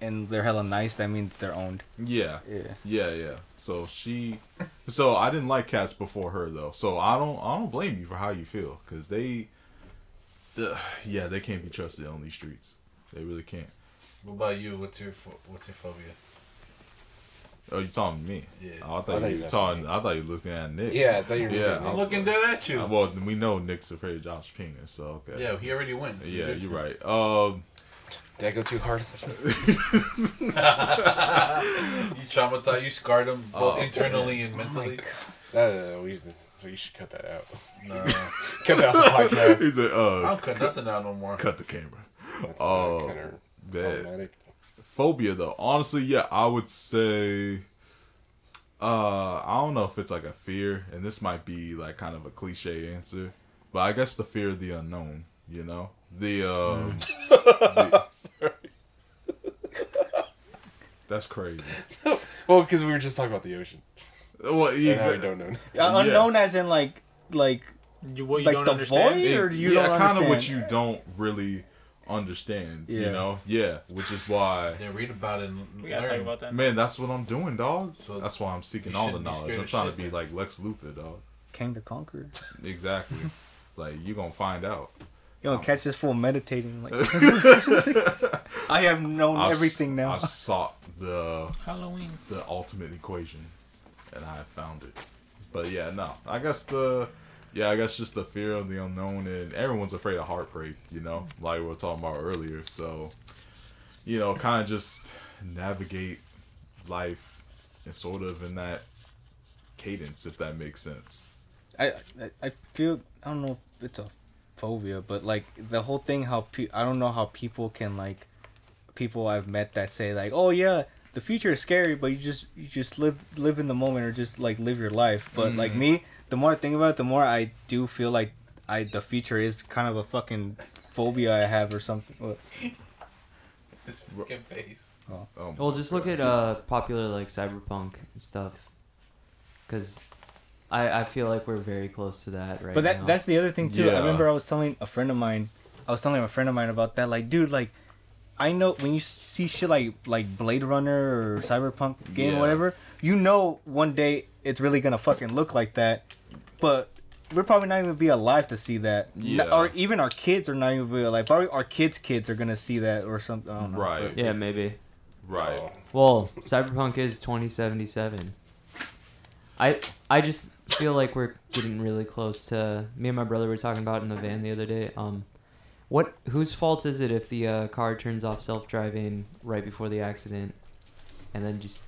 Speaker 7: and they're hella nice, that means they're owned.
Speaker 3: yeah
Speaker 7: Yeah.
Speaker 3: yeah yeah. So she so I didn't like cats before her though. So I don't I don't blame you for how you feel because they ugh, yeah they can't be trusted on these streets. They really can't.
Speaker 2: What about you? What's your pho- what's your phobia?
Speaker 3: Oh, you talking to me?
Speaker 2: Yeah.
Speaker 3: Oh, I thought, you were
Speaker 9: was
Speaker 3: talking.
Speaker 9: asking
Speaker 3: I thought you were looking at Nick.
Speaker 9: Yeah, I thought you were.
Speaker 3: Yeah.
Speaker 9: looking at
Speaker 2: I'm
Speaker 9: me.
Speaker 2: looking dead at you.
Speaker 3: Uh, Well, we know Nick's afraid of Josh penis, so okay.
Speaker 2: yeah, he already wins.
Speaker 3: Yeah, you're right. Um,
Speaker 9: Did I go too hard? last night?
Speaker 2: You traumatized. You scarred him both
Speaker 3: Oh,
Speaker 2: internally and mentally.
Speaker 9: No, no, no, uh, we, so you should cut that out.
Speaker 2: No,
Speaker 9: Cut that out of the podcast.
Speaker 3: he said,
Speaker 2: I
Speaker 3: uh,
Speaker 2: don't cut nothing out no more.
Speaker 3: cut the camera.
Speaker 9: That's
Speaker 3: Oh,
Speaker 9: uh, kind of
Speaker 3: man.
Speaker 9: problematic.
Speaker 3: Phobia, though. Honestly, yeah, I would say. Uh, I don't know if it's like a fear, and this might be like kind of a cliche answer, but I guess the fear of the unknown. You know, the um.
Speaker 2: Mm.
Speaker 3: the- That's crazy.
Speaker 9: Well, because we were just talking about the ocean.
Speaker 3: Well,
Speaker 9: And how we
Speaker 3: exactly.
Speaker 9: don't know.
Speaker 3: Yeah.
Speaker 7: Unknown as in like like
Speaker 4: You, what you
Speaker 7: Like
Speaker 4: don't
Speaker 7: the
Speaker 4: understand?
Speaker 7: void? or you don't
Speaker 3: kind of what
Speaker 7: understand.
Speaker 3: you don't really understand. You
Speaker 7: Yeah.
Speaker 3: know, yeah, which is why,
Speaker 2: Then read about it. And
Speaker 4: We gotta
Speaker 2: learn.
Speaker 4: talk about that.
Speaker 3: man, that's what I'm doing, dog.
Speaker 2: So
Speaker 3: that's why I'm seeking
Speaker 2: you
Speaker 3: all the
Speaker 2: shouldn't be
Speaker 3: knowledge.
Speaker 2: scared
Speaker 3: I'm
Speaker 2: of
Speaker 3: trying
Speaker 2: shit,
Speaker 3: to be
Speaker 2: man.
Speaker 3: like Lex Luthor, dog.
Speaker 7: King the Conqueror.
Speaker 3: Exactly. like you gonna find out. Oh.
Speaker 7: Yo, catch this fool meditating. Like I have known
Speaker 3: I've s-
Speaker 7: everything now.
Speaker 3: I've sought the
Speaker 4: Halloween.
Speaker 3: the ultimate equation, and I have found it. But yeah, no, I guess the yeah, I guess just the fear of the unknown, and everyone's afraid of heartbreak, you know, like we were talking about earlier. So, you know, kind of just navigate life and sort of in that cadence, if that makes sense.
Speaker 7: I, I I feel I don't know if it's a phobia, but like the whole thing how pe- I don't know how people can like people I've met that say like, "Oh yeah, the future is scary, but you just you just live live in the moment or just like live your life." But like me, the more I think about it, the more I do feel like I the future is kind of a fucking phobia I have or something. What?
Speaker 2: His fucking face.
Speaker 3: Um,
Speaker 5: Well, just look at uh, popular like cyberpunk and stuff, because I I feel like we're very close to that right
Speaker 7: But that
Speaker 5: now.
Speaker 7: that's the other thing too.
Speaker 3: Yeah.
Speaker 7: I remember I was telling a friend of mine, I was telling a friend of mine about that. Like, dude, like, I know when you see shit like like Blade Runner or Cyberpunk game
Speaker 3: Yeah.
Speaker 7: or whatever, you know one day it's really gonna fucking look like that. But we're probably not even gonna be alive to see that. N-
Speaker 3: Yeah.
Speaker 7: Or even our kids are not even gonna be alive. Probably our kids' kids are gonna see that or something. I don't know.
Speaker 3: Right.
Speaker 7: But-
Speaker 5: Yeah, maybe.
Speaker 3: Right.
Speaker 9: Oh.
Speaker 5: Well, Cyberpunk is 2077. I I just feel like we're getting really close to. Me and my brother were talking about it in the van the other day. Um, what whose fault is it if the uh, car turns off self-driving right before the accident, and then just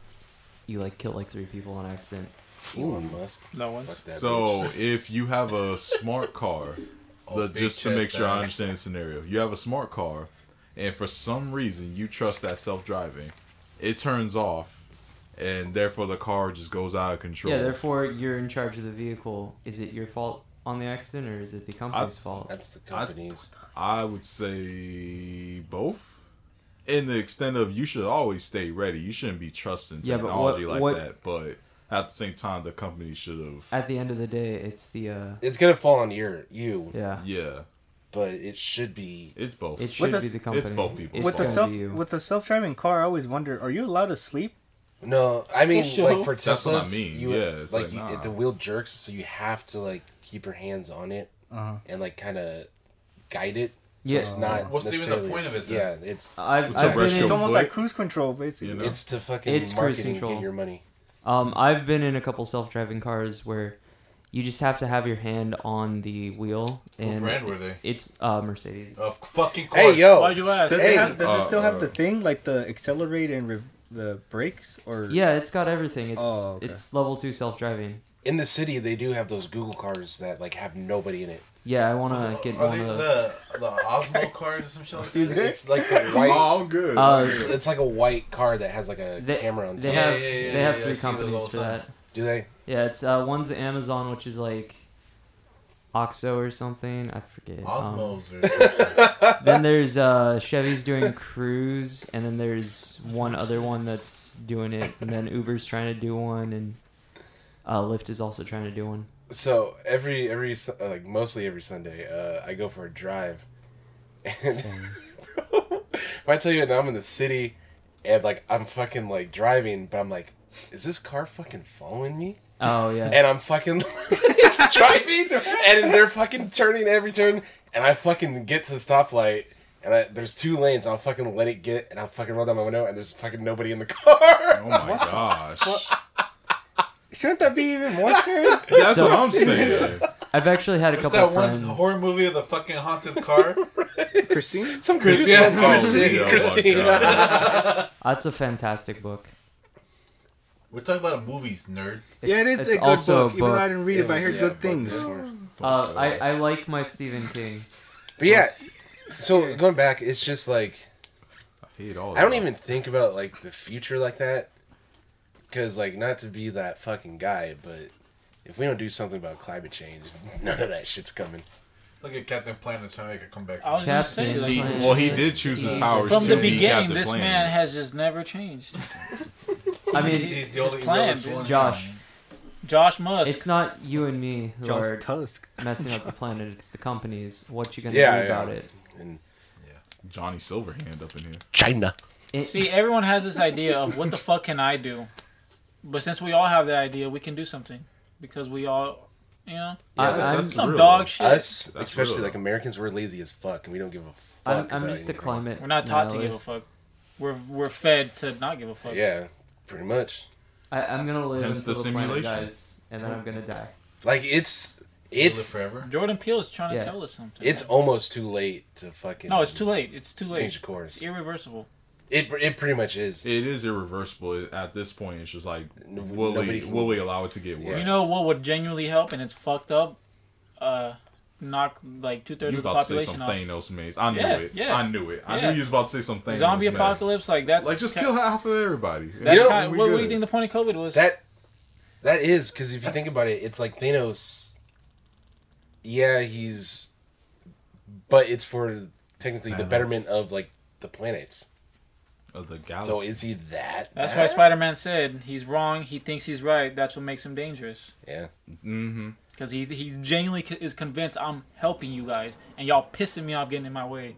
Speaker 5: you like kill like three people on accident?
Speaker 9: Elon Musk.
Speaker 4: No one.
Speaker 9: Fuck that
Speaker 3: So
Speaker 9: bitch.
Speaker 3: if you have a smart car, the,
Speaker 2: big
Speaker 3: just to
Speaker 2: chest
Speaker 3: make sure I
Speaker 2: ass.
Speaker 3: understand the scenario, you have a smart car, and for some reason you trust that self-driving, it turns off, and therefore the car just goes out of control.
Speaker 5: Yeah, therefore you're in charge of the vehicle. Is it your fault on the accident, or is it the company's fault?
Speaker 9: that's the companies.
Speaker 3: I would say both. In the extent of you should always stay ready. You shouldn't be trusting
Speaker 5: Yeah, but what-
Speaker 3: technology like
Speaker 5: what-
Speaker 3: that. But at the same time, the company should have.
Speaker 5: At the end of the day, it's the uh,
Speaker 9: It's gonna fall on your you,
Speaker 5: yeah.
Speaker 3: Yeah,
Speaker 9: but it should be.
Speaker 3: it's both.
Speaker 5: It should
Speaker 7: the
Speaker 5: be
Speaker 7: s-
Speaker 5: the
Speaker 7: it's
Speaker 5: company.
Speaker 3: both people.
Speaker 5: It's
Speaker 7: with the
Speaker 5: gonna
Speaker 7: self
Speaker 5: be you.
Speaker 7: with the self driving car, I always wonder: Are you allowed to sleep?
Speaker 9: No, I mean
Speaker 4: Well,
Speaker 9: like
Speaker 4: sure.
Speaker 9: for Teslas,
Speaker 3: That's what I mean,
Speaker 9: you
Speaker 3: yeah, it's
Speaker 9: like,
Speaker 3: like,
Speaker 9: you,
Speaker 3: nah.
Speaker 9: the wheel jerks, so you have to like keep your hands on it
Speaker 7: Uh-huh.
Speaker 9: and like kind of guide it. So
Speaker 5: Yeah.
Speaker 9: it's not.
Speaker 2: What's even the
Speaker 9: necessarily-
Speaker 2: point of it,
Speaker 9: Yeah,
Speaker 2: then?
Speaker 9: it's
Speaker 5: I've,
Speaker 3: It's a
Speaker 5: I've been
Speaker 3: restaurant.
Speaker 5: in,
Speaker 7: It's almost
Speaker 3: What?
Speaker 7: like cruise control, basically.
Speaker 3: You know?
Speaker 9: it's to fucking
Speaker 5: It's cruise
Speaker 9: market and
Speaker 5: control.
Speaker 9: get your money.
Speaker 5: Um, I've been in a couple self-driving cars where you just have to have your hand on the wheel,
Speaker 2: What
Speaker 5: and
Speaker 2: Oh, brand Oh, were they?
Speaker 5: it's uh, Mercedes.
Speaker 2: Of fucking course.
Speaker 9: Hey yo,
Speaker 4: Why'd you ask?
Speaker 7: Does,
Speaker 9: Hey,
Speaker 7: it, have, does
Speaker 3: uh,
Speaker 7: it still have the
Speaker 3: uh,
Speaker 7: thing like the accelerate and re- the brakes or
Speaker 5: Yeah, it's got everything. It's
Speaker 7: Oh, okay.
Speaker 5: it's level two self-driving.
Speaker 9: in the city they do have those Google cars that like have nobody in it.
Speaker 5: Yeah, I wanna Uh, get
Speaker 2: Are
Speaker 5: one
Speaker 2: they
Speaker 5: of the.
Speaker 2: the the Osmo cars or some shit like that?
Speaker 9: It's like the white.
Speaker 3: Oh, I'm good.
Speaker 5: Uh,
Speaker 9: it's, it's like a white car that has like a
Speaker 5: They,
Speaker 9: camera on
Speaker 5: they
Speaker 9: top.
Speaker 2: Yeah,
Speaker 5: have
Speaker 2: yeah, yeah,
Speaker 5: they have
Speaker 2: yeah, I
Speaker 5: three
Speaker 2: see those all
Speaker 5: companies
Speaker 2: the
Speaker 5: for
Speaker 2: time.
Speaker 5: that.
Speaker 9: Do they?
Speaker 5: Yeah, it's uh, one's Amazon, which is like Oxo or something. I forget. Um,
Speaker 2: Osmos or some shit.
Speaker 5: then there's uh, Chevy's doing cruise, and then there's one other one that's doing it, and then Uber's trying to do one, and uh, Lyft is also trying to do one.
Speaker 9: So every every Su- uh, like mostly every Sunday, uh, I go for a drive. And bro, if I tell you now I'm in the city, and like I'm fucking like driving, but I'm like, is this car fucking following me?
Speaker 5: Oh yeah,
Speaker 9: And I'm fucking driving, and they're fucking turning every turn, and I fucking get to the stoplight. And I, there's two lanes. I'll fucking let it get, and I'll fucking roll down my window, and there's fucking nobody in the car.
Speaker 3: oh my gosh,
Speaker 7: shouldn't that be even more scary?
Speaker 3: that's
Speaker 5: So-
Speaker 3: what I'm saying.
Speaker 5: I've actually had a
Speaker 2: What's
Speaker 5: couple
Speaker 2: that
Speaker 5: of
Speaker 2: one
Speaker 5: friends.
Speaker 2: horror movie of the fucking haunted car?
Speaker 7: Christine,
Speaker 9: Some Christine,
Speaker 2: Yeah.
Speaker 9: some
Speaker 3: Oh,
Speaker 9: shit,
Speaker 3: yeah, oh my
Speaker 9: Christine.
Speaker 5: That's a fantastic book.
Speaker 2: We're talking about a movies, nerd.
Speaker 7: yeah, it is
Speaker 5: it's
Speaker 7: a good
Speaker 5: also a
Speaker 7: book. Even though I
Speaker 5: book.
Speaker 7: didn't read it, but I heard good things.
Speaker 5: Uh, I I like my Stephen King.
Speaker 9: But yeah, so going back, it's just like
Speaker 3: Hate all
Speaker 9: I don't
Speaker 3: that.
Speaker 9: even think about like the future like that, because like not to be that fucking guy, but if we don't do something about climate change, none of that shit's coming.
Speaker 2: Look at Captain Planet trying to make a comeback.
Speaker 9: Oh,
Speaker 4: I was gonna say,
Speaker 5: Captain.
Speaker 4: like,
Speaker 3: He-
Speaker 5: Planet.
Speaker 3: well, he did choose his powers
Speaker 4: From
Speaker 3: to
Speaker 4: the
Speaker 3: be
Speaker 4: beginning,
Speaker 3: Captain
Speaker 4: this
Speaker 3: Planet.
Speaker 4: man has just never changed.
Speaker 5: I mean,
Speaker 2: He's the only
Speaker 4: playing,
Speaker 2: realist
Speaker 4: dude.
Speaker 2: one.
Speaker 5: Josh,
Speaker 4: Josh Musk.
Speaker 5: it's not you and me who
Speaker 7: Josh
Speaker 5: are
Speaker 7: Tusk.
Speaker 5: messing up the planet. It's the companies. What you gonna
Speaker 9: Yeah,
Speaker 5: do
Speaker 9: yeah.
Speaker 5: about it?
Speaker 9: And
Speaker 3: Johnny Silverhand up in here.
Speaker 9: China.
Speaker 5: It-
Speaker 4: See, everyone has this idea of what the fuck can I do, but since we all have that idea, we can do something because we all, you know,
Speaker 5: I-
Speaker 3: that-
Speaker 5: I'm-
Speaker 3: that's
Speaker 4: some
Speaker 3: real.
Speaker 4: dog shit.
Speaker 9: Us,
Speaker 3: That's
Speaker 9: especially
Speaker 3: real.
Speaker 9: like Americans, we're lazy as fuck, and we don't give a
Speaker 5: I'm,
Speaker 9: fuck.
Speaker 5: I'm
Speaker 9: about
Speaker 5: just a
Speaker 9: anything.
Speaker 5: climate.
Speaker 4: We're not taught to give a
Speaker 5: nihilist.
Speaker 4: fuck. We're we're fed to not give a fuck.
Speaker 9: Yeah, pretty much.
Speaker 5: I, I'm gonna live
Speaker 3: Hence the
Speaker 5: until the, planet
Speaker 3: simulation.
Speaker 5: dies, and then I'm gonna die.
Speaker 9: Like it's
Speaker 2: Live
Speaker 9: it's
Speaker 2: forever.
Speaker 4: Jordan Peele is trying
Speaker 5: Yeah.
Speaker 4: to tell us something.
Speaker 9: it's almost too late to fucking.
Speaker 4: no, it's too late. It's too
Speaker 9: change
Speaker 4: late.
Speaker 9: the course.
Speaker 4: It's irreversible.
Speaker 9: It it pretty much is.
Speaker 3: It is irreversible at this point. It's just like,
Speaker 9: No-
Speaker 3: will
Speaker 9: nobody
Speaker 3: we
Speaker 9: can-
Speaker 3: will we allow it to get worse?
Speaker 9: Yeah.
Speaker 4: You know what would genuinely help, and it's fucked up. Uh, knock like two thirds
Speaker 3: you
Speaker 4: of the
Speaker 3: about to say some
Speaker 4: population off.
Speaker 3: Thanos maze. I knew
Speaker 4: Yeah,
Speaker 3: it.
Speaker 4: yeah.
Speaker 3: I knew it. I
Speaker 4: Yeah.
Speaker 3: knew you was about to say some Thanos
Speaker 4: Zombie
Speaker 3: mess.
Speaker 4: apocalypse, like that's
Speaker 3: Like just
Speaker 4: ki-
Speaker 3: kill half of everybody.
Speaker 4: That's
Speaker 9: You know,
Speaker 4: kind
Speaker 3: we
Speaker 4: of, what, what do you
Speaker 3: good.
Speaker 4: think the point of COVID was?
Speaker 9: That that is because if you think about it, it's like Thanos. Yeah, he's, but it's for technically the
Speaker 3: Thanos.
Speaker 9: betterment of like the planets.
Speaker 3: Of the galaxy.
Speaker 9: So is he that?
Speaker 4: That's why
Speaker 9: bad?
Speaker 4: Spider Man said he's wrong. He thinks he's right. That's what makes him dangerous.
Speaker 9: Yeah,
Speaker 3: mm-hmm.
Speaker 4: Because he, he genuinely c- is convinced I'm helping you guys, and y'all pissing me off getting in my way.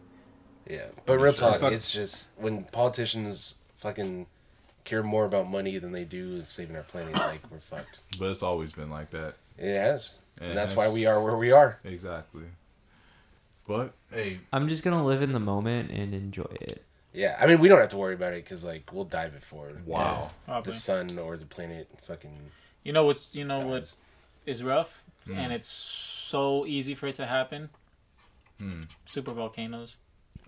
Speaker 9: Yeah, but real
Speaker 2: sure.
Speaker 9: talk,
Speaker 2: Fuck.
Speaker 9: it's just when politicians fucking care more about money than they do saving our planet, like we're fucked.
Speaker 3: But it's always been like that.
Speaker 9: It has,
Speaker 3: It
Speaker 9: and that's why
Speaker 3: has.
Speaker 9: we are where we are.
Speaker 3: Exactly. But hey,
Speaker 5: I'm just gonna live in the moment and enjoy it.
Speaker 9: Yeah, I mean we don't have to worry about it because like we'll die before
Speaker 3: wow.
Speaker 9: the
Speaker 4: Probably.
Speaker 9: sun or the planet fucking.
Speaker 4: You know what? You know what
Speaker 9: dies.
Speaker 4: is rough,
Speaker 3: Hmm.
Speaker 4: and it's so easy for it to happen.
Speaker 3: Hmm.
Speaker 4: Super volcanoes.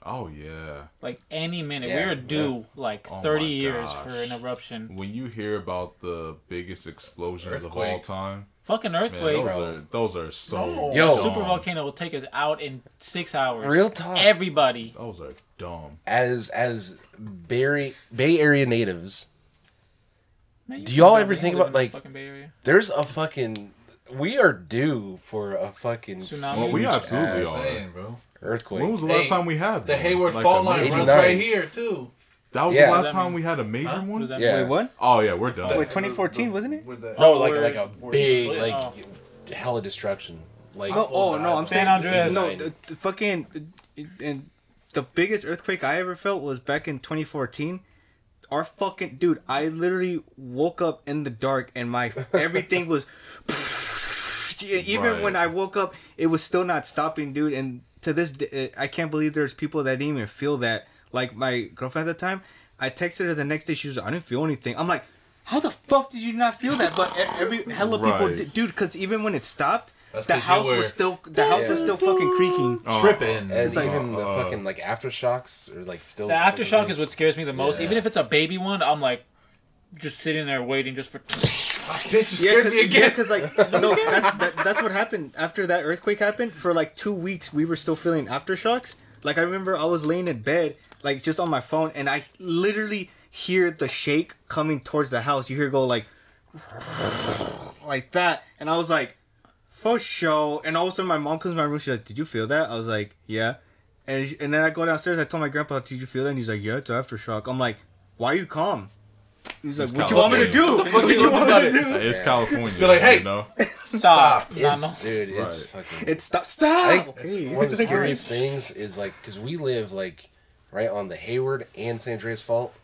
Speaker 3: Oh yeah.
Speaker 4: Like any minute,
Speaker 9: Yeah,
Speaker 4: we are
Speaker 9: yeah.
Speaker 4: due like
Speaker 3: Oh my
Speaker 4: 30 years for
Speaker 3: gosh.
Speaker 4: an eruption.
Speaker 3: When you hear about the biggest explosions of all
Speaker 2: Earthquake.
Speaker 3: time,
Speaker 4: Fucking
Speaker 3: man,
Speaker 4: earthquake.
Speaker 3: those are those are so
Speaker 9: Yo.
Speaker 3: dumb.
Speaker 4: Super volcano will take us out in six hours.
Speaker 9: Real talk.
Speaker 4: Everybody.
Speaker 3: Those are dumb.
Speaker 9: As as Bay Bay Area natives,
Speaker 4: Man, you
Speaker 9: Do y'all
Speaker 4: fucking
Speaker 9: ever
Speaker 4: older
Speaker 9: think
Speaker 4: than
Speaker 9: about,
Speaker 4: the
Speaker 9: like-
Speaker 4: fucking Bay Area.
Speaker 9: there's a fucking. We are due for a fucking
Speaker 4: Tsunami?
Speaker 3: Well, we
Speaker 9: huge
Speaker 3: absolutely
Speaker 9: ass
Speaker 3: are.
Speaker 2: Man, bro.
Speaker 9: earthquake.
Speaker 3: When was the last
Speaker 2: Hey,
Speaker 3: time we had
Speaker 2: The
Speaker 3: one?
Speaker 2: Hayward
Speaker 3: Like
Speaker 2: fault
Speaker 3: a
Speaker 2: line
Speaker 3: major
Speaker 2: runs
Speaker 3: one?
Speaker 2: right here too.
Speaker 3: That was
Speaker 9: Yeah.
Speaker 3: the
Speaker 9: What
Speaker 3: last
Speaker 4: does that
Speaker 3: time we had a major
Speaker 2: Huh?
Speaker 4: What
Speaker 3: one.
Speaker 4: does that
Speaker 9: Yeah.
Speaker 4: mean?
Speaker 7: Wait, what?
Speaker 3: Oh yeah, we're done.
Speaker 7: Wait, 2014, wasn't it?
Speaker 2: With the-
Speaker 9: No, Oh, like
Speaker 4: Or-
Speaker 9: like a
Speaker 2: or
Speaker 9: big
Speaker 2: split.
Speaker 9: like
Speaker 4: Oh.
Speaker 9: hella destruction. Like
Speaker 7: No, oh no, I'm
Speaker 4: San
Speaker 7: saying
Speaker 4: Andreas.
Speaker 7: No, the, the fucking and the biggest earthquake I ever felt was back in 2014. Our fucking dude, I literally woke up in the dark and my everything was. Even
Speaker 3: Right.
Speaker 7: when I woke up, it was still not stopping, dude. And to this, day, I can't believe there's people that didn't even feel that. Like my girlfriend at the time, I texted her the next day. She was, like, I didn't feel anything. I'm like, how the fuck did you not feel that? But e- every hella people,
Speaker 3: Right.
Speaker 7: did, dude, because even when it stopped,
Speaker 2: That's
Speaker 7: the
Speaker 2: 'cause you
Speaker 7: house
Speaker 2: were-
Speaker 7: was still the house was still fucking creaking.
Speaker 3: Oh,
Speaker 2: tripping.
Speaker 9: and
Speaker 7: like-
Speaker 9: even the
Speaker 3: uh, uh,
Speaker 9: fucking like aftershocks or like still
Speaker 4: The aftershock
Speaker 9: fucking-
Speaker 4: is what scares me the most.
Speaker 9: Yeah.
Speaker 4: Even if it's a baby one, I'm like just sitting there waiting just for.
Speaker 2: Bitch, you
Speaker 7: Yeah,
Speaker 2: scared
Speaker 7: cause,
Speaker 2: me
Speaker 7: yeah,
Speaker 2: again.
Speaker 7: 'cause, like no, that, that, that's what happened after that earthquake happened. For like two weeks, we were still feeling aftershocks. Like I remember, I was laying in bed, like just on my phone, and I literally hear the shake coming towards the house. You hear it go like, like that, and I was like, for sure. And all of a sudden, my mom comes to my room. She's like, "Did you feel that?" I was like, "Yeah." And she, and then I go downstairs. I told my grandpa, "Did you feel that?" And he's like, "Yeah, it's aftershock." I'm like, "Why are you calm?" He's like,
Speaker 3: It's
Speaker 7: "What you want me to do?"
Speaker 2: What the fuck you want me to do?
Speaker 3: It's California.
Speaker 2: Be like, hey.
Speaker 3: you know?
Speaker 4: Stop. No, no.
Speaker 9: It's, dude, it's fucking.
Speaker 7: It's stop.
Speaker 9: I
Speaker 7: Stop.
Speaker 9: think one of the scariest things is like because we live like right on the Hayward and San Andreas Fault,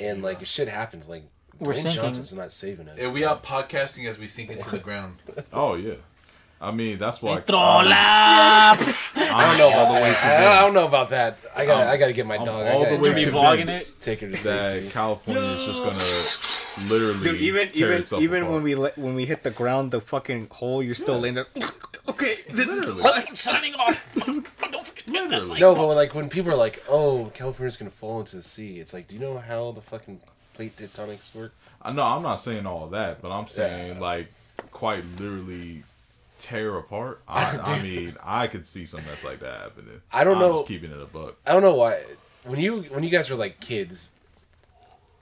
Speaker 9: and like if shit happens, like
Speaker 4: We're
Speaker 9: Dwayne
Speaker 4: sinking.
Speaker 9: Johnson's not saving us.
Speaker 2: And we out podcasting as we sink into the ground.
Speaker 3: Oh yeah. I mean, that's why.
Speaker 9: I don't know about the way. Um, I, I don't know about that. I got. to
Speaker 3: I'm-
Speaker 9: I got to get my
Speaker 3: I'm
Speaker 9: dog. I
Speaker 3: all
Speaker 9: gotta
Speaker 3: the way
Speaker 9: try
Speaker 4: You
Speaker 9: and
Speaker 4: be vlogging it?
Speaker 9: Take her to
Speaker 3: that
Speaker 9: safety.
Speaker 3: California is just gonna literally
Speaker 7: Dude, even
Speaker 3: tear
Speaker 7: even
Speaker 3: itself
Speaker 7: even
Speaker 3: apart.
Speaker 7: when we le- when we hit the ground, the fucking hole, you're still laying there. Okay, this
Speaker 3: Literally.
Speaker 7: is last.
Speaker 4: Signing off. Don't forget to hit that like
Speaker 9: No, but when, like when people are like, "Oh, California's gonna fall into the sea," it's like, do you know how the fucking plate tectonics work?
Speaker 3: I know I'm not saying all that, but I'm saying like quite literally tear apart. I, I mean, I could see something that's like that happening.
Speaker 9: I don't
Speaker 3: I'm
Speaker 9: know-
Speaker 3: Just keeping it a buck.
Speaker 9: I don't know why. When you when you guys were like kids,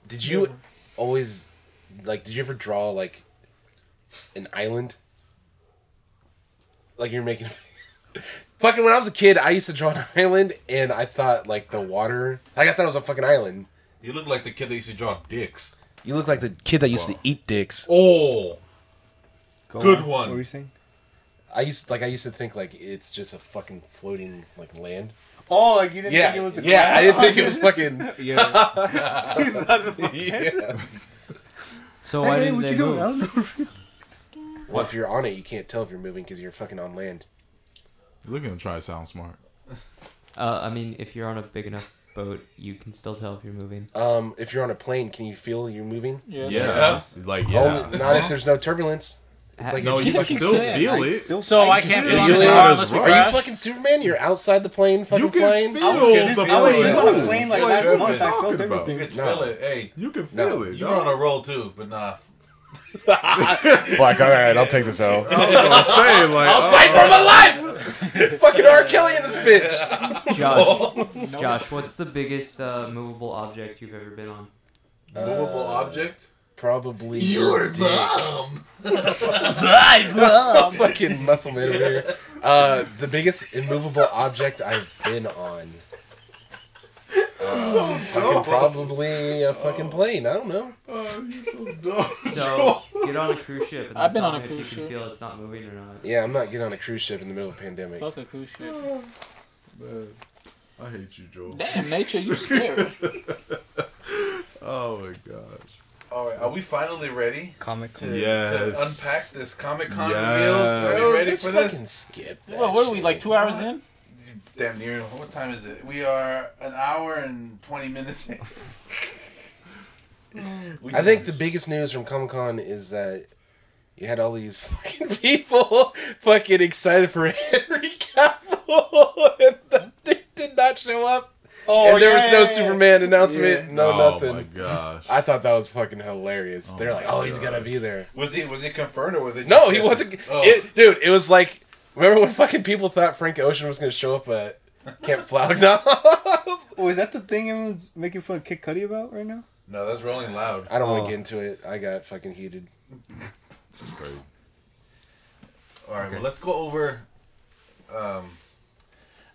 Speaker 9: did you always like? Did you ever draw like an island? Like you're making. fucking when I was a kid, I used to draw an island, and I thought like the water. Like I thought it was a fucking island.
Speaker 2: You look like the kid that used to draw dicks.
Speaker 9: You look like the kid that used to eat dicks.
Speaker 2: Oh, Good on. one.
Speaker 7: What were you saying?
Speaker 9: I used like I used to think like it's just a fucking floating like land.
Speaker 7: Oh, like you didn't
Speaker 9: Yeah,
Speaker 7: think it was the
Speaker 9: yeah. I didn't think it was fucking.
Speaker 7: yeah.
Speaker 9: yeah.
Speaker 5: So why didn't they move?
Speaker 9: Well, if you're on it, you can't tell if you're moving because you're fucking on land.
Speaker 3: Look at him trying to sound smart.
Speaker 5: Uh, I mean, if you're on a big enough boat, you can still tell if you're moving.
Speaker 9: Um, if you're on a plane, can you feel you're moving?
Speaker 4: Yeah.
Speaker 3: Yeah, like yeah.
Speaker 9: Only, not if there's no turbulence. It's like
Speaker 3: no,
Speaker 9: you're
Speaker 3: you
Speaker 9: just
Speaker 3: can
Speaker 9: fucking
Speaker 3: still
Speaker 9: sitting.
Speaker 3: feel it.
Speaker 4: So I can't
Speaker 3: do.
Speaker 4: be on
Speaker 9: It's
Speaker 4: the
Speaker 9: not
Speaker 4: car
Speaker 3: as
Speaker 4: unless we
Speaker 3: rough.
Speaker 9: Are you
Speaker 4: crash.
Speaker 9: fucking Superman? You're outside the plane, fucking
Speaker 3: You
Speaker 9: flying.
Speaker 3: can feel the
Speaker 7: I was
Speaker 2: Yeah.
Speaker 7: just
Speaker 2: Yeah.
Speaker 7: on a plane like
Speaker 3: What
Speaker 7: last
Speaker 3: you been
Speaker 7: month. I
Speaker 3: talking
Speaker 7: felt
Speaker 3: about?
Speaker 2: You
Speaker 7: everything.
Speaker 2: could
Speaker 9: No.
Speaker 2: feel it. Hey,
Speaker 3: You can feel
Speaker 9: No.
Speaker 3: it.
Speaker 2: you
Speaker 3: dog.
Speaker 2: were on a roll too, but nah.
Speaker 9: Like, all right, I'll take this out. I'll
Speaker 3: I'm saying like
Speaker 9: fight for my life. fucking R. Kelly in this bitch.
Speaker 5: Josh, Josh, what's the biggest uh, movable object you've ever been on?
Speaker 2: Movable object.
Speaker 9: Probably your dick. fucking muscle man over here. Uh, the biggest immovable object I've been on. Uh, fucking probably a fucking plane. I don't know.
Speaker 3: oh,
Speaker 5: So get on a cruise ship. And
Speaker 4: I've been
Speaker 5: tell
Speaker 4: on a
Speaker 5: me if
Speaker 4: cruise
Speaker 5: You can
Speaker 4: ship.
Speaker 5: feel it's not moving or not.
Speaker 4: Oh,
Speaker 9: Yeah, I'm not getting on a cruise ship in the middle of a pandemic.
Speaker 4: Fuck a cruise ship.
Speaker 3: I hate you, Joel.
Speaker 4: Damn, nature, you scared.
Speaker 3: Oh my gosh.
Speaker 2: All right, are we finally ready
Speaker 7: Comic.
Speaker 2: to,
Speaker 3: Yes.
Speaker 2: to unpack this Comic Con
Speaker 3: Yes.
Speaker 2: wheels? Are
Speaker 9: Bro,
Speaker 2: we ready
Speaker 9: Uh, let's
Speaker 2: for
Speaker 9: Oh, fucking
Speaker 2: this?
Speaker 9: skip that
Speaker 4: well, what are we
Speaker 9: shit.
Speaker 4: like two hours in?
Speaker 2: Damn near. What time is it? We are an hour and twenty minutes. in. We
Speaker 9: I think the biggest news from Comic Con is that you had all these fucking people fucking excited for Henry Cavill, and the dude did not show up.
Speaker 4: Oh,
Speaker 9: and there was no
Speaker 4: yeah.
Speaker 9: Superman announcement, no
Speaker 3: oh my
Speaker 9: nothing.
Speaker 3: gosh.
Speaker 9: I thought that was fucking hilarious. They're
Speaker 3: my
Speaker 9: like, "Oh, he's
Speaker 3: God.
Speaker 9: gonna be there."
Speaker 2: was he was he confirmed or was it?
Speaker 9: No,
Speaker 2: just
Speaker 9: he
Speaker 2: guessing?
Speaker 9: wasn't.
Speaker 2: Oh.
Speaker 9: It, dude, it was like, remember when fucking people thought Frank Ocean was gonna show up at Camp Flagna?
Speaker 7: Oh, is that the thing everyone's making fun of Kid Cudi about right now?
Speaker 2: no, that's rolling loud.
Speaker 9: I don't want
Speaker 7: Oh.
Speaker 9: to get into it. I got fucking heated.
Speaker 2: All right, well, let's go over. Um,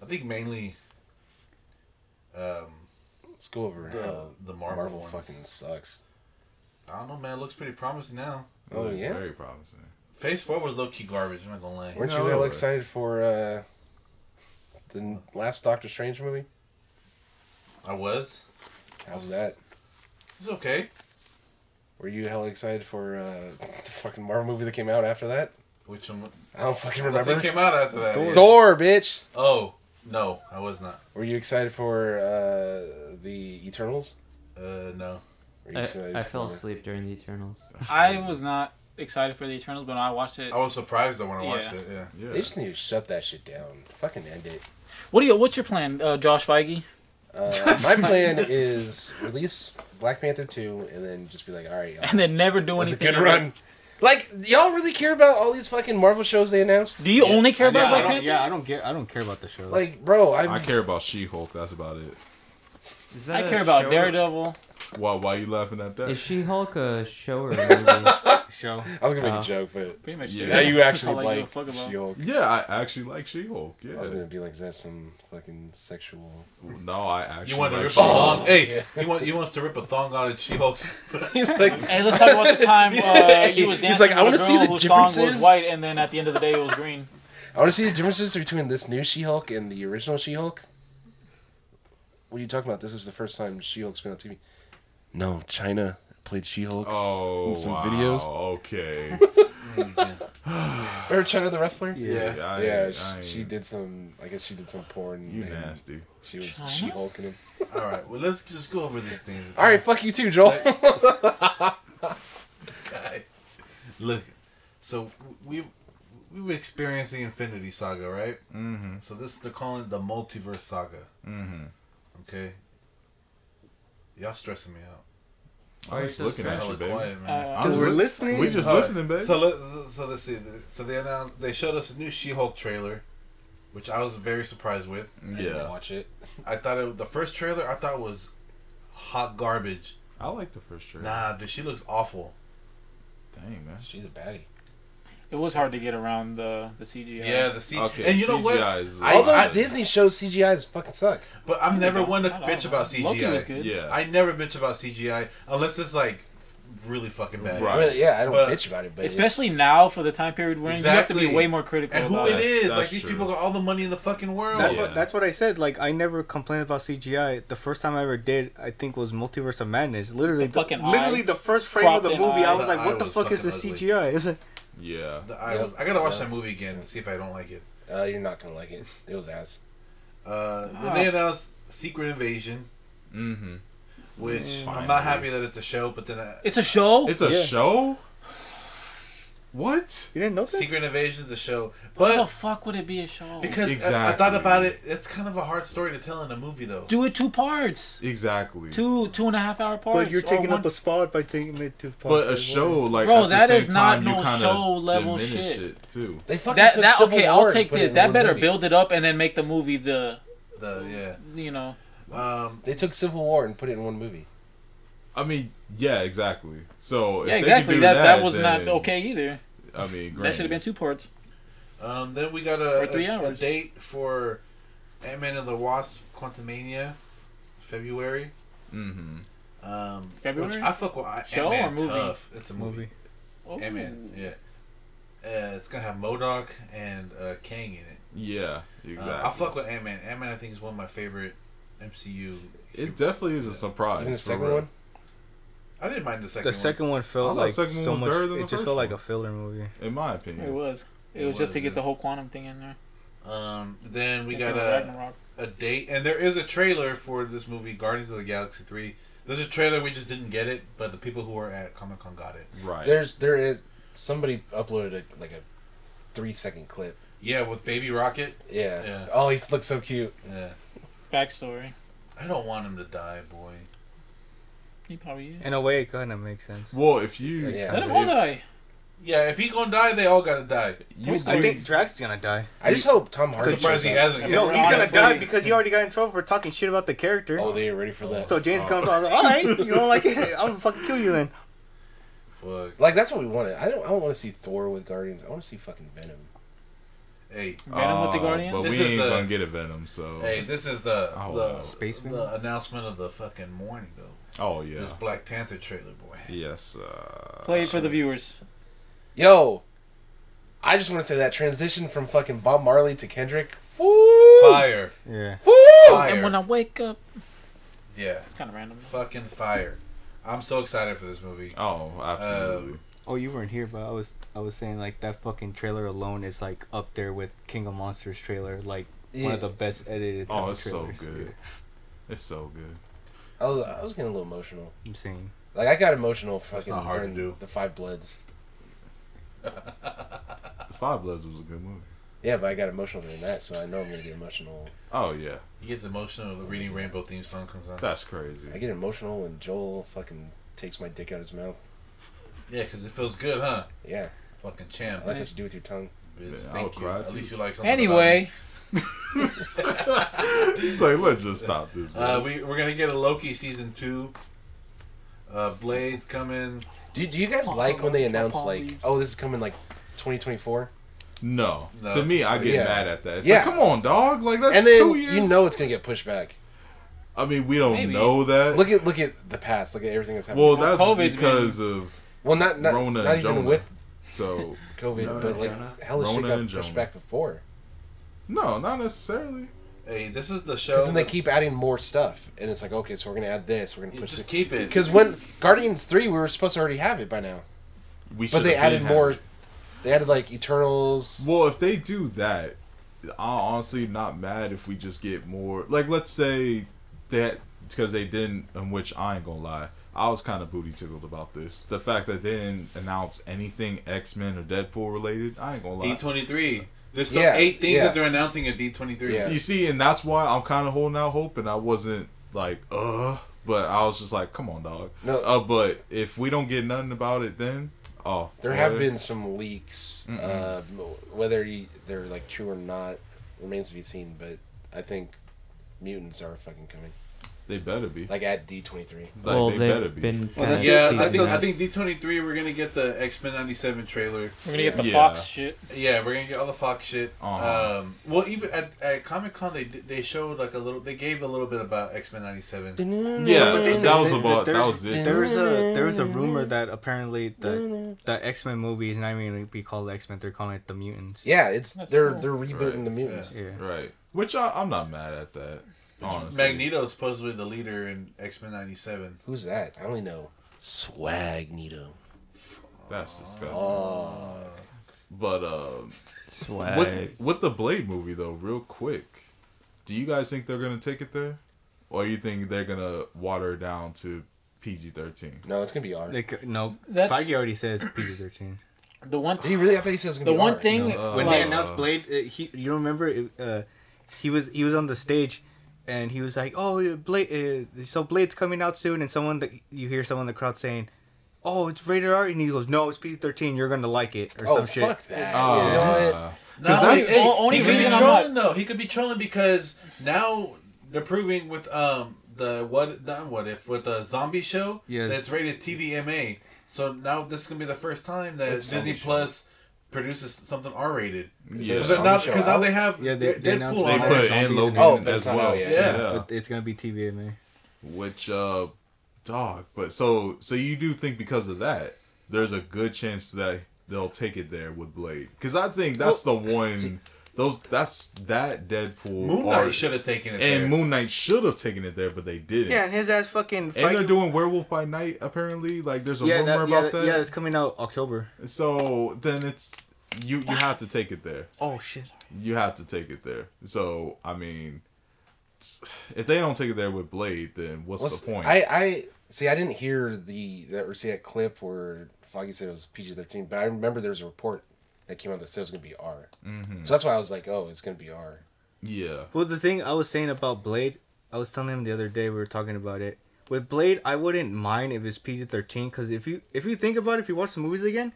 Speaker 2: I think mainly. Um,
Speaker 9: Let's go over
Speaker 2: the
Speaker 9: how
Speaker 2: the Marvel,
Speaker 9: Marvel,
Speaker 2: ones.
Speaker 9: fucking sucks.
Speaker 2: I don't know, man. It looks pretty promising now.
Speaker 9: Oh
Speaker 3: That's
Speaker 9: yeah.
Speaker 3: Very promising.
Speaker 2: Phase four was low key garbage. I'm not gonna lie.
Speaker 9: Weren't
Speaker 3: No,
Speaker 9: you
Speaker 3: it
Speaker 9: all
Speaker 3: was.
Speaker 9: excited for uh, the n- last Doctor Strange movie?
Speaker 2: I was.
Speaker 9: How was that?
Speaker 2: It's okay.
Speaker 9: Were you hell excited for uh, the fucking Marvel movie that came out after that?
Speaker 2: Which one?
Speaker 9: I don't fucking
Speaker 2: Remember?
Speaker 9: remember.
Speaker 2: came out after that. yeah.
Speaker 9: Thor, bitch.
Speaker 2: Oh no, I was not.
Speaker 9: Were you excited for uh, the Eternals?
Speaker 2: Uh, no.
Speaker 9: Were you excited
Speaker 5: I, I fell
Speaker 9: for-
Speaker 5: asleep during the Eternals.
Speaker 4: I was not excited for the Eternals, but when I watched it.
Speaker 2: I was surprised though when I watched
Speaker 4: Yeah.
Speaker 2: it. Yeah.
Speaker 3: Yeah.
Speaker 9: They just need to shut that shit down. Fucking end it.
Speaker 4: What do you? What's your plan, uh, Josh Feige?
Speaker 9: Uh, my plan is release Black Panther two and then just be like, all right, y'all.
Speaker 4: And then never do
Speaker 9: That's a
Speaker 4: anything.
Speaker 9: good run. Like, y'all really care about all these fucking Marvel shows they announced?
Speaker 4: Do you only care about
Speaker 8: yeah, I
Speaker 4: Black
Speaker 8: don't,
Speaker 4: Panther?
Speaker 8: yeah, I don't care. I don't care about the show.
Speaker 9: Like, bro, I'm
Speaker 3: I care about She-Hulk. That's about it.
Speaker 5: Is
Speaker 4: I
Speaker 5: that a
Speaker 4: care about
Speaker 5: show-
Speaker 4: Daredevil.
Speaker 3: Why? Why you laughing at that?
Speaker 5: Is She Hulk a show or a movie?
Speaker 8: show.
Speaker 9: I was gonna make
Speaker 5: Oh.
Speaker 9: a joke, but
Speaker 4: Pretty much.
Speaker 3: Yeah.
Speaker 9: now you actually
Speaker 4: All I give a
Speaker 9: like
Speaker 4: fuck about.
Speaker 9: She-Hulk.
Speaker 3: yeah, I actually like She-Hulk.
Speaker 9: I was
Speaker 3: Yeah.
Speaker 9: gonna be like, is that some fucking sexual?
Speaker 3: No, I actually.
Speaker 2: You Oh, want to
Speaker 3: like
Speaker 2: rip a
Speaker 3: She-Hulk.
Speaker 2: thong? Hey, you want you wants to rip a thong out of She Hulk's?
Speaker 9: He's like,
Speaker 4: Hey, let's talk about the time uh, you was dancing
Speaker 9: He's like,
Speaker 4: with
Speaker 9: I
Speaker 4: a
Speaker 9: wanna
Speaker 4: girl
Speaker 9: see the
Speaker 4: whose song was
Speaker 9: differences.
Speaker 4: white, and then at the end of the day, it was green.
Speaker 9: I want to see the differences between this new She-Hulk and the original She-Hulk. What are you talking about? This is the first time She-Hulk's been on TV. No, China played She-Hulk.
Speaker 3: Oh,
Speaker 9: And some
Speaker 3: wow,
Speaker 9: videos.
Speaker 3: Okay.
Speaker 9: Remember China the wrestler?
Speaker 3: Yeah. Yeah, I-
Speaker 9: yeah.
Speaker 3: I-
Speaker 9: she, she did some. I guess she did some porn.
Speaker 3: You
Speaker 9: and
Speaker 3: nasty.
Speaker 9: She was
Speaker 4: China?
Speaker 9: She-Hulk him.
Speaker 2: All right. Well, let's just go over these things.
Speaker 9: All right, fuck you too, Joel.
Speaker 2: guy. Look, so we we were experiencing Infinity Saga, right? Mm-hmm. So this they're calling it the Multiverse Saga.
Speaker 3: Mm-hmm.
Speaker 2: Okay. Y'all stressing me out.
Speaker 5: Are you
Speaker 3: just
Speaker 5: so
Speaker 3: looking at
Speaker 5: stressed?
Speaker 3: you,
Speaker 2: Kinda
Speaker 3: baby.
Speaker 2: quiet, man.
Speaker 4: Uh,
Speaker 7: Cause
Speaker 4: I'm-
Speaker 7: we're listening.
Speaker 3: We just
Speaker 2: All right.
Speaker 3: listening, baby.
Speaker 2: So let so let's see. So they announced they showed us a new She-Hulk trailer, which I was very surprised with.
Speaker 3: yeah,
Speaker 9: Watch it.
Speaker 2: I thought it, the first trailer I thought was hot garbage.
Speaker 3: I like the first trailer.
Speaker 2: Nah, dude, she looks awful.
Speaker 3: Dang man.
Speaker 9: She's a baddie.
Speaker 4: It was hard to get around the the CGI.
Speaker 2: Yeah, the C
Speaker 3: Okay.
Speaker 2: and you know what?
Speaker 3: CGI is-
Speaker 2: I-
Speaker 9: All those
Speaker 2: I-
Speaker 9: Disney shows CGI's fucking suck.
Speaker 2: But I'm never one to
Speaker 4: I don't
Speaker 2: bitch
Speaker 4: know.
Speaker 2: about CGI.
Speaker 4: Loki was good.
Speaker 3: yeah.
Speaker 2: I never bitch about CGI unless it's like really fucking bad.
Speaker 3: Right.
Speaker 9: I mean, yeah, I don't
Speaker 2: But-
Speaker 9: bitch about it, but
Speaker 4: Especially now for the time period we're in, you have to
Speaker 2: Exactly.
Speaker 4: be way more critical
Speaker 2: And who
Speaker 4: about
Speaker 2: it
Speaker 4: it.
Speaker 2: is,
Speaker 3: That's
Speaker 2: like these
Speaker 3: true.
Speaker 2: people got all the money in the fucking world.
Speaker 7: That's
Speaker 3: Yeah.
Speaker 7: what that's what I said. Like I never complained about CGI. The first time I ever did, I think, was Multiverse of Madness. Literally,
Speaker 4: The
Speaker 7: the,
Speaker 4: fucking
Speaker 7: literally
Speaker 4: eye.
Speaker 7: the first frame of the
Speaker 4: Cropped in
Speaker 7: movie, I
Speaker 4: eye.
Speaker 7: was
Speaker 2: The
Speaker 7: like,
Speaker 2: eye
Speaker 7: "What the
Speaker 2: was
Speaker 7: fuck is this
Speaker 2: fucking ugly.
Speaker 7: CGI?" Is it?
Speaker 3: Yeah.
Speaker 2: The- I,
Speaker 9: Yep.
Speaker 2: was- I gotta watch
Speaker 9: Yep.
Speaker 2: that movie again to see if I don't like it.
Speaker 9: it, uh, you're not gonna like it. It was ass.
Speaker 2: Uh, Then
Speaker 4: Ah.
Speaker 2: they announced Secret Invasion,
Speaker 3: Mm-hmm.
Speaker 2: which
Speaker 4: Mm.
Speaker 2: I'm
Speaker 3: Finally.
Speaker 2: not happy that it's a show, but then uh,
Speaker 4: It's a show.
Speaker 3: It's a
Speaker 7: Yeah.
Speaker 3: show. What?
Speaker 7: You didn't know that?
Speaker 2: Secret Invasion's a show.
Speaker 4: Why the
Speaker 2: But
Speaker 4: fuck would it be a show?
Speaker 2: because I- I,
Speaker 3: Exactly.
Speaker 2: thought about it, it's kind of a hard story to tell in a movie though.
Speaker 4: do it two parts,
Speaker 3: Exactly.
Speaker 4: two two and a half hour parts.
Speaker 7: But you're
Speaker 4: or
Speaker 7: taking
Speaker 4: Oh, one-
Speaker 7: up a spot by taking it to.
Speaker 3: But a show like at
Speaker 4: Bro,
Speaker 3: the
Speaker 4: that
Speaker 3: same
Speaker 4: is not
Speaker 3: time,
Speaker 4: no
Speaker 3: you kinda
Speaker 4: show level
Speaker 3: diminish
Speaker 4: shit.
Speaker 3: it, too.
Speaker 9: They fucking
Speaker 4: that
Speaker 9: took
Speaker 4: that
Speaker 9: Civil
Speaker 4: okay.
Speaker 9: War
Speaker 4: I'll
Speaker 9: and
Speaker 4: take
Speaker 9: put it
Speaker 4: this.
Speaker 9: in
Speaker 4: That
Speaker 9: one
Speaker 4: better
Speaker 9: movie.
Speaker 4: build it up and then make the movie the
Speaker 2: The
Speaker 4: you know.
Speaker 2: yeah. Um,
Speaker 9: They took Civil War and put it in one movie.
Speaker 3: I mean, yeah, exactly. So if
Speaker 4: Yeah,
Speaker 3: they can
Speaker 4: exactly.
Speaker 3: do
Speaker 4: That, that was
Speaker 3: then,
Speaker 4: not okay either.
Speaker 3: I mean,
Speaker 4: That
Speaker 3: granted.
Speaker 4: should have been two parts.
Speaker 2: um, then we got a,
Speaker 4: Or three
Speaker 2: a- a
Speaker 4: hours.
Speaker 2: date for Ant Man and the Wasp: Quantumania, February.
Speaker 3: Mm-hmm.
Speaker 2: Um,
Speaker 4: February?
Speaker 2: Which I fuck with
Speaker 4: Show
Speaker 2: Ant-Man
Speaker 4: or movie?
Speaker 2: Tough. It's a movie.
Speaker 7: Movie.
Speaker 4: Oh.
Speaker 2: Ant Man. Yeah. Uh, it's gonna have Modoc and uh, Kang in it.
Speaker 3: Yeah,
Speaker 2: Uh,
Speaker 3: exactly.
Speaker 2: I fuck with Ant Man. Ant Man, I think, is one of my favorite MCU.
Speaker 3: it definitely is a surprise.
Speaker 9: Even the
Speaker 3: for
Speaker 9: second
Speaker 3: real.
Speaker 9: one.
Speaker 2: I didn't mind the second.
Speaker 7: The
Speaker 2: one.
Speaker 7: second one
Speaker 3: I
Speaker 7: felt
Speaker 3: thought
Speaker 7: like
Speaker 3: second one
Speaker 7: so
Speaker 3: was
Speaker 7: much.
Speaker 3: better than the
Speaker 7: It just
Speaker 3: first
Speaker 7: felt like
Speaker 3: one.
Speaker 7: a filler movie.
Speaker 3: in my
Speaker 4: It
Speaker 3: opinion.
Speaker 4: was. It,
Speaker 2: It
Speaker 4: was, just
Speaker 2: was,
Speaker 4: to get
Speaker 2: yeah.
Speaker 4: the whole quantum thing in there.
Speaker 2: Um, then we
Speaker 4: And
Speaker 2: got
Speaker 4: then
Speaker 2: a
Speaker 4: Ragnarok.
Speaker 2: a date, and there is a trailer for this movie, Guardians of the Galaxy Three. There's a trailer. We just didn't get it, but the people who were at Comic Con got it.
Speaker 3: Right.
Speaker 9: There's there is somebody uploaded a, like a three second clip.
Speaker 2: Yeah, with Baby Rocket.
Speaker 9: Yeah.
Speaker 2: Yeah.
Speaker 9: Oh, he looks so cute.
Speaker 2: Yeah.
Speaker 4: backstory.
Speaker 2: I don't want him to die, boy.
Speaker 4: He probably is.
Speaker 7: In a way, it kind of makes sense.
Speaker 3: well, if you
Speaker 9: Yeah.
Speaker 4: Let him all
Speaker 3: if-
Speaker 4: die.
Speaker 2: Yeah, if he gonna die, they all gotta die.
Speaker 3: you
Speaker 7: I
Speaker 3: do-
Speaker 7: think Drax is gonna die.
Speaker 9: I just hope Tom
Speaker 2: I'm
Speaker 9: Hardy.
Speaker 2: surprised he
Speaker 9: shows up.
Speaker 2: hasn't.
Speaker 4: No,
Speaker 7: No,
Speaker 2: yet.
Speaker 7: he's gonna
Speaker 4: honestly-
Speaker 7: die because he already got in trouble for talking shit about the character.
Speaker 9: Oh, they are ready for that.
Speaker 7: so James comes
Speaker 3: Oh.
Speaker 7: out like, all right, you don't like it, I'm gonna fucking kill you then.
Speaker 2: Fuck.
Speaker 9: like that's what we wanted. I don't. I don't want to see Thor with Guardians. I want to see fucking Venom.
Speaker 2: Hey,
Speaker 4: Venom with
Speaker 3: uh,
Speaker 4: the Guardians.
Speaker 3: But
Speaker 2: This
Speaker 3: we
Speaker 2: is
Speaker 3: ain't
Speaker 2: the-
Speaker 3: gonna get a Venom, so
Speaker 2: hey, this is the
Speaker 3: Oh,
Speaker 2: the,
Speaker 3: wow.
Speaker 7: Spaceman?
Speaker 2: the announcement of the fucking morning though.
Speaker 3: oh yeah,
Speaker 2: This Black Panther trailer, boy.
Speaker 3: yes. Uh,
Speaker 4: Play it for the viewers.
Speaker 9: Yo, I just want to say that transition from fucking Bob Marley to Kendrick. Woo!
Speaker 2: Fire,
Speaker 7: Yeah.
Speaker 9: Woo!
Speaker 4: And when I
Speaker 2: fire.
Speaker 4: wake up,
Speaker 2: Yeah,
Speaker 4: it's kind of random.
Speaker 2: fucking fire. I'm so excited for this movie.
Speaker 3: Oh, absolutely.
Speaker 9: Um,
Speaker 7: Oh, you weren't here, but I was. I was saying like that fucking trailer alone is like up there with King of Monsters trailer, like one
Speaker 9: Yeah.
Speaker 7: of the best edited. type
Speaker 3: oh,
Speaker 7: of
Speaker 3: it's so
Speaker 7: trailers.
Speaker 3: good. It's so good.
Speaker 9: I was, I was getting a little emotional.
Speaker 7: I'm saying.
Speaker 9: Like I got emotional fucking
Speaker 2: That's not hard to
Speaker 9: during
Speaker 2: do.
Speaker 9: the Five Bloods.
Speaker 3: The Five Bloods was a good movie.
Speaker 9: Yeah, but I got emotional during that, so I know I'm gonna get emotional.
Speaker 3: Oh yeah,
Speaker 2: He gets emotional. The Reading Rainbow theme song comes on.
Speaker 3: that's
Speaker 9: I
Speaker 3: crazy.
Speaker 9: get emotional when Joel fucking takes my dick out of his mouth.
Speaker 2: Yeah, because it feels good, huh?
Speaker 9: Yeah,
Speaker 2: Fucking champ.
Speaker 9: I like what you do with your tongue.
Speaker 2: bitch.
Speaker 3: Yeah, I would
Speaker 2: Thank you.
Speaker 3: cry
Speaker 2: At
Speaker 3: too.
Speaker 2: least you like something.
Speaker 4: Anyway,
Speaker 3: It's like let's just stop this.
Speaker 2: about it. uh,
Speaker 3: bitch.
Speaker 2: we we're gonna get a Loki season two. Uh, Blades coming.
Speaker 9: Do Do you guys like when they announce like, oh, this is coming like 2024,
Speaker 3: no.
Speaker 2: No.
Speaker 3: to me, I get
Speaker 9: Yeah.
Speaker 3: mad at that. It's
Speaker 9: Yeah.
Speaker 3: like, come on, dog. Like that's
Speaker 9: and then
Speaker 3: two years.
Speaker 9: you know it's gonna get pushed back.
Speaker 3: I mean, we don't
Speaker 4: Maybe.
Speaker 3: know that.
Speaker 9: Look at look at the past. Look at everything that's happened.
Speaker 3: well,
Speaker 9: Well,
Speaker 3: that's
Speaker 4: COVID's
Speaker 3: because of
Speaker 9: not not,
Speaker 3: Rona and
Speaker 9: not even
Speaker 3: Jonah.
Speaker 9: with
Speaker 3: so.
Speaker 9: COVID,
Speaker 3: Rona
Speaker 9: but
Speaker 5: and
Speaker 9: like
Speaker 5: Jonah.
Speaker 9: hell of shit
Speaker 3: Rona
Speaker 9: got
Speaker 3: and
Speaker 9: pushed
Speaker 3: Jonah.
Speaker 9: back before.
Speaker 3: No, not necessarily.
Speaker 2: Hey, this is the show.
Speaker 9: Because then they keep adding more stuff, and it's like, okay, so we're gonna add this. We're gonna
Speaker 2: You
Speaker 9: push
Speaker 2: just
Speaker 9: this.
Speaker 2: keep it.
Speaker 9: Because when Guardians three, we were supposed to already have it by now,
Speaker 3: We
Speaker 9: but
Speaker 3: should've
Speaker 9: they
Speaker 3: been
Speaker 9: added
Speaker 3: having-
Speaker 9: more. They added like Eternals.
Speaker 3: Well, if they do that, I'm honestly not mad if we just get more. Like, let's say that because they didn't, in which I ain't gonna lie, I was kind of booty tickled about this. The fact that they didn't announce anything X Men or Deadpool related, I ain't gonna lie.
Speaker 2: D twenty three. There's still
Speaker 9: Yeah,
Speaker 2: eight things
Speaker 9: yeah.
Speaker 2: that they're announcing at D twenty three.
Speaker 9: Yeah.
Speaker 3: You see, and that's why I'm kind of holding out hope, and I wasn't like, uh, but I was just like, come on, dog.
Speaker 9: No.
Speaker 3: Uh, but if we don't get nothing about it, then oh,
Speaker 9: There
Speaker 3: well,
Speaker 9: have been some leaks, uh, whether you, they're like true or not remains to be seen. But I think mutants are fucking coming,
Speaker 3: They better be. Like,
Speaker 9: like at D twenty three.
Speaker 5: well,
Speaker 3: they
Speaker 5: they
Speaker 3: better
Speaker 5: have
Speaker 3: be.
Speaker 5: been.
Speaker 7: Well,
Speaker 5: kinda
Speaker 7: that's-
Speaker 2: Yeah,
Speaker 5: teasing
Speaker 2: I think
Speaker 5: that.
Speaker 2: I think D twenty three. We're gonna get the X Men ninety seven trailer.
Speaker 4: we're gonna get the
Speaker 3: Yeah.
Speaker 4: Fox shit.
Speaker 2: Yeah, we're gonna get all the Fox shit.
Speaker 3: Uh-huh.
Speaker 2: Um, well, even at, at Comic Con, they did- they showed like a little. They gave a little bit about X Men '97.
Speaker 3: Yeah,
Speaker 7: But they said
Speaker 3: that was
Speaker 7: that-
Speaker 3: about
Speaker 7: that
Speaker 3: that
Speaker 7: there's-
Speaker 3: was it.
Speaker 7: There was a there was a rumor that apparently the the X Men movie is not even gonna be called X Men. They're calling it the Mutants.
Speaker 9: Yeah, it's
Speaker 4: That's
Speaker 9: they're
Speaker 4: cool.
Speaker 9: they're rebooting
Speaker 3: Right.
Speaker 9: the mutants.
Speaker 7: Yeah.
Speaker 3: Right. Which I, I'm not mad at that. Honestly.
Speaker 2: Magneto is supposedly the leader in X Men '97.
Speaker 9: Who's that? I only know Swag Nito.
Speaker 3: That's disgusting.
Speaker 9: Oh,
Speaker 3: But um,
Speaker 5: Swag.
Speaker 3: with with the Blade movie though, real quick, do you guys think they're gonna take it there, or you think they're gonna water it down to PG-13?
Speaker 9: no, it's gonna be R.
Speaker 7: Like no,
Speaker 4: That's-
Speaker 7: Feige already says PG thirteen.
Speaker 4: The one,
Speaker 9: Did he really? I thought he said it was gonna
Speaker 4: the
Speaker 9: be
Speaker 4: one
Speaker 9: R.
Speaker 4: thing.
Speaker 3: uh,
Speaker 7: when
Speaker 4: like,
Speaker 7: they announced Blade, uh, he you remember it, uh, he was he was on the stage, and he was like, "Oh, yeah, Blade, uh, so Blade's coming out soon." And someone that you hear someone in the crowd saying, "Oh, it's rated R," and he goes, "No, it's PG thirteen. You're gonna like it or
Speaker 9: Oh
Speaker 7: some shit." Oh.
Speaker 9: fuck that!
Speaker 3: Uh,
Speaker 9: you know what?
Speaker 2: Not
Speaker 3: that's-
Speaker 2: only,
Speaker 4: o- only
Speaker 2: he could be
Speaker 4: reason I'm
Speaker 2: trolling though. He could be trolling because now they're proving with um the what not what if with the zombie show
Speaker 7: Yes.
Speaker 2: that's rated TVMA. So now this is gonna be the first time that
Speaker 9: That's
Speaker 2: Disney
Speaker 9: zombie show.
Speaker 2: Plus produces something R rated.
Speaker 3: Yeah.
Speaker 2: Because
Speaker 9: Zombie
Speaker 2: now,
Speaker 9: show
Speaker 2: 'cause now
Speaker 9: out?
Speaker 2: they have
Speaker 7: Yeah, they-
Speaker 2: Dead-
Speaker 7: they announced
Speaker 2: Deadpool
Speaker 3: They
Speaker 2: on
Speaker 7: Oh,
Speaker 3: put
Speaker 2: there.
Speaker 7: zombies
Speaker 3: in
Speaker 7: and
Speaker 3: Logan
Speaker 9: Oh, but
Speaker 3: as
Speaker 9: it's not
Speaker 3: well.
Speaker 9: out yet.
Speaker 2: Yeah.
Speaker 7: But it's gonna be TVMA.
Speaker 3: Which uh, dog. But so so you do think because of that, there's a good chance that they'll take it there with Blade, because I think that's the one Those that's that Deadpool
Speaker 2: Moon
Speaker 3: art.
Speaker 2: Knight should have taken it.
Speaker 3: and
Speaker 2: there.
Speaker 3: Moon Knight should have taken it there, but they didn't.
Speaker 7: Yeah, and his ass fucking.
Speaker 3: And they're
Speaker 7: fight-
Speaker 3: doing Werewolf by Night apparently. Like there's a
Speaker 7: yeah,
Speaker 3: rumor
Speaker 7: that, yeah,
Speaker 3: about
Speaker 7: that-
Speaker 3: that.
Speaker 7: yeah, it's coming out October.
Speaker 3: So then it's you you have to take it there.
Speaker 7: Oh shit!
Speaker 3: You have to take it there. So I mean, if they don't take it there with Blade, then what's,
Speaker 9: What's
Speaker 3: the point?
Speaker 9: I I see. I didn't hear the that or see that clip where Foggy said it was PG thirteen, but I remember there was a report that came out that said it was gonna be R. Mm-hmm. So that's why I was like, oh, it's gonna be R.
Speaker 3: yeah.
Speaker 7: Well, the thing I was saying about Blade, I was telling him the other day we were talking about it. With Blade, I wouldn't mind if it's PG thirteen because if you if you think about it, if you watch the movies again,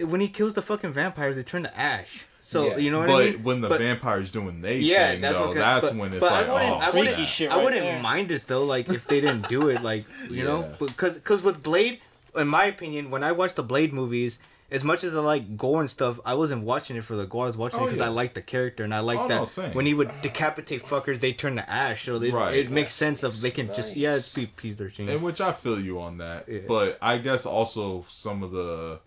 Speaker 7: when he kills the fucking vampires, they turn to ash. So
Speaker 9: Yeah.
Speaker 7: you know what
Speaker 3: But
Speaker 7: I mean.
Speaker 3: when the
Speaker 7: But-
Speaker 3: vampire's doing they
Speaker 7: yeah,
Speaker 3: thing,
Speaker 7: that's
Speaker 3: though,
Speaker 7: what's gonna,
Speaker 3: that's
Speaker 7: but-
Speaker 3: when it's
Speaker 7: but
Speaker 3: like,
Speaker 7: I wouldn't,
Speaker 3: oh,
Speaker 7: I
Speaker 3: freak
Speaker 7: wouldn't,
Speaker 4: freaky shit
Speaker 7: I
Speaker 4: right
Speaker 7: wouldn't
Speaker 4: there.
Speaker 7: mind it though. Like if they didn't do it, like you know,
Speaker 3: Yeah.
Speaker 7: because because with Blade, in my opinion, when I watch the Blade movies, as much as I like gore and stuff, I wasn't watching it for the gore. I was watching it
Speaker 3: Oh,
Speaker 7: 'cause it because
Speaker 3: yeah.
Speaker 7: I liked the character and I liked
Speaker 3: Oh, no,
Speaker 7: that
Speaker 3: same.
Speaker 7: when he would decapitate fuckers, they turn to ash. So they,
Speaker 3: Right.
Speaker 7: it makes sense of they can just
Speaker 9: nice.
Speaker 7: yeah, it's P P thirteen.
Speaker 3: In which I feel you on that,
Speaker 7: Yeah.
Speaker 3: but I guess also some of the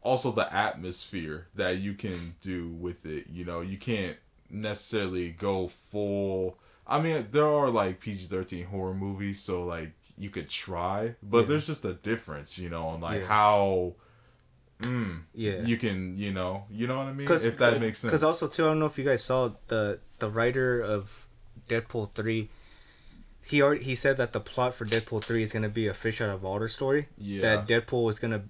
Speaker 3: also the atmosphere that you can do with it. You know, you can't necessarily go full. I mean, there are like PG thirteen horror movies, so like you could try, but
Speaker 7: Yeah.
Speaker 3: there's just a difference, you know, on like
Speaker 7: Yeah.
Speaker 3: how
Speaker 7: Yeah,
Speaker 3: you can, you know, you know what I mean. If that makes sense,
Speaker 7: Because also too, I don't know if you guys saw the the writer of Deadpool three. He already he said that the plot for Deadpool three is gonna be a fish out of water story.
Speaker 3: Yeah.
Speaker 7: That Deadpool is gonna,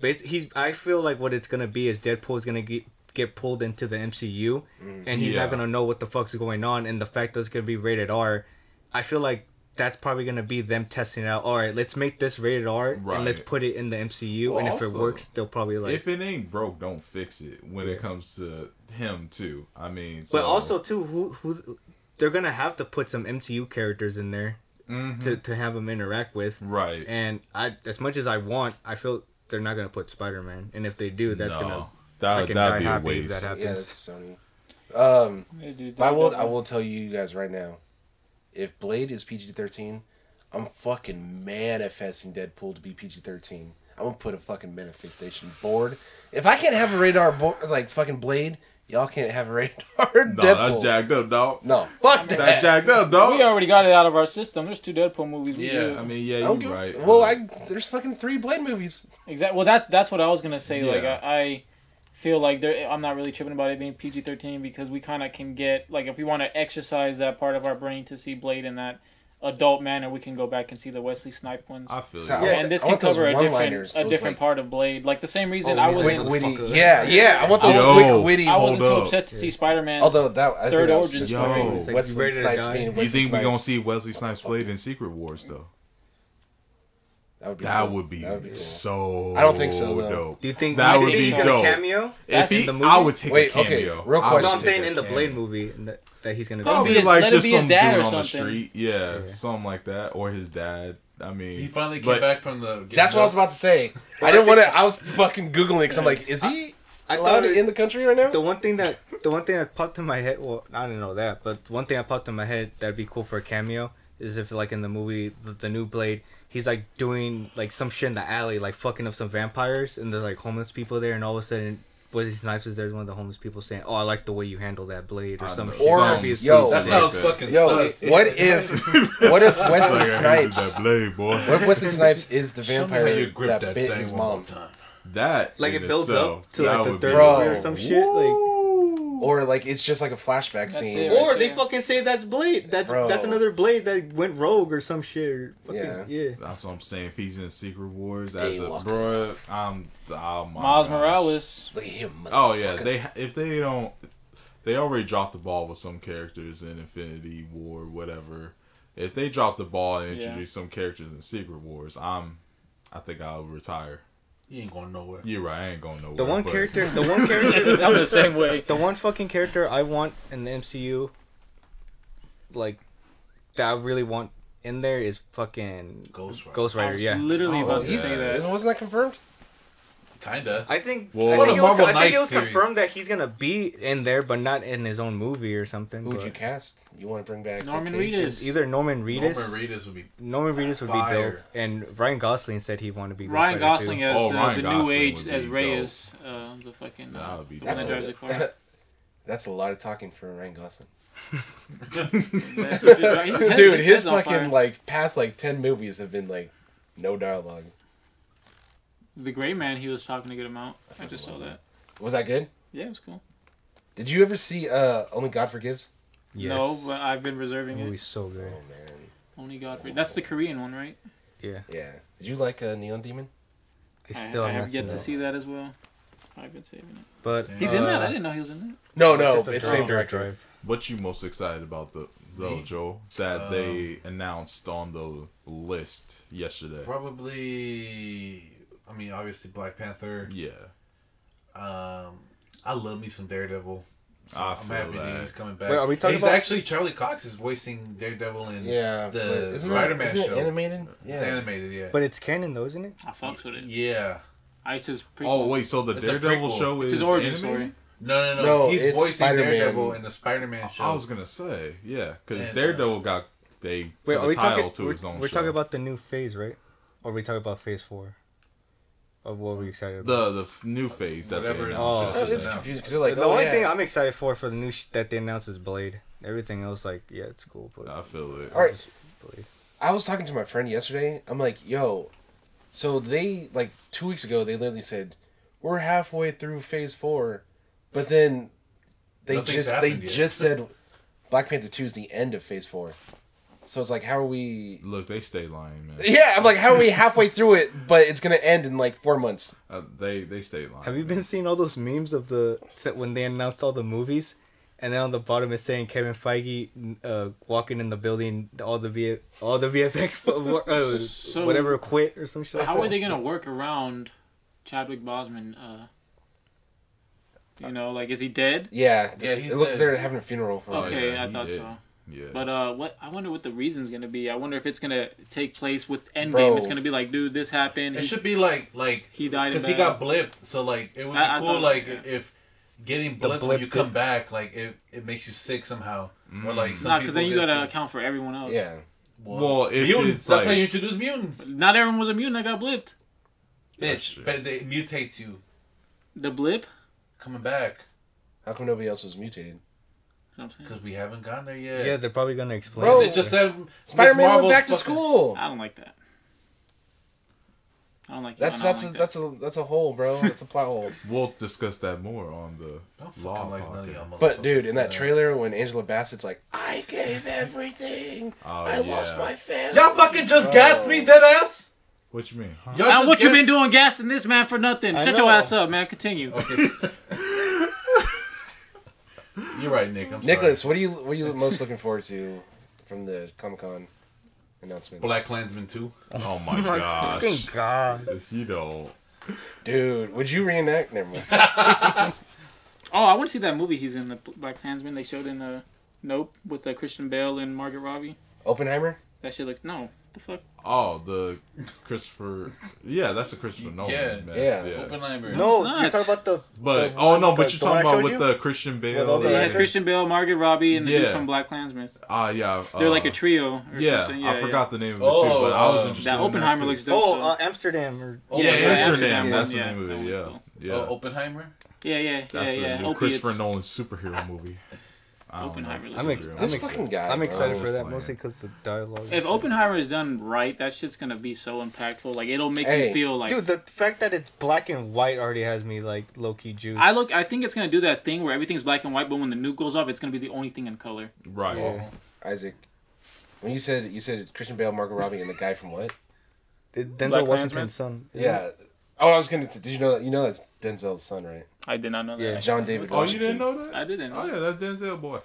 Speaker 7: bas- he's I feel like what it's gonna be is Deadpool is gonna get get pulled into the MCU, and he's
Speaker 3: Yeah.
Speaker 7: not gonna know what the fuck's going on, and the fact that it's gonna be rated R, I feel like. That's probably gonna be them testing it out. All right, let's make this rated R
Speaker 3: Right.
Speaker 7: and let's put it in the MCU.
Speaker 3: Well,
Speaker 7: and if it
Speaker 3: also,
Speaker 7: works, they'll probably like.
Speaker 3: if it ain't broke, don't fix it. When it comes to him too, I mean,
Speaker 7: But
Speaker 3: so-
Speaker 7: also too, who who they're gonna have to put some MCU characters in there
Speaker 3: Mm-hmm.
Speaker 7: to to have them interact with.
Speaker 3: right.
Speaker 7: And I, as much as I want, I feel they're not gonna put Spider Man. And if they do, that's gonna I
Speaker 3: that
Speaker 7: can
Speaker 3: that'd
Speaker 7: die
Speaker 3: be a
Speaker 7: happy
Speaker 3: waste.
Speaker 7: if that happens.
Speaker 9: Yeah, that's Sony. Um,
Speaker 4: Yeah, dude,
Speaker 9: but I will. I
Speaker 4: Daredevil.
Speaker 9: will tell you guys right now. If Blade is PG thirteen, I'm fucking manifesting Deadpool to be PG thirteen. I'm gonna put a fucking manifestation board. If I can't have a radar board like fucking Blade, y'all can't have a radar
Speaker 3: no,
Speaker 9: Deadpool.
Speaker 3: that's jacked up, dog.
Speaker 9: no, fuck that.
Speaker 3: That's jacked up, dog.
Speaker 4: We already got it out of our system. There's two Deadpool movies. We
Speaker 2: Yeah,
Speaker 4: do.
Speaker 3: I
Speaker 4: I
Speaker 3: mean,
Speaker 9: I
Speaker 3: yeah,
Speaker 9: don't
Speaker 3: you're
Speaker 9: give a-
Speaker 3: right.
Speaker 9: Well, I there's fucking three Blade movies.
Speaker 4: exactly. Well, that's that's what I was gonna say. Like
Speaker 3: Yeah.
Speaker 4: I, I feel like there, I'm not really tripping about it being PG-13 because we kind of can get like if we want to exercise that part of our brain to see Blade in that adult manner, we can go back and see the Wesley Snipe ones.
Speaker 3: I feel
Speaker 9: So I
Speaker 3: you.
Speaker 9: want-
Speaker 4: and this
Speaker 9: I
Speaker 4: can
Speaker 9: want those
Speaker 4: cover a different
Speaker 9: one-liners,
Speaker 4: a
Speaker 9: those,
Speaker 4: different
Speaker 9: like,
Speaker 4: part of Blade. Like the same reason
Speaker 7: Oh,
Speaker 4: I
Speaker 7: he's
Speaker 4: wasn't
Speaker 7: like-
Speaker 9: Witty.
Speaker 7: Motherfucker.
Speaker 9: Yeah, yeah. I want those
Speaker 3: Yo.
Speaker 9: quick, witty.
Speaker 4: I wasn't
Speaker 3: Hold
Speaker 4: too
Speaker 3: up.
Speaker 4: upset to see Spider-Man.
Speaker 9: Although that I
Speaker 4: Third
Speaker 9: think that was
Speaker 4: Origins
Speaker 9: just
Speaker 3: Yo.
Speaker 9: fucking
Speaker 3: It's
Speaker 7: like, you
Speaker 9: Wesley
Speaker 7: ready to
Speaker 9: Snipes
Speaker 7: die?
Speaker 9: being
Speaker 7: You
Speaker 9: Wesley
Speaker 3: You think we're gonna
Speaker 9: Snipes.
Speaker 3: see Wesley Snipes played in Secret Wars though?
Speaker 9: That would be
Speaker 3: That
Speaker 9: cool.
Speaker 3: would be,
Speaker 9: That would be cool.
Speaker 3: so.
Speaker 9: I don't think so, though.
Speaker 3: Dope.
Speaker 7: do you think
Speaker 3: that
Speaker 7: do you
Speaker 3: would
Speaker 7: think
Speaker 3: be
Speaker 7: he's gonna
Speaker 3: dope?
Speaker 7: cameo?
Speaker 3: If
Speaker 7: in
Speaker 3: he,
Speaker 7: the movie?
Speaker 3: I would take
Speaker 9: Wait,
Speaker 3: a
Speaker 9: okay,
Speaker 3: cameo. I
Speaker 9: real
Speaker 3: would
Speaker 9: question.
Speaker 7: No, I'm
Speaker 3: take
Speaker 7: saying
Speaker 3: a
Speaker 7: in the
Speaker 3: cameo.
Speaker 7: Blade movie and that, that he's gonna
Speaker 4: Probably
Speaker 7: be.
Speaker 3: Probably like
Speaker 4: his- let it
Speaker 3: just
Speaker 4: be his
Speaker 3: some dude
Speaker 4: dad or
Speaker 3: on the
Speaker 4: something.
Speaker 3: street, yeah, something like that, or his dad. I mean,
Speaker 2: He finally came
Speaker 3: but-
Speaker 2: back from the.
Speaker 9: That's what I was about to say. I didn't want to. I was fucking googling because I'm like, is he
Speaker 7: I
Speaker 9: allowed
Speaker 7: thought it-
Speaker 9: in the country right now?
Speaker 7: the one thing that the one thing that popped in my head well i don't know that but one thing that popped in my head that'd be cool for a cameo is if like in the movie the, the new blade he's like doing like some shit in the alley like fucking up some vampires and there's like homeless people there and all of a sudden Wesley Snipes is there one of the homeless people saying, "Oh, I like the way you handle that blade" or
Speaker 3: I
Speaker 7: some
Speaker 3: know.
Speaker 7: shit.
Speaker 9: Or-
Speaker 7: That'd be
Speaker 9: yo,
Speaker 7: so
Speaker 2: That's
Speaker 7: sick.
Speaker 2: how
Speaker 3: like
Speaker 2: it's
Speaker 3: that.
Speaker 2: fucking
Speaker 9: Yo,
Speaker 2: sus.
Speaker 9: what if what if Wesley
Speaker 3: Like, I hated that
Speaker 9: Snipes?
Speaker 3: blade, boy.
Speaker 9: What if Wesley Snipes is the
Speaker 2: Show me how
Speaker 9: vampire
Speaker 2: you grip
Speaker 9: that,
Speaker 2: that
Speaker 9: bit
Speaker 2: thing
Speaker 9: his
Speaker 2: one
Speaker 9: mom,
Speaker 2: more time.
Speaker 3: That
Speaker 7: Like
Speaker 3: in
Speaker 7: it builds
Speaker 3: itself,
Speaker 7: up to like
Speaker 3: that
Speaker 7: the
Speaker 3: would
Speaker 7: third
Speaker 3: be-
Speaker 9: Bro,
Speaker 7: movie or some shit. Like,
Speaker 9: or like it's just like a flashback scene?
Speaker 4: it.
Speaker 7: or they
Speaker 4: Yeah.
Speaker 7: fucking say that's Blade. That's
Speaker 9: Bro.
Speaker 7: that's another Blade that went rogue or some shit. Or fucking,
Speaker 9: Yeah.
Speaker 7: yeah.
Speaker 3: That's what I'm saying. If he's in Secret Wars as a
Speaker 9: Daywalker.
Speaker 3: bruh, I'm oh my
Speaker 4: Miles
Speaker 3: gosh.
Speaker 4: Morales.
Speaker 9: Look at him.
Speaker 3: Oh yeah,
Speaker 9: motherfucker.
Speaker 3: they if they don't, they already dropped the ball with some characters in Infinity War, whatever. If they drop the ball and
Speaker 4: Yeah.
Speaker 3: introduce some characters in Secret Wars, I'm, I think I'll retire.
Speaker 2: You ain't going nowhere.
Speaker 3: You're right. I ain't going nowhere.
Speaker 7: The one
Speaker 3: but-
Speaker 7: character, the one character,
Speaker 4: I'm the same way.
Speaker 7: the one fucking character I want in the MCU, like that I really want in there is fucking
Speaker 2: Ghost Rider.
Speaker 7: Ghost
Speaker 4: I
Speaker 7: Rider.
Speaker 4: was
Speaker 7: Yeah,
Speaker 4: literally
Speaker 3: Oh,
Speaker 4: about
Speaker 3: yeah.
Speaker 4: to say that.
Speaker 9: Wasn't that confirmed?
Speaker 2: Kinda.
Speaker 7: I think
Speaker 3: Well,
Speaker 7: I
Speaker 3: What
Speaker 7: think,
Speaker 3: a
Speaker 7: it was,
Speaker 2: Marvel
Speaker 7: I think it
Speaker 2: Knights
Speaker 7: was
Speaker 2: series.
Speaker 7: confirmed that he's gonna be in there, but not in his own movie or something.
Speaker 9: Who would you
Speaker 7: but-
Speaker 9: cast? You want to bring back
Speaker 4: Norman
Speaker 9: Nick Cage?
Speaker 4: Reedus.
Speaker 7: Either Norman
Speaker 2: Norman
Speaker 7: Reedus.
Speaker 2: Reedus would be.
Speaker 7: Norman Reedus would be
Speaker 2: Fire.
Speaker 7: dope, and Ryan Gosling said he wanted to be Ghost
Speaker 4: Ryan
Speaker 7: Rider too.
Speaker 4: Gosling as
Speaker 3: Oh,
Speaker 4: the,
Speaker 3: Ryan
Speaker 4: the
Speaker 3: Gosling
Speaker 4: new
Speaker 3: would
Speaker 4: age
Speaker 3: be
Speaker 4: as
Speaker 3: dope.
Speaker 4: Reyes, uh, the fucking.
Speaker 3: That
Speaker 4: Uh,
Speaker 3: would be
Speaker 4: the one that
Speaker 9: That's
Speaker 3: dope.
Speaker 4: drives the car.
Speaker 9: a, That's a lot of talking for Ryan Gosling.
Speaker 4: Dude,
Speaker 9: Dude, his fucking like past like ten movies have been like no dialogue.
Speaker 4: The Gray Man, he was talking a good amount. I just saw that.
Speaker 9: Was that good?
Speaker 4: Yeah, it was cool.
Speaker 9: Did you ever see uh Only God Forgives?
Speaker 7: Yes.
Speaker 4: No, but I've been reserving
Speaker 7: That
Speaker 4: it.
Speaker 7: movie's so
Speaker 9: Oh
Speaker 7: good.
Speaker 9: man,
Speaker 4: Only God. For... That's the Korean one, right?
Speaker 7: Yeah.
Speaker 9: yeah. Did you like uh, Neon Demon?
Speaker 7: I
Speaker 4: I,
Speaker 7: still
Speaker 4: I
Speaker 7: haven't
Speaker 4: have
Speaker 7: seen
Speaker 4: yet to
Speaker 7: that.
Speaker 4: see that as well. I've been saving it.
Speaker 7: But
Speaker 4: He's in that.
Speaker 7: uh,
Speaker 4: I didn't know he was in that.
Speaker 9: No,
Speaker 7: it's
Speaker 9: no,
Speaker 7: just a
Speaker 9: it's
Speaker 7: drive.
Speaker 9: same director.
Speaker 3: What you most excited about the though,
Speaker 2: Me?
Speaker 3: Joel? That
Speaker 2: Um,
Speaker 3: they announced on the list yesterday.
Speaker 2: Probably, I mean, obviously Black Panther.
Speaker 3: Yeah.
Speaker 2: Um, I love me some Daredevil. So
Speaker 3: I
Speaker 2: I'm
Speaker 3: feel
Speaker 2: happy
Speaker 3: that.
Speaker 2: that he's coming back.
Speaker 7: Wait, are we talking
Speaker 2: he's
Speaker 7: about-
Speaker 2: actually Charlie Cox is voicing Daredevil in
Speaker 9: Yeah,
Speaker 2: the
Speaker 9: but isn't that-
Speaker 2: Spider-Man
Speaker 9: isn't it
Speaker 2: show.
Speaker 9: animated?
Speaker 2: It's
Speaker 9: Yeah,
Speaker 2: animated, yeah.
Speaker 7: but it's canon though, isn't it?
Speaker 4: I fucked with it.
Speaker 2: yeah.
Speaker 4: I it's his pre-
Speaker 3: Oh wait, so the
Speaker 2: It's a
Speaker 3: Daredevil
Speaker 2: prequel.
Speaker 3: show
Speaker 4: it's
Speaker 3: is
Speaker 4: his origin
Speaker 3: animated?
Speaker 4: story.
Speaker 2: No, no, no.
Speaker 9: No,
Speaker 2: he's
Speaker 9: it's
Speaker 2: voicing
Speaker 9: Spider-Man.
Speaker 2: Daredevil in the Spider-Man show.
Speaker 3: I was gonna say yeah, because
Speaker 2: And, uh,
Speaker 3: Daredevil got they
Speaker 7: Wait,
Speaker 3: put
Speaker 7: are
Speaker 3: a
Speaker 7: we
Speaker 3: title
Speaker 7: talking?
Speaker 3: to
Speaker 7: we're
Speaker 3: his own
Speaker 7: we're
Speaker 3: show.
Speaker 7: talking about the new phase, right? Or are we talking about phase four? Of what we excited
Speaker 3: the
Speaker 7: about?
Speaker 3: the f- new phase that
Speaker 2: Whatever
Speaker 3: they
Speaker 2: it
Speaker 3: announced
Speaker 7: is.
Speaker 9: I was
Speaker 3: yesterday.
Speaker 9: just confused 'cause they're like,
Speaker 7: the
Speaker 9: oh,
Speaker 7: only
Speaker 9: yeah.
Speaker 7: thing I'm excited for for the new sh- that they announced is Blade. Everything else, like, yeah, it's cool, but
Speaker 3: I feel it.
Speaker 9: All right.
Speaker 7: just Blade.
Speaker 9: I was talking to my friend yesterday. I'm like, yo, so they like two weeks ago they literally said we're halfway through phase four, but then they
Speaker 2: Nothing's
Speaker 9: just they
Speaker 2: happened yet.
Speaker 9: just said Black Panther two is the end of phase four, so it's like how are we?
Speaker 3: Look, they stay lying, man.
Speaker 9: Yeah, I'm like how are we halfway through it, but it's gonna end in like four months.
Speaker 3: Uh, they they stay lying.
Speaker 7: Have you
Speaker 3: man.
Speaker 7: been seeing all those memes of the set when they announced all the movies, and then on the bottom is saying Kevin Feige uh, walking in the building, all the v- all the VFX fo- wor- uh,
Speaker 4: So-
Speaker 7: whatever quit or some shit. like
Speaker 4: How
Speaker 7: that.
Speaker 4: are they gonna work around Chadwick Boseman? Uh, you know, like is he dead?
Speaker 9: Yeah,
Speaker 2: Yeah, he's
Speaker 9: it looked-
Speaker 2: dead.
Speaker 9: they're having a funeral for.
Speaker 3: Oh,
Speaker 9: him.
Speaker 4: okay,
Speaker 3: yeah,
Speaker 4: I
Speaker 3: he
Speaker 4: thought
Speaker 3: did.
Speaker 4: so.
Speaker 3: Yeah.
Speaker 4: But uh, what I wonder what the reason's gonna be. I wonder if it's gonna take place with Endgame.
Speaker 9: Bro.
Speaker 4: It's gonna be like, dude, this happened.
Speaker 2: It
Speaker 4: He-
Speaker 2: should be like like
Speaker 4: He died in
Speaker 2: because he
Speaker 4: battle.
Speaker 2: got blipped. So like it would be
Speaker 4: I- I
Speaker 2: cool
Speaker 4: thought
Speaker 2: like
Speaker 4: that,
Speaker 2: if getting blipped when
Speaker 7: blip
Speaker 2: you
Speaker 7: did-
Speaker 2: come back like it it makes you sick somehow or like some
Speaker 4: Nah,
Speaker 2: people
Speaker 4: because then you
Speaker 2: get
Speaker 4: gotta
Speaker 2: sick.
Speaker 4: account for everyone else.
Speaker 9: Yeah,
Speaker 3: Mm. Well, if
Speaker 2: mutants.
Speaker 3: it's
Speaker 2: That's
Speaker 3: like-
Speaker 2: how you introduce mutants,
Speaker 4: Not everyone was a mutant that got blipped.
Speaker 2: bitch.
Speaker 3: true.
Speaker 2: But they- it mutates you
Speaker 4: The blip.
Speaker 2: coming back
Speaker 9: how come nobody else was mutated?
Speaker 4: You know what I'm saying?
Speaker 2: because we haven't gotten there yet.
Speaker 7: Yeah, they're probably gonna explain.
Speaker 9: Bro,
Speaker 7: it.
Speaker 2: they just said
Speaker 9: Spider
Speaker 2: Miss
Speaker 9: Man went
Speaker 2: Marvel
Speaker 9: back to
Speaker 2: fucking-
Speaker 9: school.
Speaker 4: I don't like that. I don't like I
Speaker 9: That's
Speaker 4: don't
Speaker 9: that's a,
Speaker 4: like
Speaker 9: that's a that's a hole, bro. That's a plot hole.
Speaker 3: We'll discuss that more on the
Speaker 2: Don't
Speaker 3: law.
Speaker 2: fucking like none of
Speaker 3: podcast.
Speaker 2: y'all
Speaker 9: But dude, in
Speaker 2: motherfuckers,
Speaker 9: that
Speaker 2: man.
Speaker 9: trailer when Angela Bassett's like, "I gave everything.
Speaker 3: Oh,
Speaker 9: I lost
Speaker 3: yeah.
Speaker 9: my family."
Speaker 2: y'all fucking just
Speaker 9: Bro.
Speaker 2: gassed me dead ass.
Speaker 3: What you mean?
Speaker 2: Y'all
Speaker 4: Now,
Speaker 2: just
Speaker 4: what you
Speaker 2: gassed-
Speaker 4: been doing gassing this man for nothing?
Speaker 7: I
Speaker 4: Shut
Speaker 7: know.
Speaker 4: your ass up, man. Continue.
Speaker 2: You're right, Nick. I'm
Speaker 9: Nicholas,
Speaker 2: sorry.
Speaker 9: what are you what are you most looking forward to from the Comic Con announcement?
Speaker 2: Black Klansman too.
Speaker 3: Oh my gosh!
Speaker 7: Fucking God.
Speaker 3: you don't.
Speaker 9: Dude, would you reenact? Never mind.
Speaker 4: Oh, I want to see that movie he's in, the Black Klansman. They showed in the Nope with uh, Christian Bale and Margaret Robbie.
Speaker 9: Oppenheimer.
Speaker 4: That shit looked no. The fuck?
Speaker 3: Oh, the Christopher. Yeah, that's the Christopher Nolan.
Speaker 2: Yeah.
Speaker 3: mess,
Speaker 9: Yeah.
Speaker 2: Oh, Oppenheimer.
Speaker 7: No,
Speaker 4: it's
Speaker 7: you're
Speaker 4: not.
Speaker 7: talking about the.
Speaker 3: But
Speaker 7: the
Speaker 3: oh no,
Speaker 7: one-
Speaker 3: but
Speaker 7: the-
Speaker 3: you're
Speaker 7: the one
Speaker 3: talking
Speaker 7: I
Speaker 3: about
Speaker 7: showed
Speaker 3: with
Speaker 7: you?
Speaker 3: the Christian
Speaker 7: With
Speaker 3: Bale.
Speaker 7: all the-
Speaker 4: It
Speaker 7: Yeah.
Speaker 4: has Christian Bale, Margaret Robbie, and the dude
Speaker 3: Yeah.
Speaker 4: from Black Klansman.
Speaker 3: Ah, yeah.
Speaker 4: They're
Speaker 3: uh,
Speaker 4: like a trio. Or
Speaker 3: Yeah,
Speaker 4: something.
Speaker 3: I forgot the name of it too,
Speaker 2: Oh,
Speaker 3: but I was
Speaker 2: uh,
Speaker 3: interested.
Speaker 4: That
Speaker 3: in
Speaker 4: Oppenheimer
Speaker 3: too.
Speaker 4: looks dope.
Speaker 7: Oh,
Speaker 4: though.
Speaker 7: uh, Amsterdam. Or,
Speaker 2: Oh,
Speaker 3: Yeah,
Speaker 2: yeah,
Speaker 3: Amsterdam.
Speaker 4: Amsterdam,
Speaker 3: That's the
Speaker 4: yeah,
Speaker 3: name of
Speaker 4: that
Speaker 3: it.
Speaker 4: one's
Speaker 3: Yeah,
Speaker 4: cool.
Speaker 3: yeah.
Speaker 2: Oh, Oppenheimer.
Speaker 4: yeah, yeah,
Speaker 3: that's
Speaker 4: yeah,
Speaker 3: the
Speaker 4: yeah.
Speaker 3: new Christopher
Speaker 4: Opiates.
Speaker 3: Nolan superhero movie. I don't know
Speaker 4: Oppenheimer
Speaker 3: if
Speaker 4: looks
Speaker 3: it's
Speaker 7: I'm, ex-
Speaker 3: superhero.
Speaker 7: I'm,
Speaker 9: This
Speaker 7: ex-
Speaker 9: fucking guy,
Speaker 7: I'm
Speaker 9: bro.
Speaker 7: excited for that
Speaker 3: Playing.
Speaker 7: mostly because the dialogue.
Speaker 4: If Oppenheimer is done right, that shit's gonna be so impactful. Like it'll make
Speaker 9: Hey,
Speaker 4: you feel like
Speaker 7: Dude, the fact that it's black and white already has me like low key juiced.
Speaker 4: I look. I think it's gonna do that thing where everything's black and white, but when the nuke goes off, it's gonna be the only thing in color.
Speaker 3: Right.
Speaker 7: Yeah.
Speaker 9: Isaac, when you said you said Christian Bale, Margot Robbie, and the guy from what?
Speaker 7: It- Denzel
Speaker 4: Black
Speaker 7: Washington's son. isn't it?
Speaker 9: Yeah. Oh, I was gonna. Did you know that? You know that's Denzel's son, right?
Speaker 4: I did not know that.
Speaker 7: Yeah.
Speaker 9: John David.
Speaker 3: Oh, you
Speaker 9: Washington.
Speaker 3: didn't know that?
Speaker 4: I didn't.
Speaker 3: Oh yeah, that's Denzel boy.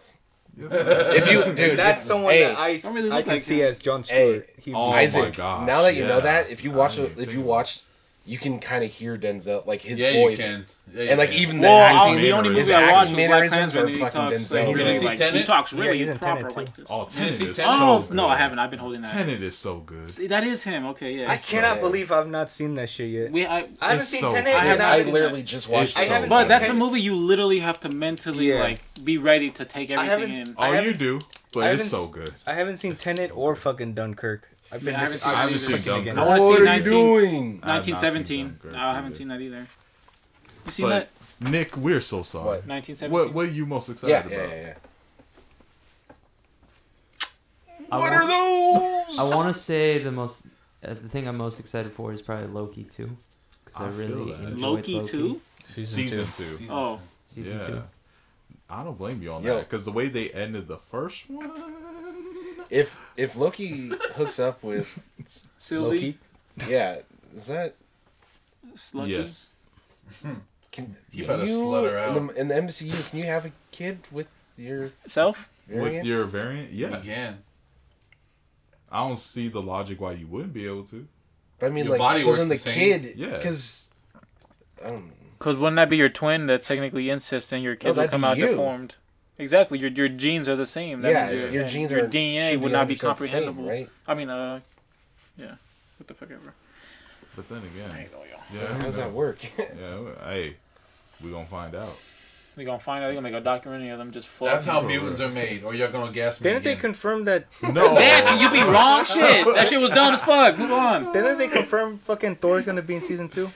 Speaker 3: Yes,
Speaker 9: If you, dude,
Speaker 7: That's
Speaker 9: if-
Speaker 7: someone
Speaker 9: hey,
Speaker 7: that I,
Speaker 4: Don't really
Speaker 7: I
Speaker 4: look
Speaker 7: can
Speaker 4: like
Speaker 7: see
Speaker 4: him.
Speaker 7: as John
Speaker 9: Hey,
Speaker 7: Stewart. He-
Speaker 3: Oh,
Speaker 9: Isaac,
Speaker 3: my gosh,
Speaker 9: now that you know
Speaker 3: yeah.
Speaker 9: that, if you
Speaker 3: I
Speaker 9: watch,
Speaker 3: didn't
Speaker 9: if you
Speaker 3: think
Speaker 9: watch, you can kind of hear Denzel, like his
Speaker 2: yeah,
Speaker 9: voice,
Speaker 2: you can. Yeah, you
Speaker 9: and like
Speaker 2: can.
Speaker 9: even the
Speaker 4: Well, I-
Speaker 9: acting.
Speaker 4: the only
Speaker 3: mannerisms.
Speaker 4: movie I watched was
Speaker 9: His
Speaker 4: Black
Speaker 9: acting
Speaker 4: Panther, and he
Speaker 9: mannerisms are
Speaker 4: talks
Speaker 9: fucking
Speaker 4: like,
Speaker 9: Denzel.
Speaker 2: Did you
Speaker 4: really,
Speaker 2: see
Speaker 4: like he
Speaker 2: Tenet?
Speaker 4: talks
Speaker 7: Yeah,
Speaker 4: really
Speaker 7: he's in
Speaker 4: proper
Speaker 7: Tenet,
Speaker 4: like
Speaker 7: too.
Speaker 4: this.
Speaker 3: Oh, Tenet
Speaker 2: Tennessee
Speaker 3: is
Speaker 2: Tenet?
Speaker 3: so
Speaker 4: Oh
Speaker 3: good.
Speaker 4: no, I haven't. I've been holding that.
Speaker 3: Tenet is so good.
Speaker 4: See, That is him. Okay, yeah.
Speaker 7: I cannot
Speaker 9: Yeah.
Speaker 7: believe I've not seen that shit yet.
Speaker 4: we, I,
Speaker 7: I haven't
Speaker 3: It's
Speaker 7: seen
Speaker 3: so
Speaker 7: Tenet.
Speaker 3: good.
Speaker 4: I
Speaker 7: and I
Speaker 9: I
Speaker 4: haven't seen
Speaker 9: literally just watched.
Speaker 3: It's
Speaker 9: it.
Speaker 3: so
Speaker 7: haven't
Speaker 4: but
Speaker 7: seen
Speaker 4: that's
Speaker 7: Tenet.
Speaker 4: a movie you literally have to mentally
Speaker 7: Yeah.
Speaker 4: like be ready to take
Speaker 7: I
Speaker 4: everything
Speaker 7: haven't-
Speaker 4: in.
Speaker 7: I
Speaker 3: Oh, you
Speaker 7: haven't-
Speaker 3: do,
Speaker 7: I
Speaker 3: but it's
Speaker 7: haven't-
Speaker 3: so good.
Speaker 7: I haven't seen Tenet or fucking Dunkirk. I've been
Speaker 4: Yeah, I haven't
Speaker 7: disappointed
Speaker 4: seen
Speaker 3: I haven't
Speaker 7: fucking
Speaker 3: seen
Speaker 7: again.
Speaker 4: I
Speaker 3: Dunkirk.
Speaker 4: want to see 19,
Speaker 9: doing?
Speaker 3: I have not seen
Speaker 4: 1917.
Speaker 3: Dunkirk
Speaker 4: I haven't
Speaker 3: either.
Speaker 4: seen that either. You seen
Speaker 3: But-
Speaker 4: that?
Speaker 3: Nick, we're so sorry.
Speaker 9: What?
Speaker 4: 1917.
Speaker 3: What What are you most excited
Speaker 9: Yeah,
Speaker 3: about?
Speaker 9: yeah, yeah, yeah.
Speaker 5: I
Speaker 9: What
Speaker 5: want-
Speaker 9: are those?
Speaker 5: I want to say the most uh, the thing I'm most excited for is probably Loki too, because I,
Speaker 3: I feel
Speaker 5: really
Speaker 3: that.
Speaker 5: enjoyed Loki,
Speaker 4: Loki too.
Speaker 3: Season two.
Speaker 2: Season
Speaker 4: Oh,
Speaker 5: season
Speaker 3: yeah.
Speaker 5: two.
Speaker 3: I don't blame you on
Speaker 9: Yo.
Speaker 3: that because the way they ended the first one.
Speaker 9: If if Loki hooks up with
Speaker 4: Sylvie.
Speaker 9: yeah, is that
Speaker 4: Slucky.
Speaker 3: Yes.
Speaker 9: can
Speaker 2: You
Speaker 9: can
Speaker 2: better slut her
Speaker 9: in, the, in the MCU can you have a kid with your
Speaker 4: Self.
Speaker 9: variant?
Speaker 3: With your variant, yeah.
Speaker 2: Again.
Speaker 3: I don't see the logic why you wouldn't be able to.
Speaker 9: I mean,
Speaker 2: your
Speaker 9: like
Speaker 2: body
Speaker 9: so
Speaker 2: works
Speaker 9: then the
Speaker 2: the same.
Speaker 9: kid
Speaker 3: Yeah.
Speaker 9: because I don't
Speaker 4: Because wouldn't that be your twin? That's technically incest, and your kid will
Speaker 9: that'd
Speaker 4: come
Speaker 9: be
Speaker 4: out
Speaker 9: you.
Speaker 4: deformed. Exactly. Your your genes are the same. That
Speaker 9: yeah,
Speaker 4: means your,
Speaker 9: your genes
Speaker 4: your
Speaker 9: are
Speaker 4: DNA
Speaker 9: should
Speaker 4: would not be
Speaker 9: 100% the same,
Speaker 4: comprehensible.
Speaker 9: right?
Speaker 4: I mean, uh, yeah. What the fuck ever.
Speaker 3: But then
Speaker 4: There
Speaker 3: again,
Speaker 4: you go, y'all.
Speaker 3: yeah,
Speaker 9: How
Speaker 3: who
Speaker 9: does that
Speaker 3: knows?
Speaker 9: work?
Speaker 3: Yeah, well, hey, we gonna find out.
Speaker 4: They gonna find out. They gonna make a documentary of them just floating.
Speaker 2: That's how mutants are made. Or you're gonna gas me.
Speaker 7: Didn't they
Speaker 2: again.
Speaker 7: confirm that?
Speaker 3: No,
Speaker 4: Damn, you be wrong shit. That shit was dumb as fuck. Move on.
Speaker 7: Didn't they confirm fucking Thor's gonna be in season two?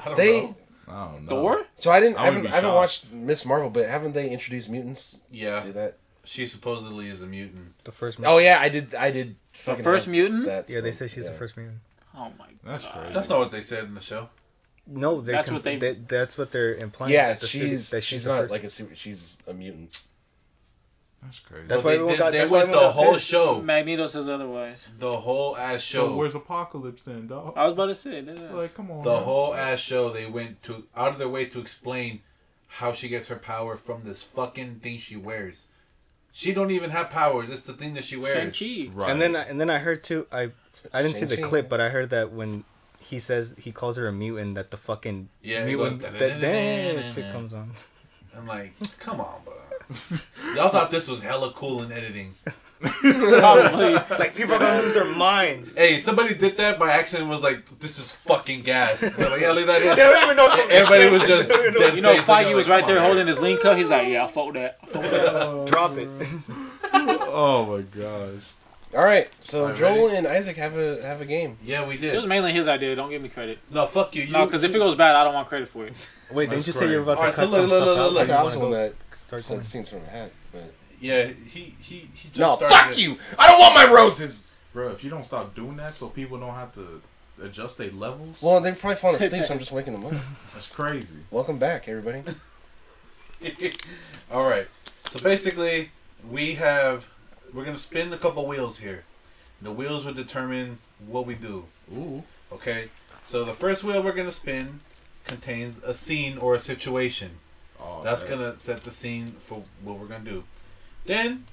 Speaker 2: I don't
Speaker 9: they
Speaker 2: know.
Speaker 3: I don't know.
Speaker 4: Thor?
Speaker 9: so I didn't
Speaker 3: I
Speaker 9: I
Speaker 3: wouldn't
Speaker 9: haven't,
Speaker 3: be
Speaker 9: I haven't
Speaker 3: shocked.
Speaker 9: watched Miss Marvel, but haven't they introduced mutants?
Speaker 2: Yeah.
Speaker 9: Do that?
Speaker 2: She supposedly is a mutant.
Speaker 7: The first.
Speaker 9: Oh yeah, I did. I did. fucking
Speaker 4: first
Speaker 9: have
Speaker 4: mutant?
Speaker 9: that
Speaker 7: Yeah, they said
Speaker 9: stuff.
Speaker 7: she's the
Speaker 9: Yeah.
Speaker 7: first mutant.
Speaker 4: Oh my god.
Speaker 3: That's crazy.
Speaker 2: That's not what they said in the show.
Speaker 7: No, they're
Speaker 4: That's what
Speaker 7: conf-
Speaker 4: they-
Speaker 7: that- that's what they're implying.
Speaker 9: Yeah,
Speaker 7: that the
Speaker 9: she's
Speaker 7: studio- that
Speaker 9: she's,
Speaker 7: the
Speaker 9: not
Speaker 7: first-
Speaker 9: like a super, she's a mutant.
Speaker 3: That's crazy.
Speaker 7: That's
Speaker 2: Well,
Speaker 7: why
Speaker 2: they,
Speaker 7: everyone
Speaker 2: did-
Speaker 7: got-
Speaker 2: they
Speaker 7: that's why
Speaker 2: went the
Speaker 7: everyone got
Speaker 2: whole
Speaker 7: pissed.
Speaker 2: show.
Speaker 4: Magneto says otherwise.
Speaker 2: The whole ass
Speaker 3: so
Speaker 2: show.
Speaker 3: where's Apocalypse then, dog?
Speaker 4: I was about to say that.
Speaker 3: like, come on.
Speaker 2: The
Speaker 3: man.
Speaker 2: whole ass show they went to out of their way to explain how she gets her power from this fucking thing she wears. She don't even have powers. It's the thing that she
Speaker 4: Shang
Speaker 2: wears.
Speaker 4: Chi.
Speaker 3: Right.
Speaker 7: And then I- and then I heard too. I I didn't see the
Speaker 9: Shang-Chi.
Speaker 7: clip, but I heard that when he says he calls her a mutant, that the fucking
Speaker 2: Yeah, he
Speaker 7: mutant
Speaker 2: goes,
Speaker 7: that damn shit comes on.
Speaker 2: I'm like, come on, bro. Y'all thought this was hella cool in editing.
Speaker 4: Probably.
Speaker 7: Like people are gonna lose their minds.
Speaker 2: Hey, somebody did that by accident. and Was like, this is fucking gas. And they're like, yeah, leave that in.
Speaker 7: They don't even know. fucking
Speaker 2: Everybody was
Speaker 7: shit.
Speaker 2: just dead
Speaker 4: You know,
Speaker 2: face, and they're
Speaker 4: Feige was
Speaker 2: like,
Speaker 4: right
Speaker 2: come
Speaker 4: there
Speaker 2: on.
Speaker 4: holding his lean cut. He's like, yeah, I fuck that. I fuck that.
Speaker 7: drop it.
Speaker 3: oh my gosh.
Speaker 9: All right, so
Speaker 2: All right,
Speaker 9: Joel
Speaker 2: ready?
Speaker 9: and Isaac have a have a game.
Speaker 2: Yeah, we
Speaker 4: It was
Speaker 2: did.
Speaker 4: mainly his idea. Don't give me credit.
Speaker 2: No, fuck you. you
Speaker 4: No, because if it goes bad, I don't want credit for it.
Speaker 7: Wait, didn't you say you were about
Speaker 2: Alright,
Speaker 7: to
Speaker 2: so
Speaker 7: cut
Speaker 2: look,
Speaker 7: some
Speaker 2: look,
Speaker 7: stuff
Speaker 2: look,
Speaker 7: out?
Speaker 2: look,
Speaker 7: Like,
Speaker 9: Okay, I
Speaker 7: you
Speaker 9: was the
Speaker 7: wanna go
Speaker 9: one that
Speaker 7: start
Speaker 9: said
Speaker 7: going.
Speaker 9: scenes from the hat, but
Speaker 2: yeah, he he he.
Speaker 9: no,
Speaker 2: jump-started
Speaker 9: fuck
Speaker 2: it.
Speaker 9: you! I don't want my roses.
Speaker 3: Bro, if you don't stop doing that so people don't have to adjust their levels,
Speaker 9: Well, they're probably falling asleep, so I'm just waking them up.
Speaker 3: that's crazy.
Speaker 9: Welcome back, everybody.
Speaker 2: All right. So basically, we have we're gonna spin a couple wheels here. The wheels will determine what we do.
Speaker 3: Ooh.
Speaker 2: Okay. So the first wheel we're gonna spin contains a scene or a situation.
Speaker 3: Oh,
Speaker 2: That's
Speaker 3: man.
Speaker 2: gonna set the scene for what we're gonna do. Then,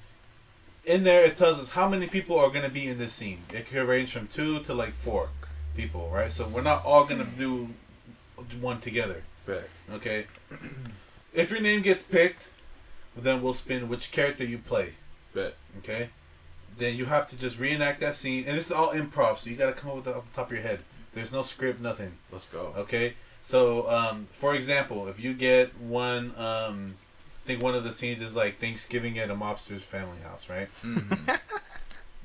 Speaker 2: in there, it tells us how many people are gonna be in this scene. It could range from two to like four people, right? So we're not all gonna do one together.
Speaker 3: Bet.
Speaker 2: Okay. if your name gets picked, then we'll spin which character you play.
Speaker 3: Bet.
Speaker 2: Okay. Then you have to just reenact that scene, and it's all improv, so you gotta come up with it off the top of your head. There's no script, nothing.
Speaker 3: Let's go.
Speaker 2: Okay. So, um, for example, if you get one, um, I think one of the scenes is like Thanksgiving at a mobster's family house, right?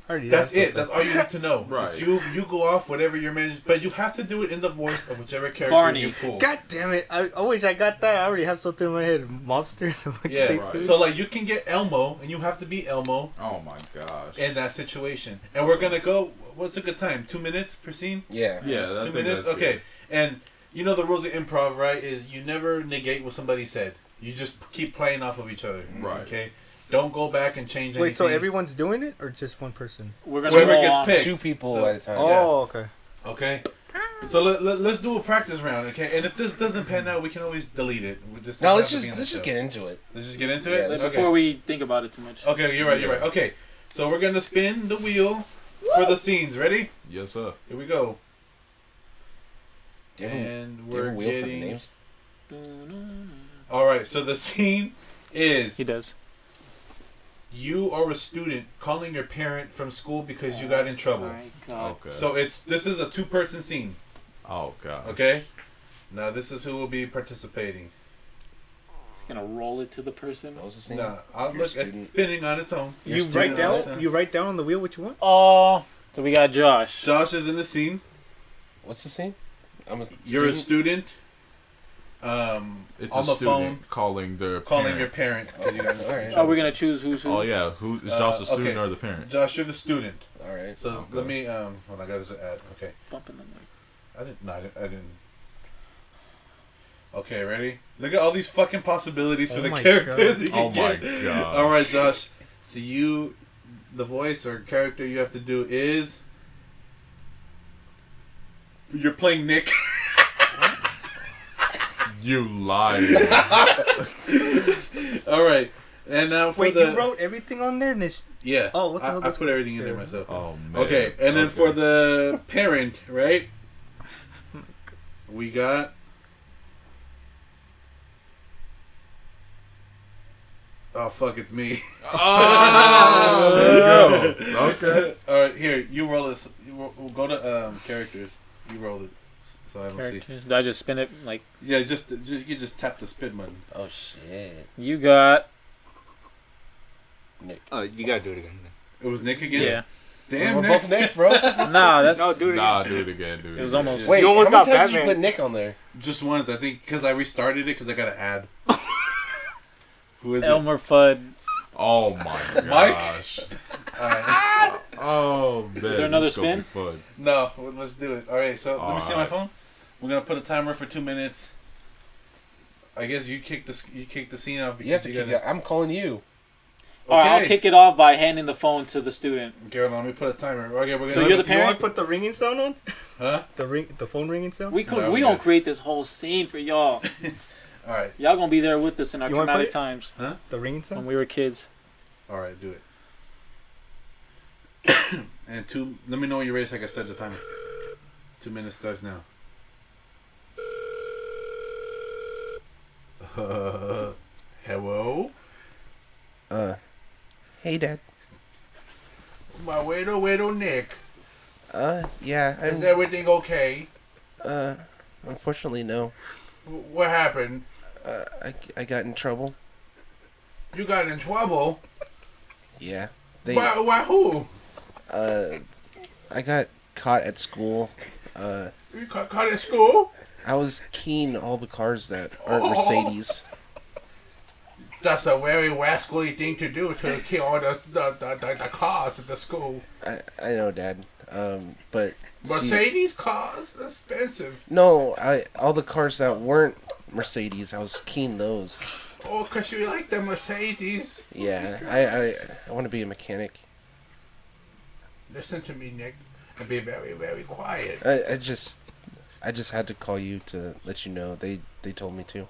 Speaker 7: I already
Speaker 2: That's
Speaker 7: asked
Speaker 2: it. That's all you need to know.
Speaker 3: Right.
Speaker 2: You you go off whatever your manager, but you have to do it in the voice of whichever character
Speaker 4: Barney.
Speaker 2: you pull.
Speaker 7: God damn it! I, I wish I got that. I already have something in my head. Mobster.
Speaker 2: Yeah.
Speaker 3: Right.
Speaker 2: So like you can get Elmo, and you have to be Elmo
Speaker 3: Oh my gosh.
Speaker 2: in that situation. And we're gonna go. What's a good time? Two minutes per scene.
Speaker 9: Yeah.
Speaker 3: yeah, that's
Speaker 2: Two minutes. Okay. And you know the rules of improv, right? Is you never negate what somebody said. You just keep playing off of each other.
Speaker 3: Right.
Speaker 2: Okay. Don't go back and change anything.
Speaker 7: Wait, so everyone's doing it or just one person?
Speaker 4: We're gonna
Speaker 2: whoever
Speaker 4: roll
Speaker 2: gets
Speaker 4: on.
Speaker 2: picked,
Speaker 9: Two people
Speaker 2: So-
Speaker 9: at a time.
Speaker 7: Oh, okay.
Speaker 2: Okay. So let, let, let's do a practice round, okay? And if this doesn't pan out, we can always delete it. We just-
Speaker 9: No, let's
Speaker 2: doesn't have
Speaker 9: just
Speaker 2: to be on the
Speaker 9: let's just
Speaker 2: show.
Speaker 9: get into it.
Speaker 2: let's just get into
Speaker 9: Yeah,
Speaker 2: it.
Speaker 9: let's
Speaker 2: okay. Oh.
Speaker 4: Before we think about it too much.
Speaker 2: okay, you're right. You're right. Okay. So we're gonna spin the wheel for the scenes. Ready?
Speaker 3: Yes, sir.
Speaker 2: Here we go.
Speaker 9: Do you have a-
Speaker 2: and
Speaker 9: do you have
Speaker 2: we're
Speaker 9: a wheel for the
Speaker 2: getting.
Speaker 9: names?
Speaker 2: All right. So the scene is
Speaker 4: He does.
Speaker 2: you are a student calling your parent from school because you got in trouble.
Speaker 4: My God.
Speaker 3: Okay.
Speaker 2: So it's this is a two-person scene.
Speaker 3: oh gosh.
Speaker 2: Okay. Now this is who will be participating.
Speaker 4: He's gonna roll it to the person.
Speaker 9: That was the same.
Speaker 2: Nah, I'll
Speaker 9: You're a
Speaker 2: look at
Speaker 9: student.
Speaker 2: spinning on its own.
Speaker 9: You're
Speaker 7: you
Speaker 9: student
Speaker 7: write
Speaker 2: all the
Speaker 7: down.
Speaker 2: time.
Speaker 7: You write down on the wheel what you want.
Speaker 4: Oh, so we got Josh.
Speaker 2: Josh is in the scene.
Speaker 9: What's the scene? I'm a
Speaker 2: You're a student um,
Speaker 3: It's
Speaker 2: on
Speaker 3: a
Speaker 2: the
Speaker 3: student
Speaker 2: phone
Speaker 3: calling their
Speaker 2: calling
Speaker 3: parent.
Speaker 2: your parent. Oh, you guys- all right.
Speaker 4: Are we gonna choose who's who?
Speaker 3: Oh yeah, who is
Speaker 2: Uh,
Speaker 3: Josh the student
Speaker 2: okay.
Speaker 3: or the parent?
Speaker 2: Josh, you're the student.
Speaker 9: All right.
Speaker 2: So
Speaker 3: Okay.
Speaker 2: let me. Um, when I got this ad, okay.
Speaker 4: Bumping them like
Speaker 2: I didn't. No, I didn't. I didn't. Okay, ready? Look at all these fucking possibilities for
Speaker 7: Oh
Speaker 2: the
Speaker 7: my
Speaker 2: characters.
Speaker 7: God.
Speaker 2: You can
Speaker 3: Oh my
Speaker 2: get.
Speaker 3: God.
Speaker 2: All right, Josh. So you, the voice or character you have to do is. You're playing Nick.
Speaker 3: You liar!
Speaker 2: all right, and now for
Speaker 7: Wait,
Speaker 2: the
Speaker 7: you wrote everything on there, and it's
Speaker 2: yeah.
Speaker 7: Oh, what the
Speaker 2: I,
Speaker 7: hell
Speaker 2: I
Speaker 7: does-
Speaker 2: put everything in there
Speaker 7: Yeah.
Speaker 2: myself.
Speaker 3: oh man.
Speaker 2: Okay, and then for
Speaker 3: Okay.
Speaker 2: the parent, right? We got. Oh fuck! It's me.
Speaker 3: Oh, there you go. Oh, Okay.
Speaker 2: All right, here you roll this. You ro- we'll go to um, characters. You roll it, s- so I don't see.
Speaker 4: characters. Did I just spin it? Like
Speaker 2: Yeah, just, just you can just tap the spin button.
Speaker 9: Oh shit.
Speaker 4: you got?
Speaker 9: Nick.
Speaker 7: oh, you gotta do it again.
Speaker 2: It was Nick again.
Speaker 4: Yeah.
Speaker 2: Damn
Speaker 9: We're
Speaker 2: Nick.
Speaker 9: both Nick, bro.
Speaker 4: Nah, that's
Speaker 7: No, do it
Speaker 3: Nah, do it again. Do it.
Speaker 4: it was
Speaker 3: again.
Speaker 4: almost.
Speaker 9: Wait,
Speaker 7: You almost
Speaker 9: how many
Speaker 7: got
Speaker 9: times did you
Speaker 7: Batman.
Speaker 9: put Nick on there?
Speaker 2: Just once, I think, because I restarted it because I got an ad. Who is it?
Speaker 4: Elmer Fudd.
Speaker 3: Oh my
Speaker 2: Mike?
Speaker 3: gosh.
Speaker 2: All right.
Speaker 3: Oh man.
Speaker 4: there another
Speaker 3: this gonna be
Speaker 4: spin?
Speaker 3: Fun.
Speaker 2: No, well, let's do it. All right, so let me see my
Speaker 3: Alright.
Speaker 2: phone. We're gonna put a timer for two minutes. I guess you kick the you kick the scene off.
Speaker 9: You have to kick
Speaker 2: gotta-
Speaker 9: out. I'm calling you.
Speaker 4: All right, I'll
Speaker 2: Okay.
Speaker 4: kick it off by handing the phone to the student.
Speaker 2: Okay, hold on, let me put a timer. Okay, we're gonna.
Speaker 4: So you're the
Speaker 7: You want
Speaker 4: parent?
Speaker 7: to put the ringing sound on?
Speaker 2: huh?
Speaker 7: The ring, the phone ringing sound.
Speaker 4: We could,
Speaker 2: No,
Speaker 4: we
Speaker 2: we
Speaker 4: don't
Speaker 2: good.
Speaker 4: create this whole scene for y'all.
Speaker 2: All right,
Speaker 4: Y'all gonna be there with us in our
Speaker 7: You wanna
Speaker 4: traumatic
Speaker 7: play it?
Speaker 4: times
Speaker 7: the ringing
Speaker 4: when
Speaker 7: sound.
Speaker 4: we were kids.
Speaker 2: all right, do it. and two. Let me know when you're ready so I can start the timer. Two minutes starts now. Uh, hello.
Speaker 9: Uh. Hey, Dad.
Speaker 2: My waiter, waiter Nick.
Speaker 9: Uh. Yeah.
Speaker 2: Is everything okay?
Speaker 9: uh. Unfortunately, no.
Speaker 2: Wh- What happened?
Speaker 9: Uh, I, I got in trouble.
Speaker 2: You got in trouble.
Speaker 9: Yeah. They,
Speaker 2: Why, why who?
Speaker 9: uh, I got caught at school. Uh,
Speaker 2: You caught, caught at school?
Speaker 9: I was keen all the cars that aren't
Speaker 2: Oh.
Speaker 9: Mercedes.
Speaker 2: That's a very rascally thing to do to kill all the the, the, the, the cars at the school.
Speaker 9: I, I know, Dad. Um, but see,
Speaker 2: Mercedes cars expensive.
Speaker 9: no, I all the cars that weren't Mercedes, I was keen those.
Speaker 2: Oh, 'cause you like the Mercedes.
Speaker 9: Yeah, I I, I want to be a mechanic.
Speaker 2: Listen to me, Nick, and be very very quiet.
Speaker 9: I, I just I just had to call you to let you know. They they told me to.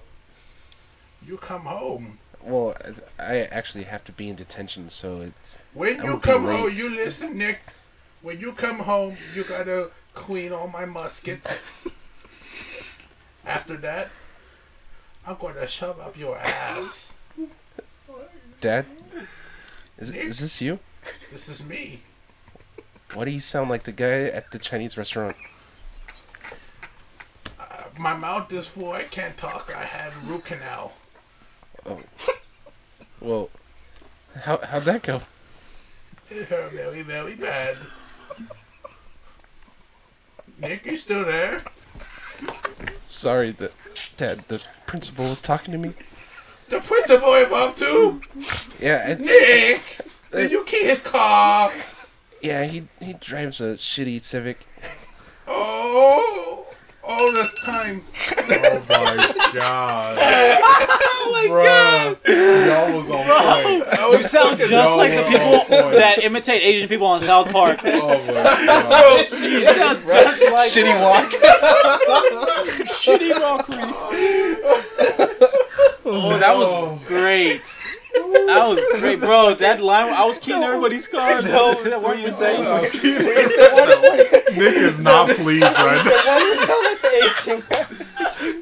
Speaker 2: You come home.
Speaker 9: Well, I I actually have to be in detention, so it's
Speaker 2: When
Speaker 9: I
Speaker 2: you
Speaker 9: would be
Speaker 2: come
Speaker 9: late.
Speaker 2: home, you listen, Nick. When you come home, you gotta clean all my muskets. After that, I'm gonna shove up your ass.
Speaker 9: Dad. Is is this you?
Speaker 2: This is me.
Speaker 9: Why do you sound like the guy at the Chinese restaurant?
Speaker 2: My mouth is full. I can't talk. I had root canal.
Speaker 9: Well, how how'd that go?
Speaker 2: It hurt very, very bad. Nick, you still there?
Speaker 9: Sorry, the dad, the principal was talking to me.
Speaker 2: The principal involved too.
Speaker 9: Yeah, I,
Speaker 2: Nick, did you key his car?
Speaker 9: yeah, he he drives a shitty Civic.
Speaker 2: Oh, all this time.
Speaker 3: Oh my god. oh my god. Y'all was on point.
Speaker 2: Oh,
Speaker 4: You sound just
Speaker 3: No,
Speaker 4: like the
Speaker 3: we're all
Speaker 4: people
Speaker 3: for it.
Speaker 4: that imitate Asian people on South Park. You
Speaker 3: Oh my god.
Speaker 4: sound just like
Speaker 9: Shitty walk.
Speaker 4: shitty rock creep. Oh, that was great. That was great, bro. That line, I was keying everybody's car. No, that what you saying?
Speaker 3: Nick is not pleased right now.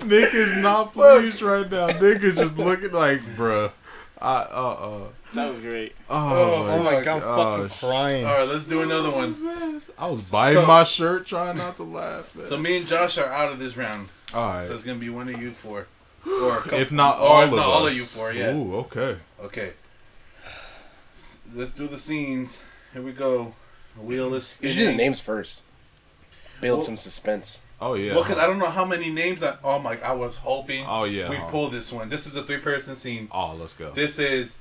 Speaker 3: Nick is not pleased right now. Nick is just looking like, bruh. I, uh, uh,
Speaker 4: That was great.
Speaker 3: oh, oh
Speaker 7: Oh my god, I'm
Speaker 3: gosh.
Speaker 7: fucking crying.
Speaker 2: All right, let's do another one.
Speaker 3: I was biting
Speaker 2: So-
Speaker 3: my shirt trying not to laugh. man.
Speaker 2: So me and Josh are out of this round.
Speaker 3: all right.
Speaker 2: So it's gonna be one of you four, or a couple.
Speaker 3: if not
Speaker 2: or
Speaker 3: all
Speaker 2: if
Speaker 3: of
Speaker 2: not
Speaker 3: us.
Speaker 2: all of you four, yeah.
Speaker 3: Ooh, okay.
Speaker 2: Okay. S- Let's do the scenes. Here we go. The wheel is
Speaker 9: You
Speaker 2: spinning.
Speaker 9: should do the names first. build some suspense.
Speaker 3: Oh yeah.
Speaker 2: Well, because I don't know how many names. I, oh my! I was hoping.
Speaker 3: Oh, yeah.
Speaker 2: We pull this one. This is a three-person scene.
Speaker 3: oh, let's go.
Speaker 2: This is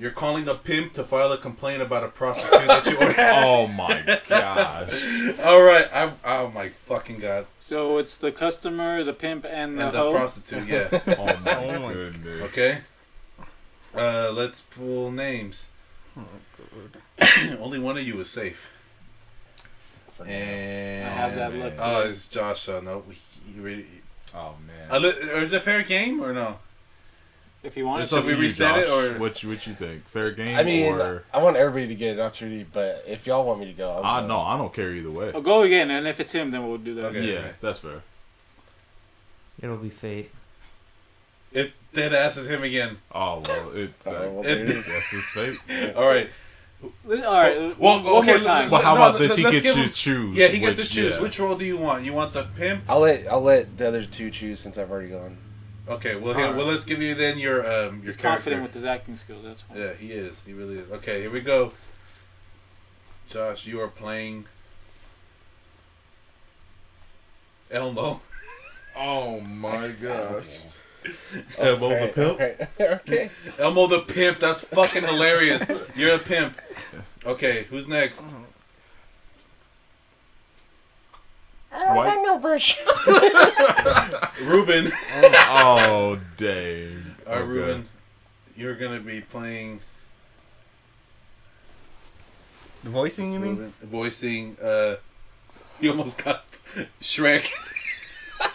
Speaker 2: you're calling a pimp to file a complaint about a prostitute that you ordered.
Speaker 3: oh my gosh.
Speaker 2: All right. I, oh my fucking god.
Speaker 4: So it's the customer, the pimp, and the
Speaker 2: And the
Speaker 4: hoe.
Speaker 2: prostitute. Yeah.
Speaker 3: Oh my,
Speaker 7: Oh my
Speaker 3: goodness.
Speaker 2: Okay. Uh, let's pull names.
Speaker 4: Oh,
Speaker 2: Only one of you is safe. And
Speaker 4: I have that
Speaker 3: Yeah,
Speaker 4: look.
Speaker 3: man.
Speaker 2: Oh, it's Josh. Uh, no, he, he really.
Speaker 3: Oh man.
Speaker 2: Uh, li- or is it fair game or no?
Speaker 4: if you want,
Speaker 2: It's
Speaker 4: it.
Speaker 2: should
Speaker 3: up
Speaker 2: we
Speaker 3: to you,
Speaker 2: reset it,
Speaker 3: Josh.
Speaker 2: or-
Speaker 3: what? You, what you think? Fair game?
Speaker 9: I mean,
Speaker 3: or...
Speaker 9: I want everybody to get an opportunity, but if y'all want me to go, I'll
Speaker 3: I
Speaker 2: Ah,
Speaker 9: go.
Speaker 3: no, I don't care either way.
Speaker 4: I'll Oh, go again, and if it's him, then we'll do that.
Speaker 2: Okay.
Speaker 3: Yeah, that's fair.
Speaker 5: It'll be fate.
Speaker 2: It dead ass is him again.
Speaker 3: Oh well, it's
Speaker 9: All right,
Speaker 3: uh,
Speaker 9: well, there it is.
Speaker 3: that's his fate.
Speaker 2: All right.
Speaker 4: All right,
Speaker 2: Well,
Speaker 4: one
Speaker 2: okay,
Speaker 4: more time.
Speaker 3: Well, how
Speaker 2: No,
Speaker 3: about this? He
Speaker 2: let's
Speaker 3: gets
Speaker 2: give
Speaker 3: to
Speaker 2: him-
Speaker 3: choose.
Speaker 2: Yeah, he gets
Speaker 3: which-
Speaker 2: to choose.
Speaker 3: yeah.
Speaker 2: Which role do you want? You want the pimp?
Speaker 9: I'll let I'll let the other two choose since I've already gone.
Speaker 2: Okay. Well, here, well, let's give you then your um your
Speaker 4: He's
Speaker 2: character.
Speaker 4: confident with his acting skills. That's why.
Speaker 2: Yeah, he is. He really is. Okay, here we go. Josh, you are playing Elmo.
Speaker 3: Oh my gosh.
Speaker 9: All
Speaker 3: Elmo the
Speaker 9: right,
Speaker 3: pimp.
Speaker 9: all right. okay.
Speaker 2: Elmo the pimp. That's fucking hilarious. You're a pimp. Okay, who's next?
Speaker 9: Uh,
Speaker 3: White.
Speaker 2: Ruben.
Speaker 3: Oh dang.
Speaker 2: All right,
Speaker 3: Okay.
Speaker 2: Ruben. You're gonna be playing
Speaker 7: The voicing, you mean?
Speaker 2: Ruben, voicing. uh You almost got Shrek.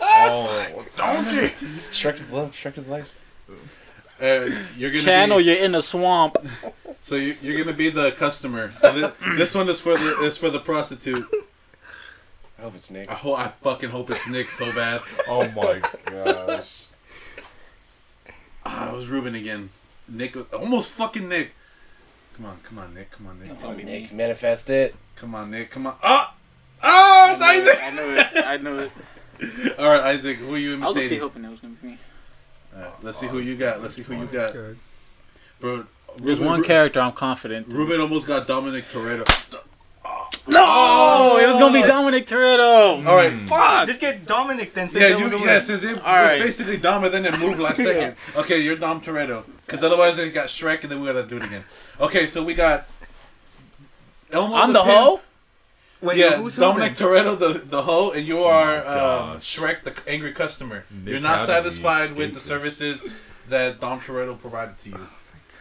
Speaker 3: Oh, donkey.
Speaker 9: Shrek is love. Shrek is life.
Speaker 2: Uh, you're gonna
Speaker 4: Channel,
Speaker 2: Be,
Speaker 4: you're in a swamp.
Speaker 2: so you, you're gonna be the customer. So this, this one is for the is for the prostitute.
Speaker 9: I hope it's Nick.
Speaker 2: I hope I fucking hope it's Nick so bad.
Speaker 3: Oh my gosh.
Speaker 2: Ah, it was Ruben again. Nick, almost fucking Nick. Come on, come on, Nick. Come on, Nick.
Speaker 9: Come on, Nick, manifest it.
Speaker 2: Come on, Nick. Come on. Ah! Oh, it's Isaac!
Speaker 4: I knew it. I knew it.
Speaker 2: All right, Isaac, who are you
Speaker 4: I was actually
Speaker 2: imitating? All
Speaker 4: hoping that was gonna be me.
Speaker 2: right, let's see who you got. Let's see who you got. Bro,
Speaker 4: There's
Speaker 2: Ruben-
Speaker 4: one
Speaker 2: Ru-
Speaker 4: character I'm confident.
Speaker 2: Ruben almost got Dominic Toretto.
Speaker 4: No, Oh, it was gonna be Dominic Toretto.
Speaker 2: All right.
Speaker 4: Fuck.
Speaker 7: Just get Dominic then.
Speaker 2: Yeah, you, yeah, since it was
Speaker 4: right.
Speaker 2: basically Dom and then it moved last second. Okay, you're Dom Toretto. Because otherwise it got Shrek and then we gotta do it again. Okay, so we got Elmo
Speaker 4: I'm the
Speaker 2: Pimp.
Speaker 4: hoe.
Speaker 7: Wait,
Speaker 2: yeah,
Speaker 7: who's
Speaker 2: Dominic Toretto, the the hoe, and you are um,
Speaker 3: gosh.
Speaker 2: Shrek, the angry customer.
Speaker 3: Nick,
Speaker 2: You're not
Speaker 3: how did we
Speaker 2: satisfied with
Speaker 3: escape
Speaker 2: the
Speaker 3: this?
Speaker 2: services that Dom Toretto provided to you.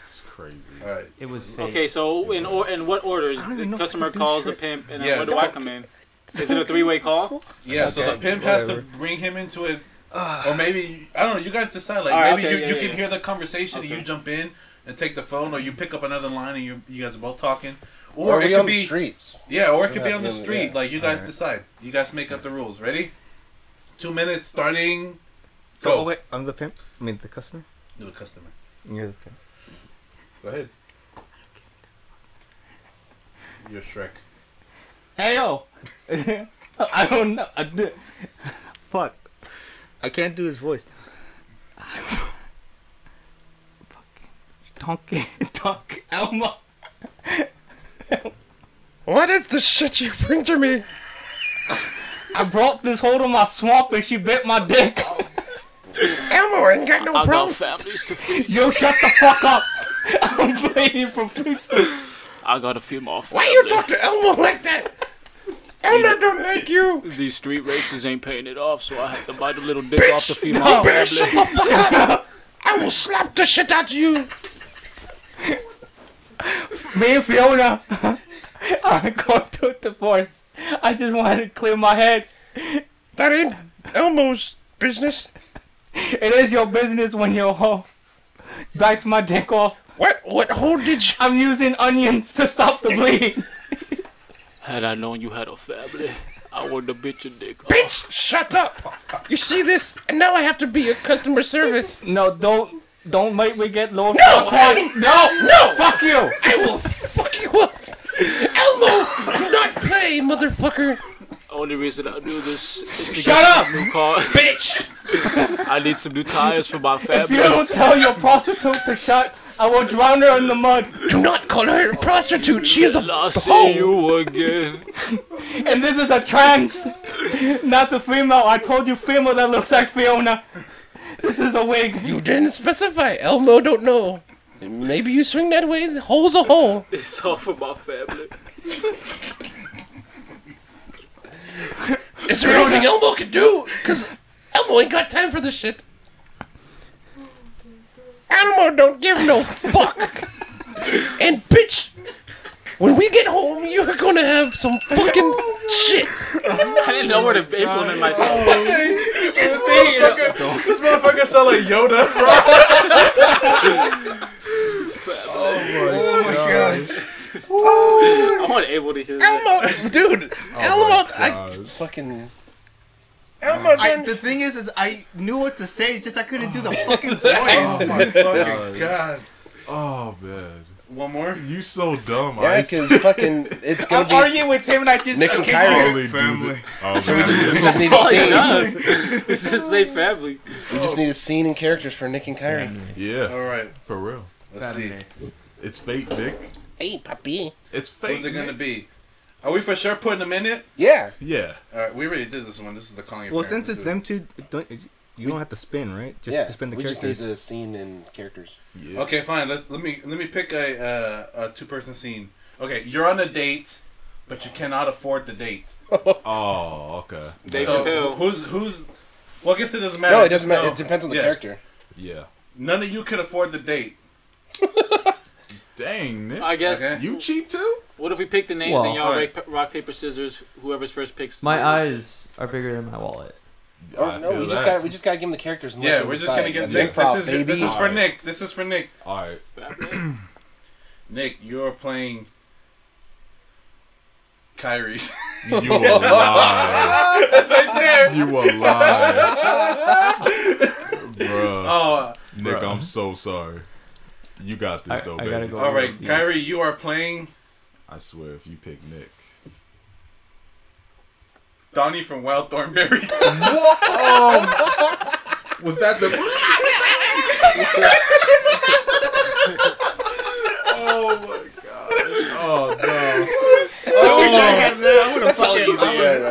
Speaker 3: That's crazy.
Speaker 2: All right.
Speaker 5: It was fate.
Speaker 4: Okay, so in or in what order?
Speaker 7: don't even
Speaker 4: The
Speaker 7: know if I
Speaker 4: customer
Speaker 7: can do
Speaker 4: calls the
Speaker 7: shit.
Speaker 4: pimp, and
Speaker 2: Yeah,
Speaker 4: then where do I
Speaker 2: don't-
Speaker 4: come in? Is it a three-way call?
Speaker 2: Yeah, so the
Speaker 7: Okay,
Speaker 2: pimp has to
Speaker 7: whatever.
Speaker 2: bring him into it,
Speaker 9: Ah.
Speaker 2: or maybe I don't know. You guys decide. Like
Speaker 4: All right,
Speaker 2: maybe
Speaker 4: okay,
Speaker 2: you,
Speaker 4: yeah,
Speaker 2: you
Speaker 4: yeah,
Speaker 2: can
Speaker 4: yeah.
Speaker 2: hear the conversation and you
Speaker 4: Okay.
Speaker 2: jump in and take the phone, or you pick up another line and you you guys are both talking,
Speaker 9: Or
Speaker 2: or,
Speaker 9: are
Speaker 2: it
Speaker 9: we
Speaker 2: could
Speaker 9: on the
Speaker 2: be
Speaker 9: streets?
Speaker 2: yeah, or it
Speaker 9: Doesn't
Speaker 2: could be
Speaker 9: have
Speaker 2: on
Speaker 9: to
Speaker 2: the
Speaker 9: be on the-
Speaker 2: street.
Speaker 9: yeah.
Speaker 2: Like you guys decide. You guys make up the rules. Ready? Two minutes starting.
Speaker 7: So
Speaker 2: Go.
Speaker 7: oh, wait, I'm the pimp. I mean the customer.
Speaker 2: You're the customer.
Speaker 7: And You're the pimp.
Speaker 2: Go ahead. You're Shrek.
Speaker 7: Hey yo. I don't know. I did. Fuck. I can't do his voice. Fucking donkey, donkey, Elmo.
Speaker 9: What is the shit you bring to me?
Speaker 7: I brought this hole to my swamp and she bit my dick.
Speaker 9: Elmo ain't got no
Speaker 4: I got families to feed.
Speaker 7: Yo, shut the fuck up. I'm playing for pizza.
Speaker 4: I gotta feed my family.
Speaker 9: to Elmo like that? Elmo don't like you.
Speaker 4: These street races ain't paying it off, so I have to bite a little dick off to feed my family.
Speaker 9: the fuck up. I will slap the shit out of you.
Speaker 7: Me and Fiona are going to divorce. I just wanted to clear my head.
Speaker 9: That ain't Elmo's business.
Speaker 7: It is your business when you're home. Bites my dick off.
Speaker 9: What? What hole did you?
Speaker 7: I'm using onions to stop the bleeding.
Speaker 4: Had I known you had a family, I would have bit your dick off.
Speaker 9: Bitch, shut up. You see this? And now I have to be a customer service.
Speaker 7: No, don't, don't make me get low. No, no,
Speaker 9: No.
Speaker 7: fuck you.
Speaker 9: I will fuck you up. Elmo, do not play, motherfucker.
Speaker 4: Only reason I do this is to
Speaker 7: Shut
Speaker 4: get
Speaker 7: up,
Speaker 4: some new car.
Speaker 9: Bitch.
Speaker 4: I need some new tires for my
Speaker 7: If you
Speaker 4: family.
Speaker 7: don't tell your prostitute to shut, I will drown her in the mud.
Speaker 9: Do
Speaker 10: not call her a prostitute. She is a
Speaker 3: See you again.
Speaker 7: And this is the trans, not the female. I told you female that looks like Fiona. This is a wig.
Speaker 10: You didn't specify. Elmo don't know. Maybe you swing that way. The hole's a hole.
Speaker 4: It's all for my family.
Speaker 10: Is there anything Elmo can do? Cause Elmo ain't got time for this shit. Elmo don't give no fuck. and bitch, when we get home, you're gonna have some fucking shit.
Speaker 4: I didn't know where to implement myself.
Speaker 2: This motherfucker sound like Yoda,
Speaker 9: Oh,
Speaker 2: bro. Oh
Speaker 4: I'm unable to hear that.
Speaker 10: Elmo, dude,
Speaker 3: Oh
Speaker 10: Elmo, I fucking. Elmo
Speaker 9: I,
Speaker 10: didn't.
Speaker 9: the thing is, is I knew what to say, it's just I couldn't do the fucking voice.
Speaker 2: Oh my fucking god.
Speaker 3: Oh man,
Speaker 2: One more.
Speaker 3: you so dumb.
Speaker 10: Yeah,
Speaker 3: Ice.
Speaker 10: because fucking, it's gonna
Speaker 9: I'm
Speaker 10: be.
Speaker 9: arguing with him, and I just
Speaker 10: Nick and
Speaker 9: okay,
Speaker 10: Kyrie.
Speaker 9: sorry.
Speaker 3: Totally do
Speaker 9: Family.
Speaker 3: that. Oh, man.
Speaker 10: We just need a
Speaker 4: All he
Speaker 10: scene.
Speaker 4: does is just say family.
Speaker 10: We just need a scene and characters for Nick and Kyrie.
Speaker 3: yeah,
Speaker 2: All right.
Speaker 3: for real.
Speaker 2: Let's see.
Speaker 3: It's fake, Nick.
Speaker 10: Hey, puppy.
Speaker 3: It's fake.
Speaker 2: Who's it gonna
Speaker 3: Nick.
Speaker 2: be? Are we for sure putting them in it?
Speaker 10: Yeah.
Speaker 3: Yeah.
Speaker 2: All right, we already did this one. This is the calling. your
Speaker 7: Well,
Speaker 2: parents.
Speaker 7: since it's them two, don't, you don't have to spin, right? Just
Speaker 10: yeah.
Speaker 7: to spin the
Speaker 10: we
Speaker 7: characters.
Speaker 10: just need a scene and characters.
Speaker 3: Yeah.
Speaker 2: Okay, fine. Let's let me let me pick a uh, a two person scene. Okay, you're on a date, but you cannot afford the date.
Speaker 3: Oh, okay.
Speaker 2: so
Speaker 4: Chappelle.
Speaker 2: who's who's? Well, I guess it doesn't matter.
Speaker 10: No, it
Speaker 2: Just
Speaker 10: doesn't matter.
Speaker 2: know-
Speaker 10: It depends on the
Speaker 2: yeah,
Speaker 10: character.
Speaker 3: Yeah.
Speaker 2: None of you can afford the date.
Speaker 3: Dang, Nick.
Speaker 4: I guess.
Speaker 2: Okay.
Speaker 3: you cheap too?
Speaker 4: What if we pick the names
Speaker 5: Well,
Speaker 4: and y'all all
Speaker 2: alright.
Speaker 4: rock, rock paper scissors? Whoever's first picks.
Speaker 5: My
Speaker 4: wins?
Speaker 5: eyes are bigger than my wallet.
Speaker 10: Or,
Speaker 3: I
Speaker 10: no, we
Speaker 3: feel
Speaker 10: just
Speaker 3: that.
Speaker 10: got we just gotta give them the characters. And let
Speaker 2: Yeah,
Speaker 10: them
Speaker 2: we're just
Speaker 10: decide.
Speaker 2: gonna get
Speaker 10: That's
Speaker 2: Nick.
Speaker 10: improv,
Speaker 2: this is
Speaker 10: baby.
Speaker 2: this is for Nick. This is for Nick.
Speaker 3: All right.
Speaker 4: Family.
Speaker 2: Nick, you're playing Kyrie.
Speaker 3: You a lie.
Speaker 2: That's right there.
Speaker 3: You a lie. Bruh.
Speaker 2: Oh,
Speaker 3: Nick,
Speaker 5: Bruh.
Speaker 3: I'm so sorry. You got this
Speaker 5: I,
Speaker 3: though,
Speaker 5: I
Speaker 3: baby.
Speaker 5: gotta go.
Speaker 2: all right, Kyrie, you are playing
Speaker 3: I swear, if you pick Nick.
Speaker 2: Donnie from Wild Thornberries.
Speaker 3: Was that the Oh my god. Oh no.
Speaker 10: That's all you do, right?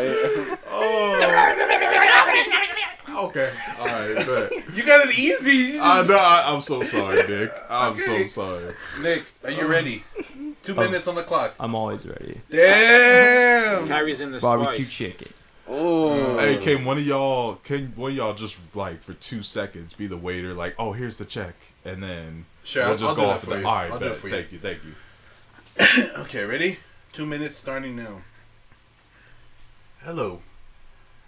Speaker 3: Okay. Alright, bet.
Speaker 2: you got it easy. You just-
Speaker 3: I know I, I'm so sorry, Nick. I'm
Speaker 2: Okay.
Speaker 3: so sorry.
Speaker 2: Nick, are you ready? Two minutes on the clock.
Speaker 5: I'm always ready.
Speaker 2: Damn.
Speaker 4: Kyrie's in this
Speaker 5: Barbecue
Speaker 4: twice.
Speaker 5: chicken.
Speaker 2: Uh.
Speaker 3: Hey, can one of y'all can one of y'all just like for two seconds be the waiter? Like, oh, here's the check, and then
Speaker 2: Sure,
Speaker 3: we'll
Speaker 2: I'll-
Speaker 3: just
Speaker 2: I'll
Speaker 3: go
Speaker 2: do that
Speaker 3: off
Speaker 2: for
Speaker 3: the.
Speaker 2: you.
Speaker 3: All right,
Speaker 2: I'll do
Speaker 3: bet.
Speaker 2: it for you.
Speaker 3: thank you, thank you.
Speaker 2: Okay, ready? Two minutes starting now. Hello.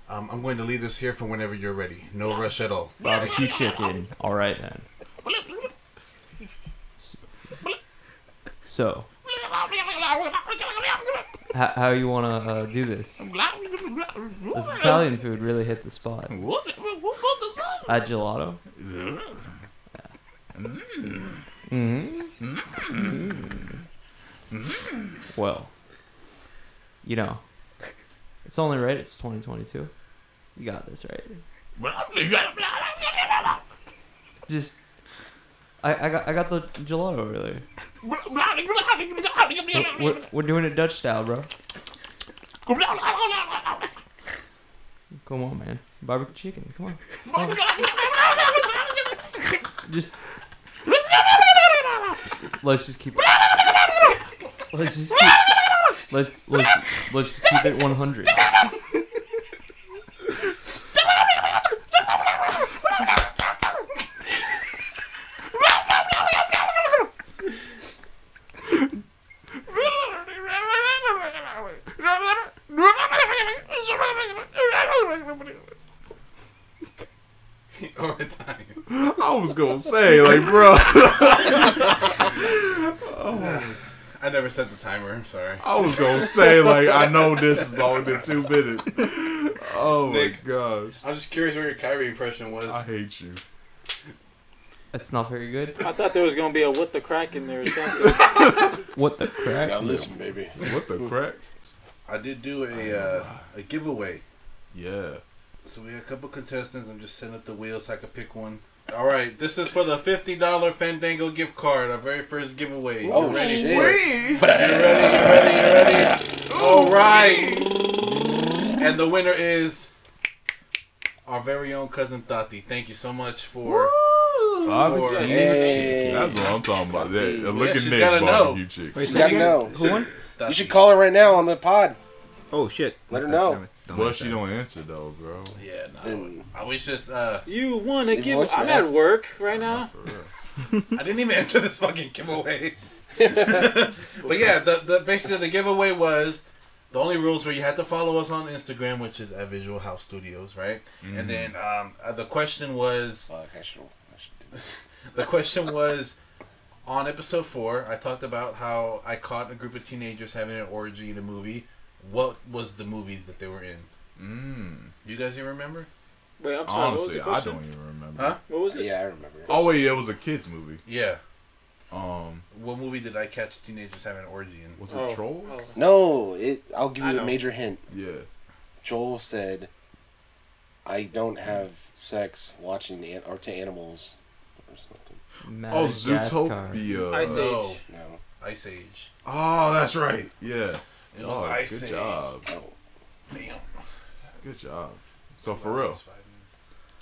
Speaker 2: Um, I'm going to leave this here for whenever you're ready. No rush at all.
Speaker 5: Barbecue chicken. All right then. So, how, how you wanna uh, do this? This Italian food really hit the spot. A gelato. Mm-hmm. Well, you know, it's only right. It's 2022. You got this right. Just, I, I got I got the gelato earlier. We're- We're, we're doing it Dutch style, bro. Come on, man. Barbecue chicken. Come on. Come on. Just. Let's just keep. Let's just keep. Let's let's let's just keep it 100.
Speaker 2: Overtime.
Speaker 3: I was gonna say, like, bro,
Speaker 2: I never set the timer. I'm sorry.
Speaker 3: I was gonna say, like, I know this is longer than two minutes. Oh
Speaker 2: Nick.
Speaker 3: my gosh,
Speaker 2: I'm just curious where your Kyrie impression was.
Speaker 3: I hate you.
Speaker 5: That's not very good.
Speaker 4: I thought there was gonna be a what the crack in there or something.
Speaker 5: What the
Speaker 10: Now
Speaker 5: crap?
Speaker 10: listen, baby.
Speaker 3: What the crack?
Speaker 2: I did do a uh, a giveaway.
Speaker 3: Yeah.
Speaker 2: So we had a couple contestants. I'm just setting up the wheel so I could pick one. All right, this is for the fifty dollar Fandango gift card, our very first giveaway.
Speaker 9: Oh,
Speaker 2: you ready?
Speaker 9: shit.
Speaker 3: Wee!
Speaker 2: You ready? You ready? You ready? All right. And the winner is our very own cousin Tati. Thank you so much for.
Speaker 3: Barbecue
Speaker 2: Hey.
Speaker 3: chicken. That's what I'm talking about. Yeah, look at
Speaker 2: she's
Speaker 3: Nick
Speaker 2: gotta know.
Speaker 3: barbecue chicken.
Speaker 7: Wait,
Speaker 9: You
Speaker 7: say it
Speaker 9: gotta
Speaker 7: again?
Speaker 9: know.
Speaker 7: Who won?
Speaker 2: Tati.
Speaker 9: You should call her right now on the pod.
Speaker 7: Oh shit!
Speaker 9: Let her
Speaker 7: Uh,
Speaker 9: know.
Speaker 7: damn it. Don't
Speaker 3: Well,
Speaker 7: answer
Speaker 3: she
Speaker 7: that.
Speaker 3: don't answer though, bro.
Speaker 2: Yeah, no.
Speaker 9: Then-
Speaker 2: I was just. Uh,
Speaker 4: You wanna
Speaker 9: Leave
Speaker 4: give?
Speaker 9: voicemail.
Speaker 4: I'm at work right now.
Speaker 3: For real.
Speaker 2: I didn't even answer this fucking giveaway. but yeah, the, the basically the giveaway was the only rules were you had to follow us on Instagram, which is at Visual House Studios, right? And then
Speaker 3: Mm-hmm.
Speaker 2: um, uh, the question was
Speaker 9: Fuck, I should. I should do this.
Speaker 2: the question was on episode four. I talked about how I caught a group of teenagers having an orgy in a movie. What was the movie that they were in?
Speaker 3: Mm.
Speaker 2: You guys even remember?
Speaker 4: Wait, I'm sorry.
Speaker 3: Honestly,
Speaker 4: what
Speaker 3: I
Speaker 4: was the question?
Speaker 3: don't even remember.
Speaker 2: Huh?
Speaker 4: What was it?
Speaker 9: Yeah, I remember.
Speaker 3: Oh wait, it was a kids movie.
Speaker 2: Yeah.
Speaker 3: Um,
Speaker 2: What movie did I catch teenagers having an orgy in?
Speaker 3: was it
Speaker 4: Oh,
Speaker 3: Trolls?
Speaker 4: oh.
Speaker 9: No, it. I'll give
Speaker 4: I
Speaker 9: you a
Speaker 4: know.
Speaker 9: major hint.
Speaker 3: Yeah.
Speaker 9: Joel said, "I don't have sex watching an- or to animals or something."
Speaker 3: Oh,
Speaker 5: Madagascar.
Speaker 3: Zootopia.
Speaker 4: I see.
Speaker 2: No,
Speaker 9: No.
Speaker 2: Ice Age.
Speaker 3: Oh, that's right. Yeah.
Speaker 2: It was
Speaker 3: Oh,
Speaker 2: Ice
Speaker 3: good
Speaker 2: Age.
Speaker 3: job.
Speaker 9: Oh.
Speaker 2: Damn.
Speaker 3: Good job. So Oh, for real,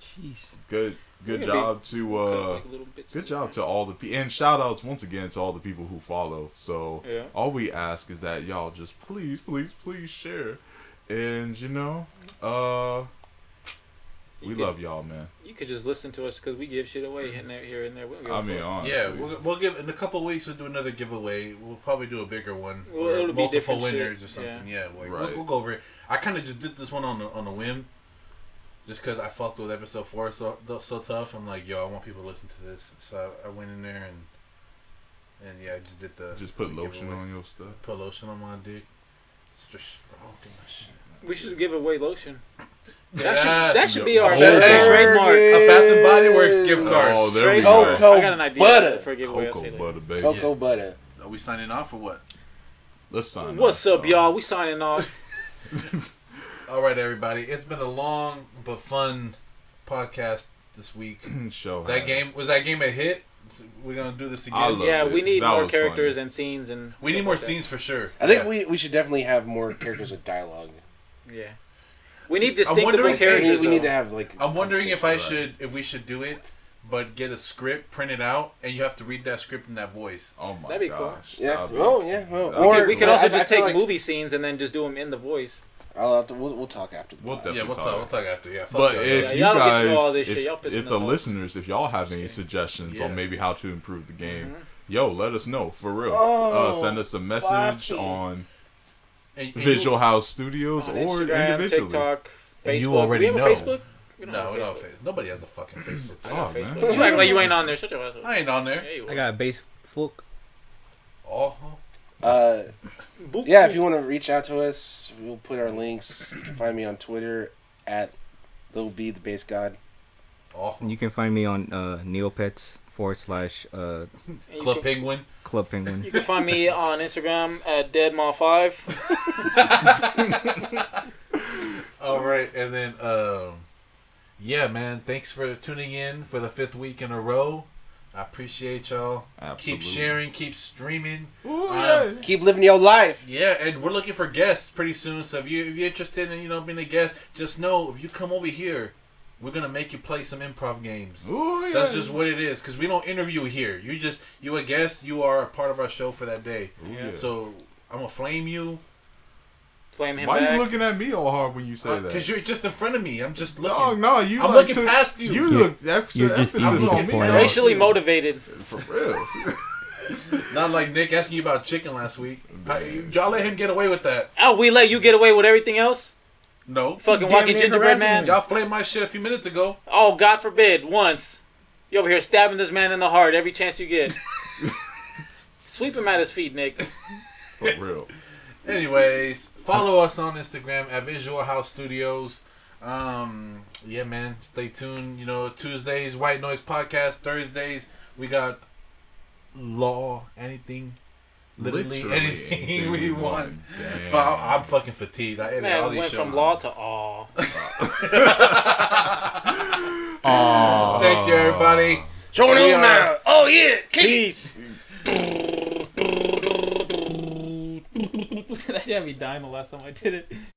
Speaker 5: Jeez.
Speaker 3: good good
Speaker 4: Look at
Speaker 3: job to uh,
Speaker 4: Like little bits
Speaker 3: good
Speaker 4: of-
Speaker 3: job to all the people and shout outs once again to all the people who follow. So
Speaker 4: Yeah.
Speaker 3: all we ask is that y'all just please, please, please share, and you know, uh,
Speaker 4: You
Speaker 3: we
Speaker 4: could-
Speaker 3: love y'all, man.
Speaker 4: You could just listen to us because we give shit away in there, here and there. We don't give a
Speaker 3: I mean,
Speaker 4: fuck.
Speaker 3: honestly,
Speaker 2: Yeah, we'll, we'll give in a couple of weeks. We'll do another giveaway. We'll probably do a bigger one.
Speaker 4: Well,
Speaker 2: or
Speaker 4: it'll be
Speaker 2: multiple
Speaker 4: different
Speaker 2: winners
Speaker 4: shit,
Speaker 2: or something. Yeah, like, we'll-
Speaker 3: Right.
Speaker 2: we'll, go over it. I kind of just did this one on the, on a whim, just because I fucked with episode four so so tough. I'm like, yo, I want people to listen to this, so I, I went in there and and yeah, I just did the
Speaker 3: just put
Speaker 2: the
Speaker 3: lotion
Speaker 2: giveaway.
Speaker 3: on your stuff.
Speaker 2: Put lotion on my dick. Just stroking my shit.
Speaker 4: We should give away lotion. That
Speaker 2: Yes,
Speaker 4: should that should be
Speaker 3: yo.
Speaker 4: our
Speaker 2: Hey, hey,
Speaker 4: trademark.
Speaker 2: A Bath and Body Works gift card.
Speaker 3: Oh, there we
Speaker 4: Trademark.
Speaker 3: go.
Speaker 9: Cocoa
Speaker 4: I got an idea
Speaker 9: butter.
Speaker 4: for a giveaway. I'll say
Speaker 3: Cocoa
Speaker 4: later.
Speaker 3: butter, baby.
Speaker 9: Cocoa butter.
Speaker 2: Are we signing off or what?
Speaker 3: Let's sign.
Speaker 4: What's
Speaker 3: off,
Speaker 4: up,
Speaker 3: y'all.
Speaker 4: y'all? We signing off.
Speaker 2: All right, everybody. It's been a long but fun podcast this week.
Speaker 3: Show
Speaker 2: That
Speaker 3: has.
Speaker 2: game was that game a hit? We're gonna do this
Speaker 3: I
Speaker 2: again.
Speaker 3: love
Speaker 4: Yeah,
Speaker 3: it.
Speaker 4: we need
Speaker 3: That
Speaker 4: more
Speaker 3: was funny.
Speaker 4: characters and scenes and.
Speaker 2: we need
Speaker 4: stuff
Speaker 2: more
Speaker 4: like that.
Speaker 2: scenes for sure.
Speaker 9: I think
Speaker 2: Yeah.
Speaker 9: we, we should definitely have more characters with dialogue.
Speaker 4: Yeah. We need
Speaker 2: wondering
Speaker 4: distinctable
Speaker 2: if-
Speaker 4: characters.
Speaker 9: we, we need
Speaker 4: though.
Speaker 9: to have like.
Speaker 2: I'm wondering if I
Speaker 9: conversation.
Speaker 2: should if we should do it, but get a script, print it out, and you have to read that script in that voice.
Speaker 3: Oh my
Speaker 4: That'd be cool.
Speaker 3: gosh.
Speaker 9: Yeah.
Speaker 3: that'd be-
Speaker 9: Oh yeah. Well,
Speaker 3: that'd be
Speaker 9: or
Speaker 4: we could
Speaker 9: I-
Speaker 4: also
Speaker 9: I- I
Speaker 4: just
Speaker 9: feel
Speaker 4: take
Speaker 9: like
Speaker 4: movie scenes and then just do them in the voice.
Speaker 9: I'll have to, we'll, we'll talk after. The
Speaker 3: We'll
Speaker 9: pod.
Speaker 3: definitely
Speaker 2: yeah, we'll
Speaker 3: talk.
Speaker 2: talk. We'll talk after. Yeah, fuck
Speaker 3: But
Speaker 2: that.
Speaker 3: if
Speaker 4: Yeah,
Speaker 3: you
Speaker 4: y'all don't get
Speaker 3: guys,
Speaker 4: to know all this
Speaker 3: if,
Speaker 4: shit. Y'all pissing
Speaker 3: if
Speaker 4: us
Speaker 3: the
Speaker 4: off.
Speaker 3: listeners, if y'all have any suggestions
Speaker 2: Yeah.
Speaker 3: on maybe how to improve the game,
Speaker 4: Mm-hmm.
Speaker 3: yo, let us know for real.
Speaker 9: Oh,
Speaker 3: uh, send us a message
Speaker 9: Bobby.
Speaker 3: on
Speaker 2: And- and
Speaker 3: Visual House Studios
Speaker 4: On
Speaker 3: or
Speaker 4: Instagram,
Speaker 3: individually.
Speaker 4: TikTok, Facebook.
Speaker 2: And you already
Speaker 4: Do we
Speaker 2: know.
Speaker 4: have a Facebook? We
Speaker 2: You,
Speaker 4: don't
Speaker 2: no,
Speaker 4: have
Speaker 2: we
Speaker 4: a
Speaker 2: don't
Speaker 4: Facebook.
Speaker 2: have Facebook. Nobody has a fucking Facebook.
Speaker 3: Oh,
Speaker 2: Talk.
Speaker 3: man.
Speaker 4: You act like you ain't on there. Shut your ass up.
Speaker 2: I ain't on there.
Speaker 4: Yeah, you
Speaker 7: I
Speaker 4: are.
Speaker 7: got a base book.
Speaker 2: Oh,
Speaker 9: Uh,
Speaker 4: Boop.
Speaker 9: yeah, if you want to reach out to us, we'll put our links. You can find me on Twitter at Little B the Base God.
Speaker 2: oh.
Speaker 7: You can find me on uh, Neopets forward slash uh,
Speaker 4: And you
Speaker 2: Club
Speaker 4: can-
Speaker 2: Penguin.
Speaker 7: Club Penguin.
Speaker 4: You can find me on Instagram at deadmaw5.
Speaker 2: All right, and then um, yeah, man. Thanks for tuning in for the fifth week in a row. I appreciate y'all.
Speaker 3: Absolutely.
Speaker 2: Keep sharing. Keep streaming.
Speaker 3: Ooh,
Speaker 2: Um,
Speaker 3: yeah.
Speaker 9: Keep living your life.
Speaker 2: Yeah, and we're looking for guests pretty soon. So if you if you're interested in you know being a guest, just know if you come over here, we're gonna make you play some improv games.
Speaker 3: Ooh, yeah.
Speaker 2: That's just what it is, cause we don't interview here. You just you a guest. You are a part of our show for that day.
Speaker 3: Ooh, yeah.
Speaker 2: So I'm gonna flame you,
Speaker 4: Flame him
Speaker 3: Why
Speaker 4: back.
Speaker 3: you looking at me all hard when you say
Speaker 2: uh,
Speaker 3: that?
Speaker 2: cause you're just in front of me. I'm just looking.
Speaker 3: Dog, no, you
Speaker 2: I'm
Speaker 3: like
Speaker 2: looking
Speaker 3: took-
Speaker 2: past you.
Speaker 3: You
Speaker 2: You're-
Speaker 3: looked extra
Speaker 7: you're just
Speaker 3: emphasis
Speaker 7: easy
Speaker 3: on
Speaker 7: to
Speaker 3: me.
Speaker 7: point
Speaker 3: dog.
Speaker 7: out.
Speaker 4: Racially motivated.
Speaker 3: for real.
Speaker 2: Not like Nick asking you about chicken last week. How- y'all let him get away with that.
Speaker 4: Oh, we let you get away with everything else?
Speaker 2: No.
Speaker 4: Fucking
Speaker 7: Damn
Speaker 4: walking
Speaker 7: near
Speaker 4: gingerbread
Speaker 7: harassing
Speaker 4: man?
Speaker 2: Y'all flamed my shit a few minutes ago.
Speaker 4: Oh, God forbid, once. You over here stabbing this man in the heart every chance you get. Sweep him at his feet, Nick.
Speaker 3: For real.
Speaker 2: Anyways, follow us on Instagram at Visual House Studios. Um, yeah, man, stay tuned. You know, Tuesdays White Noise Podcast. Thursdays we got law, anything, literally, anything, we want.
Speaker 3: Damn.
Speaker 2: But I- I'm fucking fatigued. I edit all
Speaker 4: Man,
Speaker 2: these
Speaker 4: went
Speaker 2: shows.
Speaker 4: from law to aw.
Speaker 2: Thank you, everybody.
Speaker 11: Join
Speaker 2: We
Speaker 11: on
Speaker 2: are-
Speaker 11: now. Oh yeah, peace.
Speaker 4: that shit had me dying the last time I did it.